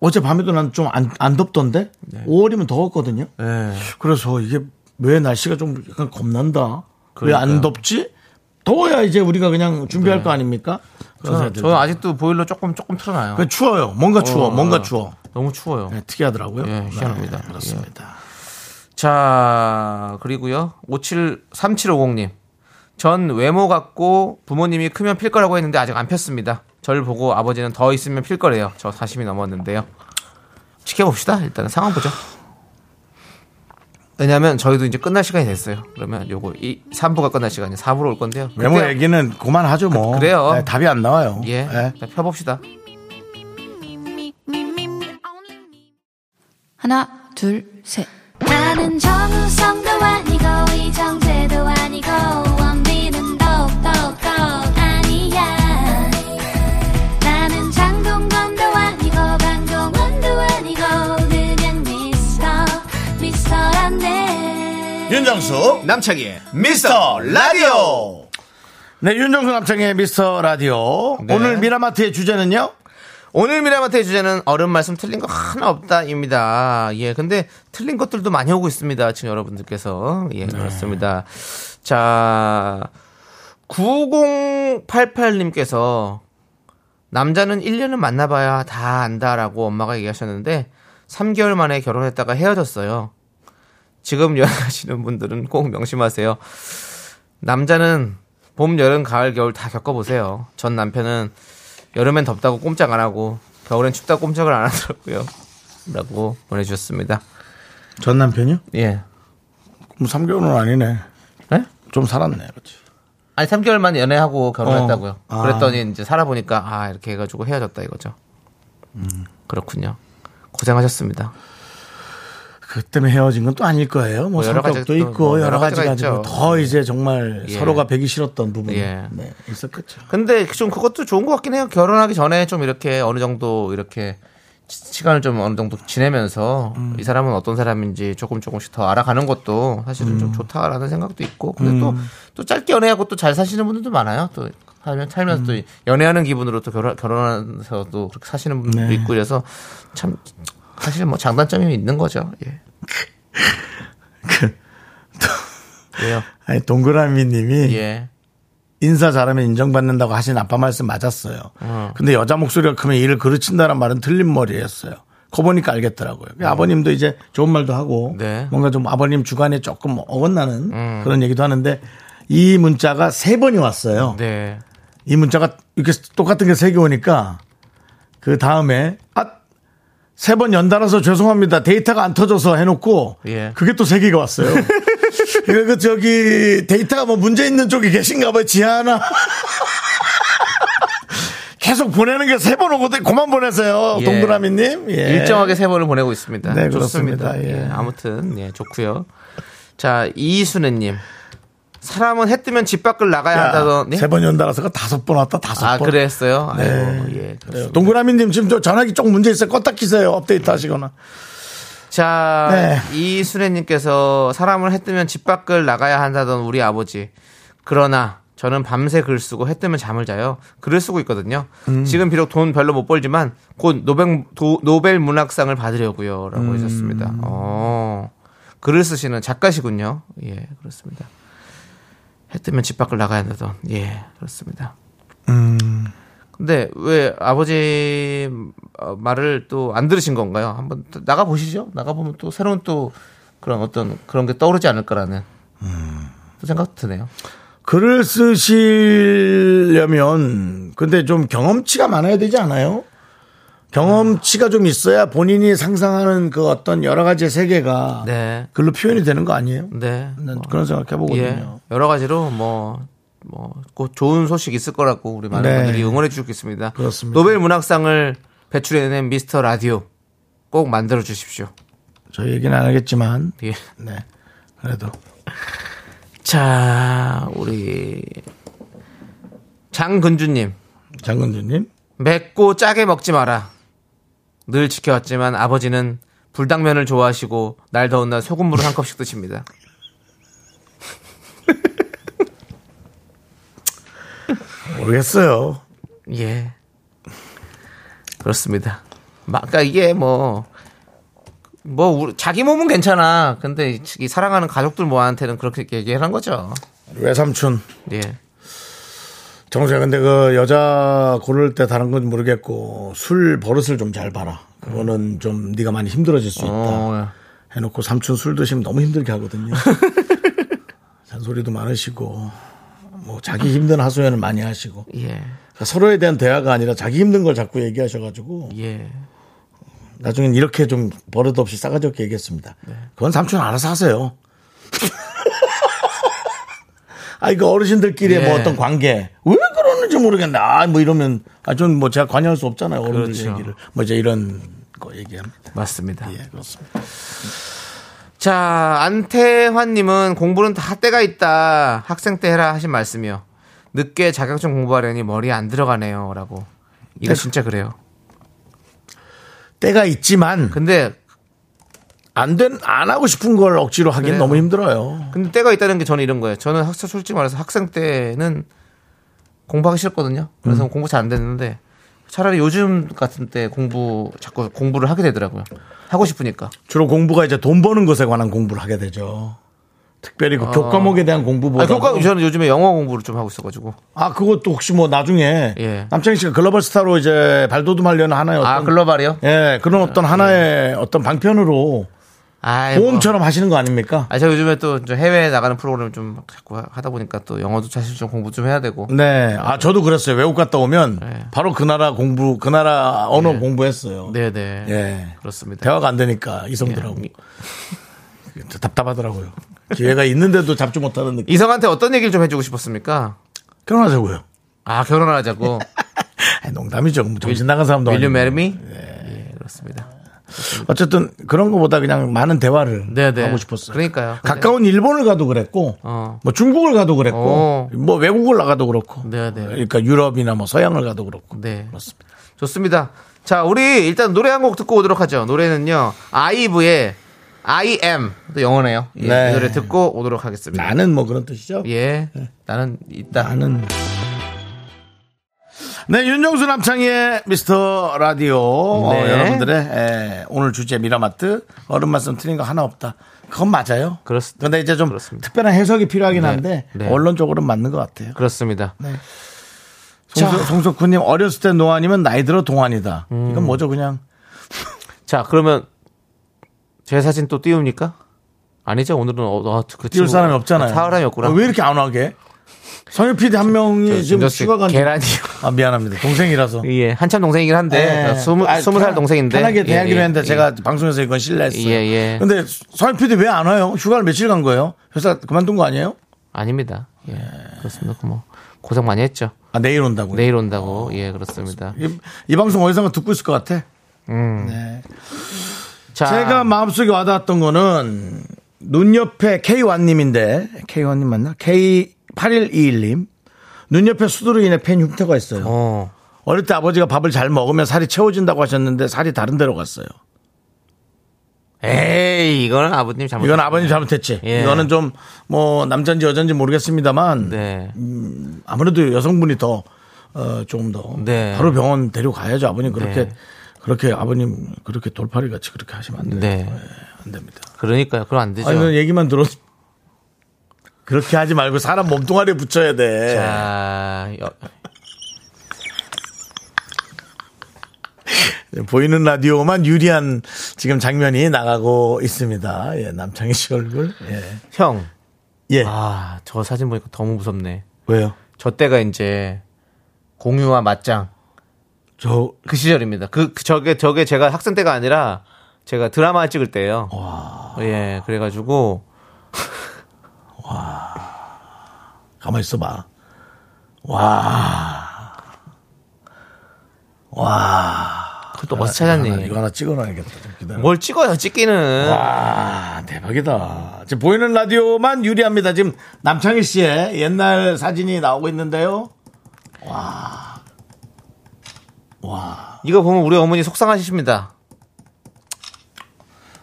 Speaker 1: 어제 밤에도 난 좀 안 안 덥던데
Speaker 2: 네.
Speaker 1: 5월이면 더웠거든요.
Speaker 2: 예.
Speaker 1: 그래서 이게 왜 날씨가 좀 약간 겁난다. 왜
Speaker 2: 그러니까요. 네.
Speaker 1: 안 덥지? 더워야 이제 우리가 그냥 준비할 거 아닙니까? 그런
Speaker 2: 저는,
Speaker 1: 생각이
Speaker 2: 저는
Speaker 1: 들어요.
Speaker 2: 아직도 보일러 조금 조금 틀어놔요.
Speaker 1: 그 추워요. 뭔가 추워.
Speaker 2: 어,
Speaker 1: 뭔가 추워.
Speaker 2: 너무 추워요.
Speaker 1: 네, 특이하더라고요. 네,
Speaker 2: 예, 희한합니다.
Speaker 1: 그렇습니다.
Speaker 2: 자, 그리고요. 573750님. 전 외모 같고 부모님이 크면 필 거라고 했는데 아직 안 폈습니다. 저를 보고 아버지는 더 있으면 필 거래요. 저 40이 넘었는데요. 지켜봅시다. 일단은 상황 보죠. 왜냐하면 저희도 이제 끝날 시간이 됐어요. 그러면 요거 이 3부가 끝날 시간이 4부로 올 건데요.
Speaker 1: 외모
Speaker 2: 그때요.
Speaker 1: 얘기는 그만하죠 뭐.
Speaker 2: 그래요.
Speaker 1: 네, 답이 안 나와요.
Speaker 2: 예,
Speaker 1: 네.
Speaker 2: 일단 펴봅시다.
Speaker 6: me, me, me, me, only me.
Speaker 8: 하나, 둘, 셋.
Speaker 6: 나는 정우성도 아니고 이정재도 아니고 원빈은 더욱더 아니야 나는 장동건도 아니고 방종원도 아니고 그냥 미스터 미스터란데
Speaker 1: 윤정수
Speaker 2: 남창희의
Speaker 1: 미스터 라디오. 네, 윤정수 남창의 미스터 라디오.
Speaker 2: 네.
Speaker 1: 오늘 미라마트의 주제는요.
Speaker 2: 오늘 미라마트의 주제는 어른 말씀 틀린 거 하나 없다입니다. 예, 근데 틀린 것들도 많이 오고 있습니다. 지금 여러분들께서. 예, 그렇습니다. 자, 9088님께서 남자는 1년은 만나봐야 다 안다라고 엄마가 얘기하셨는데 3개월 만에 결혼했다가 헤어졌어요. 지금 연애하시는 분들은 꼭 명심하세요. 남자는 봄, 여름, 가을, 겨울 다 겪어보세요. 전 남편은 여름엔 덥다고 꼼짝 안 하고 겨울엔 춥다고 꼼짝을 안 하더라고요. 라고 보내주셨습니다.
Speaker 1: 전 남편이요?
Speaker 2: 예.
Speaker 1: 그럼 3개월은 아니네.
Speaker 2: 네?
Speaker 1: 좀 살았네.
Speaker 2: 그렇죠.
Speaker 1: 그렇지.
Speaker 2: 아니 3개월만 연애하고 결혼했다고요.
Speaker 1: 어. 아.
Speaker 2: 그랬더니 이제 살아보니까 아 이렇게 해가지고 헤어졌다 이거죠.
Speaker 1: 음.
Speaker 2: 그렇군요. 고생하셨습니다.
Speaker 1: 그 때문에 헤어진 건 또 아닐 거예요. 뭐
Speaker 2: 뭐 여러 가지
Speaker 1: 성격도
Speaker 2: 또
Speaker 1: 있고
Speaker 2: 뭐
Speaker 1: 여러,
Speaker 2: 여러 가지가
Speaker 1: 가지가
Speaker 2: 있죠.
Speaker 1: 있고 더 이제 정말
Speaker 2: 예.
Speaker 1: 서로가 배기 싫었던 부분이
Speaker 2: 예.
Speaker 1: 네, 있었겠죠.
Speaker 2: 근데 좀 그것도 좋은 것 같긴 해요. 결혼하기 전에 좀 이렇게 어느 정도 이렇게 시- 시간을 좀 어느 정도 지내면서 이 사람은 어떤 사람인지 조금 조금씩 더 알아가는 것도 사실은 좀 좋다라는 생각도 있고 근데 또 또 짧게 연애하고 또 잘 사시는 분들도 많아요. 또 살면 살면서 또 연애하는 기분으로 또 결혼 결혼하면서도 그렇게 사시는 분도
Speaker 1: 네.
Speaker 2: 있고 그래서 참 사실 뭐 장단점이 있는 거죠. 예. 왜요?
Speaker 1: 아니, 동그라미 님이
Speaker 2: 예.
Speaker 1: 인사 잘하면 인정받는다고 하신 아빠 말씀 맞았어요. 근데 여자 목소리가 크면 이를 그르친다는 말은 틀린 머리였어요. 커 보니까 알겠더라고요. 아버님도 이제 좋은 말도 하고
Speaker 2: 음. 네. 음.
Speaker 1: 뭔가 좀 아버님 주관에 조금 어긋나는 그런 얘기도 하는데 이 문자가 세 번이 왔어요.
Speaker 2: 네.
Speaker 1: 이 문자가 이렇게 똑같은 게 세 개 오니까 그 다음에 아 세 번 연달아서 죄송합니다. 데이터가 안 터져서 해놓고
Speaker 2: 예.
Speaker 1: 그게 또 세 개가 왔어요. 그그 저기 데이터가 뭐 문제 있는 쪽이 계신가 봐요. 지하나 계속 보내는 게 세 번 오거든. 그만 보내세요,
Speaker 2: 예.
Speaker 1: 동그라미님. 예.
Speaker 2: 일정하게 세 번을 보내고 있습니다.
Speaker 1: 네,
Speaker 2: 좋습니다.
Speaker 1: 그렇습니다. 예.
Speaker 2: 예, 아무튼 예, 좋고요. 자, 이순애 님. 사람은 해 뜨면 집 밖을 나가야 한다던 예?
Speaker 1: 세 번 연달아서가 그 다섯 번 왔다 다섯
Speaker 2: 아,
Speaker 1: 번. 네.
Speaker 2: 그랬어요. 아이고. 예.
Speaker 1: 그래요.
Speaker 2: 그렇습니다.
Speaker 1: 동그라미님 지금 저 전화기 쪽 문제 있어요. 껐다 키세요. 업데이트 하시거나.
Speaker 2: 자,
Speaker 1: 네.
Speaker 2: 이순애 님께서 사람은 해 뜨면 집 밖을 나가야 한다던 우리 아버지. 그러나 저는 밤새 글 쓰고 해 뜨면 잠을 자요. 글을 쓰고 있거든요. 지금 비록 돈 별로 못 벌지만 곧 노벨, 도- 노벨 문학상을 받으려고요. 라고 하셨습니다. 어, 글을 쓰시는 작가시군요. 예, 그렇습니다. 해 뜨면 집 밖을 나가야 한다던. 예, 그렇습니다. 근데 왜 아버지 어, 말을 또 안 들으신 건가요? 한번 나가 보시죠. 나가 보면 또 새로운 또 그런 어떤 그런 게 떠오르지 않을까라는
Speaker 1: 음.
Speaker 2: 또 생각 드네요.
Speaker 1: 글을 쓰시려면 근데 좀 경험치가 많아야 되지 않아요? 경험치가 좀 있어야 본인이 상상하는 그 어떤 여러 가지 세계가
Speaker 2: 네.
Speaker 1: 글로 표현이 되는 거 아니에요?
Speaker 2: 네.
Speaker 1: 난
Speaker 2: 뭐,
Speaker 1: 그런 생각
Speaker 2: 예.
Speaker 1: 해보거든요.
Speaker 2: 여러 가지로 뭐. 뭐, 곧 좋은 소식 있을 거라고 우리 많은
Speaker 1: 네.
Speaker 2: 분들이 응원해 주셨겠습니다.
Speaker 1: 그렇습니다.
Speaker 2: 노벨 문학상을 배출해낸 미스터 라디오 꼭 만들어 주십시오.
Speaker 1: 저희 얘기는 안 하겠지만
Speaker 2: 예.
Speaker 1: 네 그래도
Speaker 2: 자, 우리 장근주님.
Speaker 1: 장근주님
Speaker 2: 맵고 짜게 먹지 마라. 늘 지켜왔지만 아버지는 불당면을 좋아하시고 날 더운 날 소금물을 한 컵씩 드십니다.
Speaker 1: 모르겠어요.
Speaker 2: 예. 그렇습니다. 막, 그러니까 이게 뭐, 뭐, 우리- 자기 몸은 괜찮아. 근데 이- 이 사랑하는 가족들 모아한테는 그렇게 얘기를 한 거죠.
Speaker 1: 외삼촌
Speaker 2: 예.
Speaker 1: 정수야 근데 그 여자 고를 때 다른 건 모르겠고 술 버릇을 좀 잘 봐라. 그거는 좀 네가 많이 힘들어질 수 있다.
Speaker 2: 어,
Speaker 1: 해놓고 삼촌 술 드시면 너무 힘들게 하거든요. 잔소리도 많으시고 뭐 자기 힘든 하소연을 많이 하시고
Speaker 2: 예.
Speaker 1: 그러니까 서로에 대한 대화가 아니라 자기 힘든 걸 자꾸 얘기하셔가지고
Speaker 2: 예.
Speaker 1: 나중엔 이렇게 좀 버릇없이 싸가지 없게 얘기했습니다.
Speaker 2: 네.
Speaker 1: 그건 삼촌 알아서 하세요. 아, 이거 어르신들끼리의
Speaker 2: 예.
Speaker 1: 뭐 어떤 관계. 왜 그러는지 모르겠네. 아, 뭐 이러면. 아, 전 뭐 제가 관여할 수 없잖아요. 어른들
Speaker 2: 그렇죠.
Speaker 1: 얘기를. 뭐 이제 이런 거 얘기합니다.
Speaker 2: 맞습니다.
Speaker 1: 예, 그렇습니다.
Speaker 2: 자, 안태환님은 공부는 다 때가 있다. 학생 때 해라 하신 말씀이요. 늦게 자격증 공부하려니 머리에 안 들어가네요. 라고. 이거 진짜 그래요.
Speaker 1: 때가 있지만
Speaker 2: 근데,
Speaker 1: 안 된, 안 하고 싶은 걸 억지로 하긴
Speaker 2: 그래요.
Speaker 1: 너무 힘들어요.
Speaker 2: 근데 때가 있다는 게 저는 이런 거예요. 저는 학생, 솔직히 말해서 학생 때는 공부하기 싫었거든요. 그래서 공부 잘 안 됐는데 차라리 요즘 같은 때 공부, 자꾸 공부를 하게 되더라고요. 하고 싶으니까.
Speaker 1: 주로 공부가 이제 돈 버는 것에 관한 공부를 하게 되죠. 특별히 그 교과목에 대한 공부보다.
Speaker 2: 아, 교과, 저는 요즘에 영어 공부를 좀 하고 있어가지고.
Speaker 1: 아, 그것도 혹시 뭐 나중에
Speaker 2: 예.
Speaker 1: 남창희 씨가 글로벌 스타로 이제 발돋움하려는 하나의 어떤
Speaker 2: 아, 글로벌이요? 네.
Speaker 1: 예, 그런 어떤 하나의 어떤 방편으로 예,
Speaker 2: 아이, 뭐.
Speaker 1: 보험처럼 하시는 거 아닙니까?
Speaker 2: 아, 제가 요즘에 또저 해외에 나가는 프로그램 좀 자꾸 하- 하다 보니까 또 영어도 사실 좀 공부 좀 해야 되고.
Speaker 1: 네. 아, 저도 그랬어요. 외국 갔다 오면
Speaker 2: 예.
Speaker 1: 바로 그 나라 공부, 그 나라 언어
Speaker 2: 예.
Speaker 1: 공부했어요.
Speaker 2: 네네.
Speaker 1: 예.
Speaker 2: 그렇습니다. 예.
Speaker 1: 대화가 안 되니까 이성들하고 답답하더라고요. 기회가 있는데도 잡지 못하는 느낌.
Speaker 2: 이성한테 어떤 얘기를 좀 해주고 싶었습니까?
Speaker 1: 결혼하자고요.
Speaker 2: 아, 결혼하자고.
Speaker 1: 예. 아이, 농담이죠. 뭐 정신 나간 사람도
Speaker 2: Will you
Speaker 1: 아니고.
Speaker 2: marry me? 예, 그렇습니다.
Speaker 1: 어쨌든 그런 것보다 그냥 많은 대화를
Speaker 2: 네네.
Speaker 1: 하고 싶었어요.
Speaker 2: 그러니까요.
Speaker 1: 가까운 일본을 가도 그랬고,
Speaker 2: 어.
Speaker 1: 뭐 중국을 가도 그랬고,
Speaker 2: 어.
Speaker 1: 뭐 외국을 나가도 그렇고,
Speaker 2: 네네.
Speaker 1: 그러니까 유럽이나 뭐 서양을 가도 그렇고,
Speaker 2: 네.
Speaker 1: 그렇습니다.
Speaker 2: 좋습니다. 자, 우리 일단 노래 한 곡 듣고 오도록 하죠. 노래는요. 아이브의 I am. 또 영어네요. 예,
Speaker 1: 네.
Speaker 2: 이 노래 듣고 오도록 하겠습니다.
Speaker 1: 나는 뭐 그런 뜻이죠.
Speaker 2: 예. 나는 있다.
Speaker 1: 나는. 네, 윤정수 남창희의 미스터 라디오. 어,
Speaker 2: 네.
Speaker 1: 여러분들의 에, 오늘 주제 미라마트 어른 말씀 틀린 거 하나 없다. 그건 맞아요.
Speaker 2: 그렇습니다.
Speaker 1: 근데 이제 좀
Speaker 2: 그렇습니다.
Speaker 1: 특별한 해석이 필요하긴 한데
Speaker 2: 네.
Speaker 1: 언론적으로는 맞는 것 같아요.
Speaker 2: 그렇습니다.
Speaker 1: 송석, 송석구님 어렸을 때 노안이면 나이 들어 동안이다.
Speaker 2: 음.
Speaker 1: 이건 뭐죠 그냥
Speaker 2: 자, 그러면 제 사진 또 띄웁니까? 아니죠. 오늘은 어, 어, 그
Speaker 1: 띄울
Speaker 2: 친구가-
Speaker 1: 사람이 없잖아요.
Speaker 2: 아, 사람이 없구나.
Speaker 1: 어, 왜 이렇게 안 하게? 성유 PD 한 명이 지금
Speaker 2: 윤정수 씨
Speaker 1: 휴가 간.
Speaker 2: 계란이요.
Speaker 1: 아 미안합니다. 동생이라서.
Speaker 2: 예, 한참 동생이긴 한데 어,
Speaker 1: 예.
Speaker 2: 네, 스무
Speaker 1: 아,
Speaker 2: 스무 살
Speaker 1: 편-
Speaker 2: 동생인데
Speaker 1: 편하게 대하기로
Speaker 2: 예, 예,
Speaker 1: 했는데
Speaker 2: 예.
Speaker 1: 제가 방송에서 이건 실례했어요.
Speaker 2: 예, 예.
Speaker 1: 근데 성유 PD 왜 안 와요? 휴가를 며칠 간 거예요? 회사 그만둔 거 아니에요?
Speaker 2: 아닙니다. 예, 그렇습니다. 뭐 고생 많이 했죠.
Speaker 1: 아 내일 온다고.
Speaker 2: 내일 온다고
Speaker 1: 어,
Speaker 2: 예 그렇습니다.
Speaker 1: 이, 이 방송 어디선가 듣고 있을 것 같아.
Speaker 2: 자,
Speaker 1: 제가 마음속에 와닿았던 거는 눈 옆에 K1님인데 K1님 맞나? K8121님 눈 옆에 수두로 인해 팬 흉터가 있어요.
Speaker 2: 어
Speaker 1: 어릴 때 아버지가 밥을 잘 먹으면 살이 채워진다고 하셨는데 살이 다른 데로 갔어요.
Speaker 2: 에이 이거는 아버님 잘못.
Speaker 1: 이건 아버님 잘못했지.
Speaker 2: 예.
Speaker 1: 이거는 좀 뭐 남자인지 여자인지 모르겠습니다만
Speaker 2: 네.
Speaker 1: 음, 아무래도 여성분이 더 어, 조금 더
Speaker 2: 네.
Speaker 1: 바로 병원 데리고 가야죠. 아버님 그렇게
Speaker 2: 네.
Speaker 1: 그렇게 아버님 그렇게 돌팔이 같이 그렇게 하시면 안 돼요.
Speaker 2: 네.
Speaker 1: 예, 안 됩니다.
Speaker 2: 그러니까요. 그럼 안 되죠.
Speaker 1: 아니, 는 얘기만 들어. 그렇게 예. 하지 말고 사람 몸뚱아리에 붙여야 돼.
Speaker 2: 자, 여-
Speaker 1: 보이는 라디오만 유리한 지금 장면이 나가고 있습니다. 예, 남창희 씨 얼굴. 예.
Speaker 2: 형.
Speaker 1: 예.
Speaker 2: 아, 저 사진 보니까 너무 무섭네.
Speaker 1: 왜요?
Speaker 2: 저 때가 이제 공유와 맞짱
Speaker 1: 저,
Speaker 2: 그 시절입니다. 그, 그 저게 저게 제가 학생 때가 아니라 제가 드라마 찍을 때예요. 예, 그래가지고
Speaker 1: 가만히 있어봐. 와. 와.
Speaker 2: 그것도 어디서
Speaker 1: 이거 하나,
Speaker 2: 찾았니?
Speaker 1: 이거 하나 찍어놔야겠다. 좀 기다려.
Speaker 2: 뭘 찍어요? 찍기는
Speaker 1: 와, 대박이다. 지금 보이는 라디오만 유리합니다. 지금 남창희 씨의 옛날 사진이 나오고 있는데요.
Speaker 2: 이거 보면 우리 어머니 속상하십니다.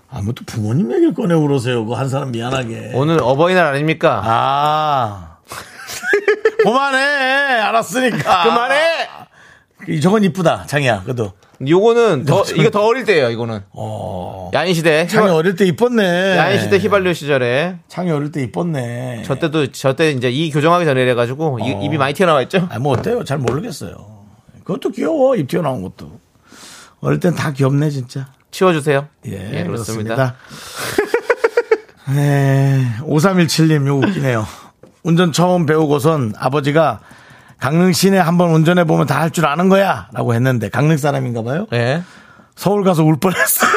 Speaker 1: 아무튼 부모님 얘기를 꺼내 울으세요. 그 한 사람 미안하게.
Speaker 2: 오늘 어버이날 아닙니까?
Speaker 1: 아. 그만해. 알았으니까.
Speaker 2: 그만해.
Speaker 1: 이- 저건 이쁘다. 장이야. 그래도.
Speaker 2: 요거는 더 이거 더 어릴 때예요. 이거는
Speaker 1: 어.
Speaker 2: 야인 시대
Speaker 1: 장이 어릴 때 이뻤네.
Speaker 2: 야인 시대 휘발유 시절에
Speaker 1: 창이 어릴 때 이뻤네.
Speaker 2: 저 때도 저 때 이제 이 교정하기 전에 이래가지고 이-
Speaker 1: 어.
Speaker 2: 입이 많이 튀어나와 있죠.
Speaker 1: 아, 뭐 어때요? 잘 모르겠어요. 그것도 귀여워. 입 튀어나온 것도. 어릴 땐 다 귀엽네, 진짜.
Speaker 2: 치워주세요.
Speaker 1: 예, 그렇습니다. 네, 5317님, 이거 웃기네요. 운전 처음 배우고선 아버지가 강릉 시내 한번 운전해보면 다 할 줄 아는 거야. 라고 했는데, 강릉 사람인가 봐요?
Speaker 2: 예.
Speaker 1: 서울 가서 울 뻔했어.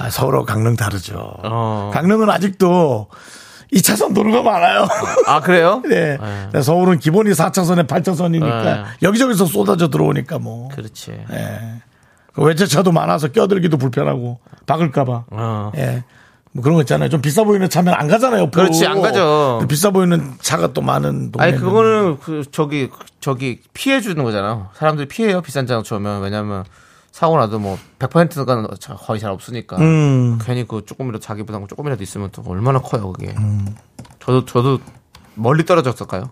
Speaker 1: 아, 서울하고 강릉 다르죠.
Speaker 2: 어.
Speaker 1: 강릉은 아직도 2차선 도로가 많아요.
Speaker 2: 아 그래요?
Speaker 1: 네. 근데 서울은 기본이 4차선에 8차선이니까
Speaker 2: 네.
Speaker 1: 여기저기서 쏟아져 들어오니까 뭐.
Speaker 2: 그렇지.
Speaker 1: 예. 그 외제차도 많아서 껴들기도 불편하고 박을까봐.
Speaker 2: 어.
Speaker 1: 예. 뭐 그런 거 있잖아요. 좀 비싸 보이는 차면 안 가잖아요. 옆으로.
Speaker 2: 그렇지, 안 가죠.
Speaker 1: 근데 비싸 보이는 차가 또 많은 동네.
Speaker 2: 아니 그거는 그 저기 저기 피해 주는 거잖아. 사람들이 피해요 비싼 자동차 오면 왜냐면 사고 나도 뭐 100%가 거의 잘 없으니까 괜히 그 조금이라도 자기 부담 조금이라도 있으면 또 얼마나 커요 그게. 저도 저도 멀리 떨어졌을까요?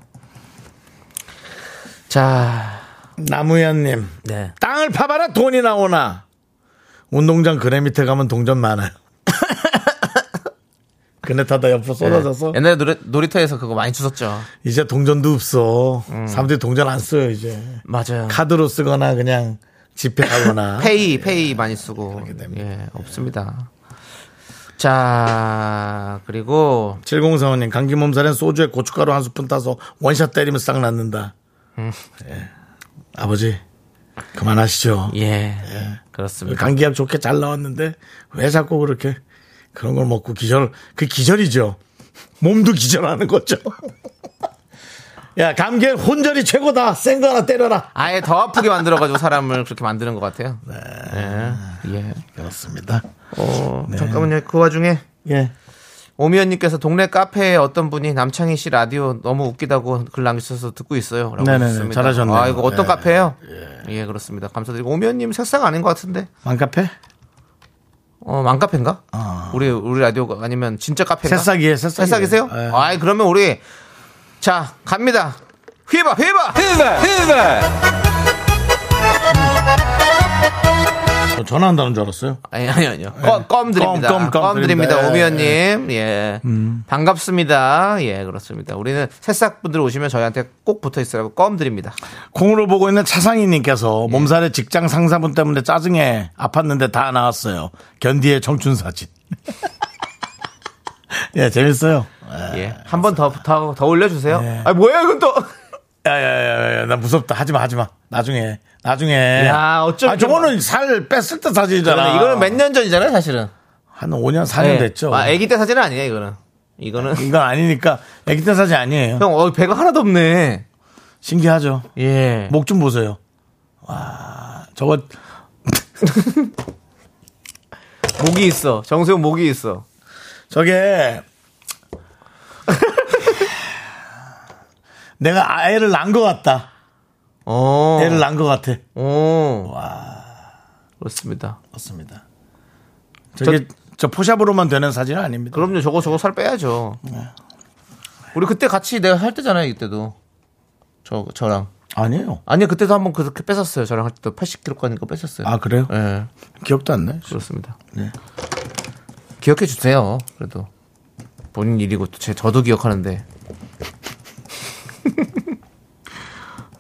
Speaker 2: 자,
Speaker 1: 남우현님
Speaker 2: 네.
Speaker 1: 땅을 파봐라 돈이 나오나. 운동장 그네 밑에 가면 동전 많아요. 그네 타다 옆으로 쏟아져서
Speaker 2: 옛날에 놀이, 놀이터에서 그거 많이 주웠죠.
Speaker 1: 이제 동전도 없어.
Speaker 2: 음.
Speaker 1: 사람들이 동전 안 써요 이제.
Speaker 2: 맞아요.
Speaker 1: 카드로 쓰거나 그냥 지폐하거나.
Speaker 2: 페이 페이 많이 쓰고
Speaker 1: 아, 네. 됩니다.
Speaker 2: 예, 없습니다. 자, 그리고
Speaker 1: 7045님 감기 몸살엔 소주에 고춧가루 한 스푼 따서 원샷 때리면 싹 낫는다. 예. 아버지 그만하시죠.
Speaker 2: 예. 그렇습니다.
Speaker 1: 감기약 좋게 잘 나왔는데 왜 자꾸 그렇게 그런 걸 먹고 기절 그 기절이죠. 몸도 기절하는 거죠. 야 감기에 혼절이 최고다. 센 거 하나 때려라.
Speaker 2: 아예 더 아프게 만들어가지고 사람을 그렇게 만드는 것 같아요. 네. 예.
Speaker 1: 그렇습니다.
Speaker 2: 어,
Speaker 1: 네.
Speaker 2: 잠깐만요. 그 와중에
Speaker 1: 예.
Speaker 2: 오미연님께서 동네 카페에 어떤 분이 남창희 씨 라디오 너무 웃기다고 글 남기셔서 듣고 있어요. 라고
Speaker 1: 네네네.
Speaker 2: 하셨습니다.
Speaker 1: 잘하셨네요.
Speaker 2: 아, 이거 어떤
Speaker 1: 예.
Speaker 2: 카페예요? 예. 그렇습니다. 감사드리고. 오미연님 색상 아닌 것 같은데.
Speaker 1: 맘카페?
Speaker 2: 어, 맘카페인가? 우리, 우리 라디오가 아니면 진짜 카페인가?
Speaker 1: 아. 새싹이에요, 새싹이에요.
Speaker 2: 새싹이세요?
Speaker 1: 예.
Speaker 2: 아이, 그러면 우리, 자, 갑니다. 휘바, 휘바!
Speaker 1: 저 전화한다는 줄 알았어요.
Speaker 2: 아니 아니 아니요. 껌, 껌 드립니다.
Speaker 1: 껌,
Speaker 2: 껌,
Speaker 1: 껌, 껌
Speaker 2: 드립니다.
Speaker 1: 드립니다. 음.
Speaker 2: 오미연님 예 반갑습니다. 예 그렇습니다. 우리는 새싹 분들 오시면 저희한테 꼭 붙어 있으라고 껌 드립니다.
Speaker 1: 콩으로 보고 있는
Speaker 2: 예.
Speaker 1: 차상희님께서 몸살에 직장 상사분 때문에 짜증에 아팠는데 다 나왔어요. 견디의 청춘 사진. 예, 재밌어요.
Speaker 2: 예한 번 더 더 더 올려주세요.
Speaker 1: 예.
Speaker 2: 아 뭐야 이건 또.
Speaker 1: 야야야야, 나 무섭다. 하지 마, 하지 마. 나중에, 나중에.
Speaker 2: 야, 어쩜
Speaker 1: 아, 저거는 살 뺐을 때 사진이잖아.
Speaker 2: 이거는 몇 년 전이잖아요 사실은.
Speaker 1: 한 5년, 4년
Speaker 2: 예.
Speaker 1: 됐죠.
Speaker 2: 아 아기 때 사진은 아니에요 이거는. 이거는
Speaker 1: 이건 아니니까 애기 때 사진 아니에요.
Speaker 2: 형 어, 배가 하나도 없네.
Speaker 1: 신기하죠.
Speaker 2: 예.
Speaker 1: 목 좀 보세요. 와, 저거
Speaker 2: 목이 있어. 정세훈 목이 있어.
Speaker 1: 저게 내가 아이를 낳은 것 같다.
Speaker 2: 어.
Speaker 1: 애를 낳은 것 같아.
Speaker 2: 오. 그렇습니다.
Speaker 1: 맞습니다. 저게 저, 포샵으로만 되는 사진은 아닙니다.
Speaker 2: 그럼요. 저거 저거 살 빼야죠.
Speaker 1: 네.
Speaker 2: 우리 그때 같이 내가 할 때잖아요. 이때도 저 저랑
Speaker 1: 아니에요.
Speaker 2: 아니 그때도 한번 그렇게 뺐었어요. 저랑 할 때도 80kg 가니까 뺐었어요.
Speaker 1: 아 그래요?
Speaker 2: 예
Speaker 1: 기억도 안 나요.
Speaker 2: 그렇습니다.
Speaker 1: 네.
Speaker 2: 기억해 주세요. 그래도 본인 일이고 또 제, 저도 기억하는데.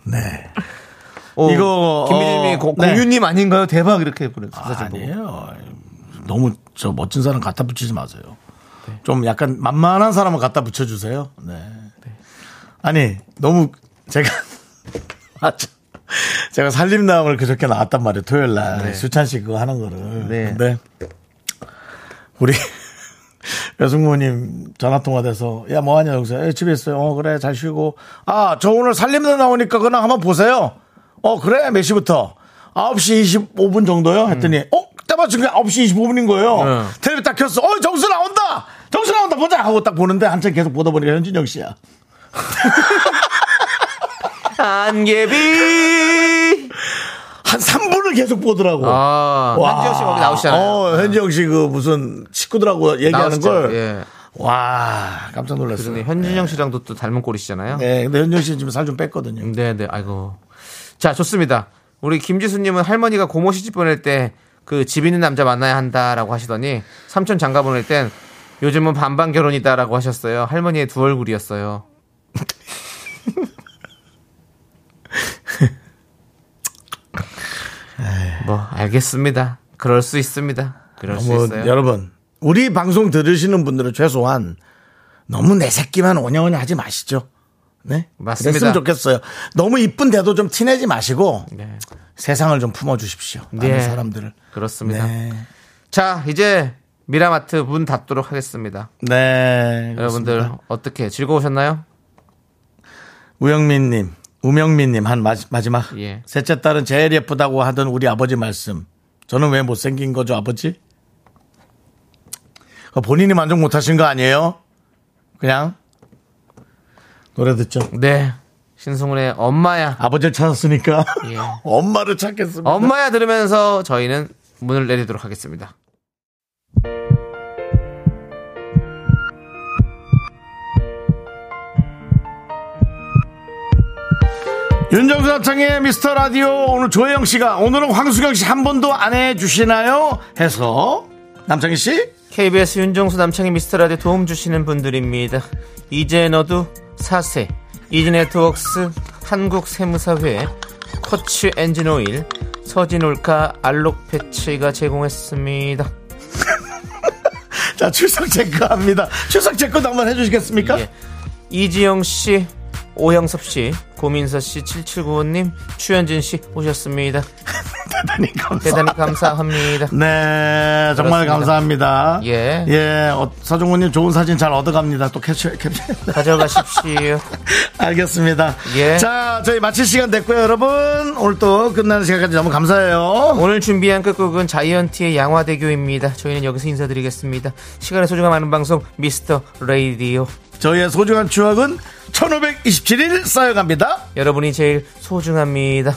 Speaker 1: 네.
Speaker 2: 오,
Speaker 1: 이거,
Speaker 2: 김민님이
Speaker 1: 어,
Speaker 2: 고-
Speaker 1: 네.
Speaker 2: 공유님 아닌가요? 대박 이렇게 보냈어요. 사진 보고.
Speaker 1: 아니에요. 너무 저 멋진 사람 갖다 붙이지 마세요.
Speaker 2: 네.
Speaker 1: 좀 약간 만만한 사람을 갖다 붙여주세요. 네. 아니 너무 제가 맞아. 제가 살림남을 그저께 나왔단 말이에요. 토요일 날 수찬 씨 그거 하는 거를.
Speaker 2: 네.
Speaker 1: 근데 우리 여승모님 전화 통화돼서 야 뭐 하냐 여기서 에, 집에 있어요. 어 그래 잘 쉬고 아 저 오늘 살림남 나오니까 그냥 한번 보세요. 어 그래 몇 시부터 9시 25분 정도요 했더니
Speaker 2: 음.
Speaker 1: 어딱 맞춘 게 9시 25분인 거예요.
Speaker 2: 네.
Speaker 1: 텔레비 딱 켰어. 어 정수 나온다. 정수 나온다 보자 하고 딱 보는데 한참 계속 보다 보니까 현진영 씨야.
Speaker 2: 안개비.
Speaker 1: 한 3분을 계속 보더라고.
Speaker 2: 아,
Speaker 1: 와.
Speaker 2: 한지영 씨 거기 나오시잖아요. 네.
Speaker 1: 어, 현지영 씨 그 무슨 친구들하고 얘기하는
Speaker 2: 나오시죠?
Speaker 1: 걸.
Speaker 2: 예.
Speaker 1: 와, 깜짝
Speaker 2: 그전에
Speaker 1: 놀랐어요.
Speaker 2: 현진영 씨랑도 또 닮은 꼴이시잖아요.
Speaker 1: 네, 근데 현지영 씨는 지금 살 좀 뺐거든요.
Speaker 2: 네, 네, 아이고. 자, 좋습니다. 우리 김지수님은 할머니가 고모 시집 보낼 때 그 집 있는 남자 만나야 한다라고 하시더니 삼촌 장가 보낼 땐 요즘은 반반 결혼이다라고 하셨어요. 할머니의 두 얼굴이었어요. 뭐 알겠습니다. 그럴 수 있습니다. 그럴 수
Speaker 1: 뭐,
Speaker 2: 있어요.
Speaker 1: 여러분, 우리 방송 들으시는 분들은 최소한 너무 내 새끼만 오냐오냐 하지 마시죠. 네?
Speaker 2: 맞습니다.
Speaker 1: 그랬으면 좋겠어요. 너무 이쁜데도 좀 티내지 마시고
Speaker 2: 네,
Speaker 1: 세상을 좀 품어주십시오. 많은
Speaker 2: 네.
Speaker 1: 사람들을.
Speaker 2: 그렇습니다.
Speaker 1: 네.
Speaker 2: 자, 이제 미라마트 문 닫도록 하겠습니다.
Speaker 1: 네.
Speaker 2: 여러분들 어떻게 즐거우셨나요?
Speaker 1: 우영민님, 우명민님 한 마지, 막
Speaker 2: 예.
Speaker 1: 셋째 딸은 제일 예쁘다고 하던 우리 아버지 말씀. 저는 왜 못생긴 거죠, 아버지? 그거 본인이 만족 못하신 거 아니에요? 그냥 노래 듣죠.
Speaker 2: 네. 신승훈의 엄마야.
Speaker 1: 아버지를 찾았으니까
Speaker 2: 예.
Speaker 1: 엄마를 찾겠습니다.
Speaker 2: 엄마야 들으면서 저희는 문을 내리도록 하겠습니다.
Speaker 1: 윤정수 합창의 미스터 라디오 오늘 조혜영 씨가 오늘은 황수경 씨 한 번도 안 해주시나요? 해서 남창희 씨
Speaker 2: KBS 윤정수 남창희 미스터라디오 도움 주시는 분들입니다. 이제 너도 사세, 이지 네트웍스, 한국세무사회, 커츠 엔진오일, 서진올카 알록 패치가 제공했습니다.
Speaker 1: 자 출석 체크합니다. 출석 체크도 한번 해주시겠습니까?
Speaker 2: 예. 이지영 씨, 오영섭 씨, 고민서 씨, 7795님, 추현진 씨 오셨습니다.
Speaker 1: 대단히 감사합니다.
Speaker 2: 대단히 감사합니다.
Speaker 1: 네, 정말
Speaker 2: 그렇습니다.
Speaker 1: 감사합니다.
Speaker 2: 예.
Speaker 1: 예, 어, 서종훈님 좋은 사진 잘 얻어갑니다. 또 캡처, 캡처.
Speaker 2: 가져가십시오.
Speaker 1: 알겠습니다.
Speaker 2: 예.
Speaker 1: 자, 저희 마칠 시간 됐고요, 여러분. 오늘 또 끝나는 시간까지 너무 감사해요.
Speaker 2: 오늘 준비한 끝곡은 자이언티의 양화대교입니다. 저희는 여기서 인사드리겠습니다. 시간의 소중함 아는 방송 미스터 레이디오.
Speaker 1: 저희의 소중한 추억은 1527일 쌓여갑니다.
Speaker 2: 여러분이 제일 소중합니다.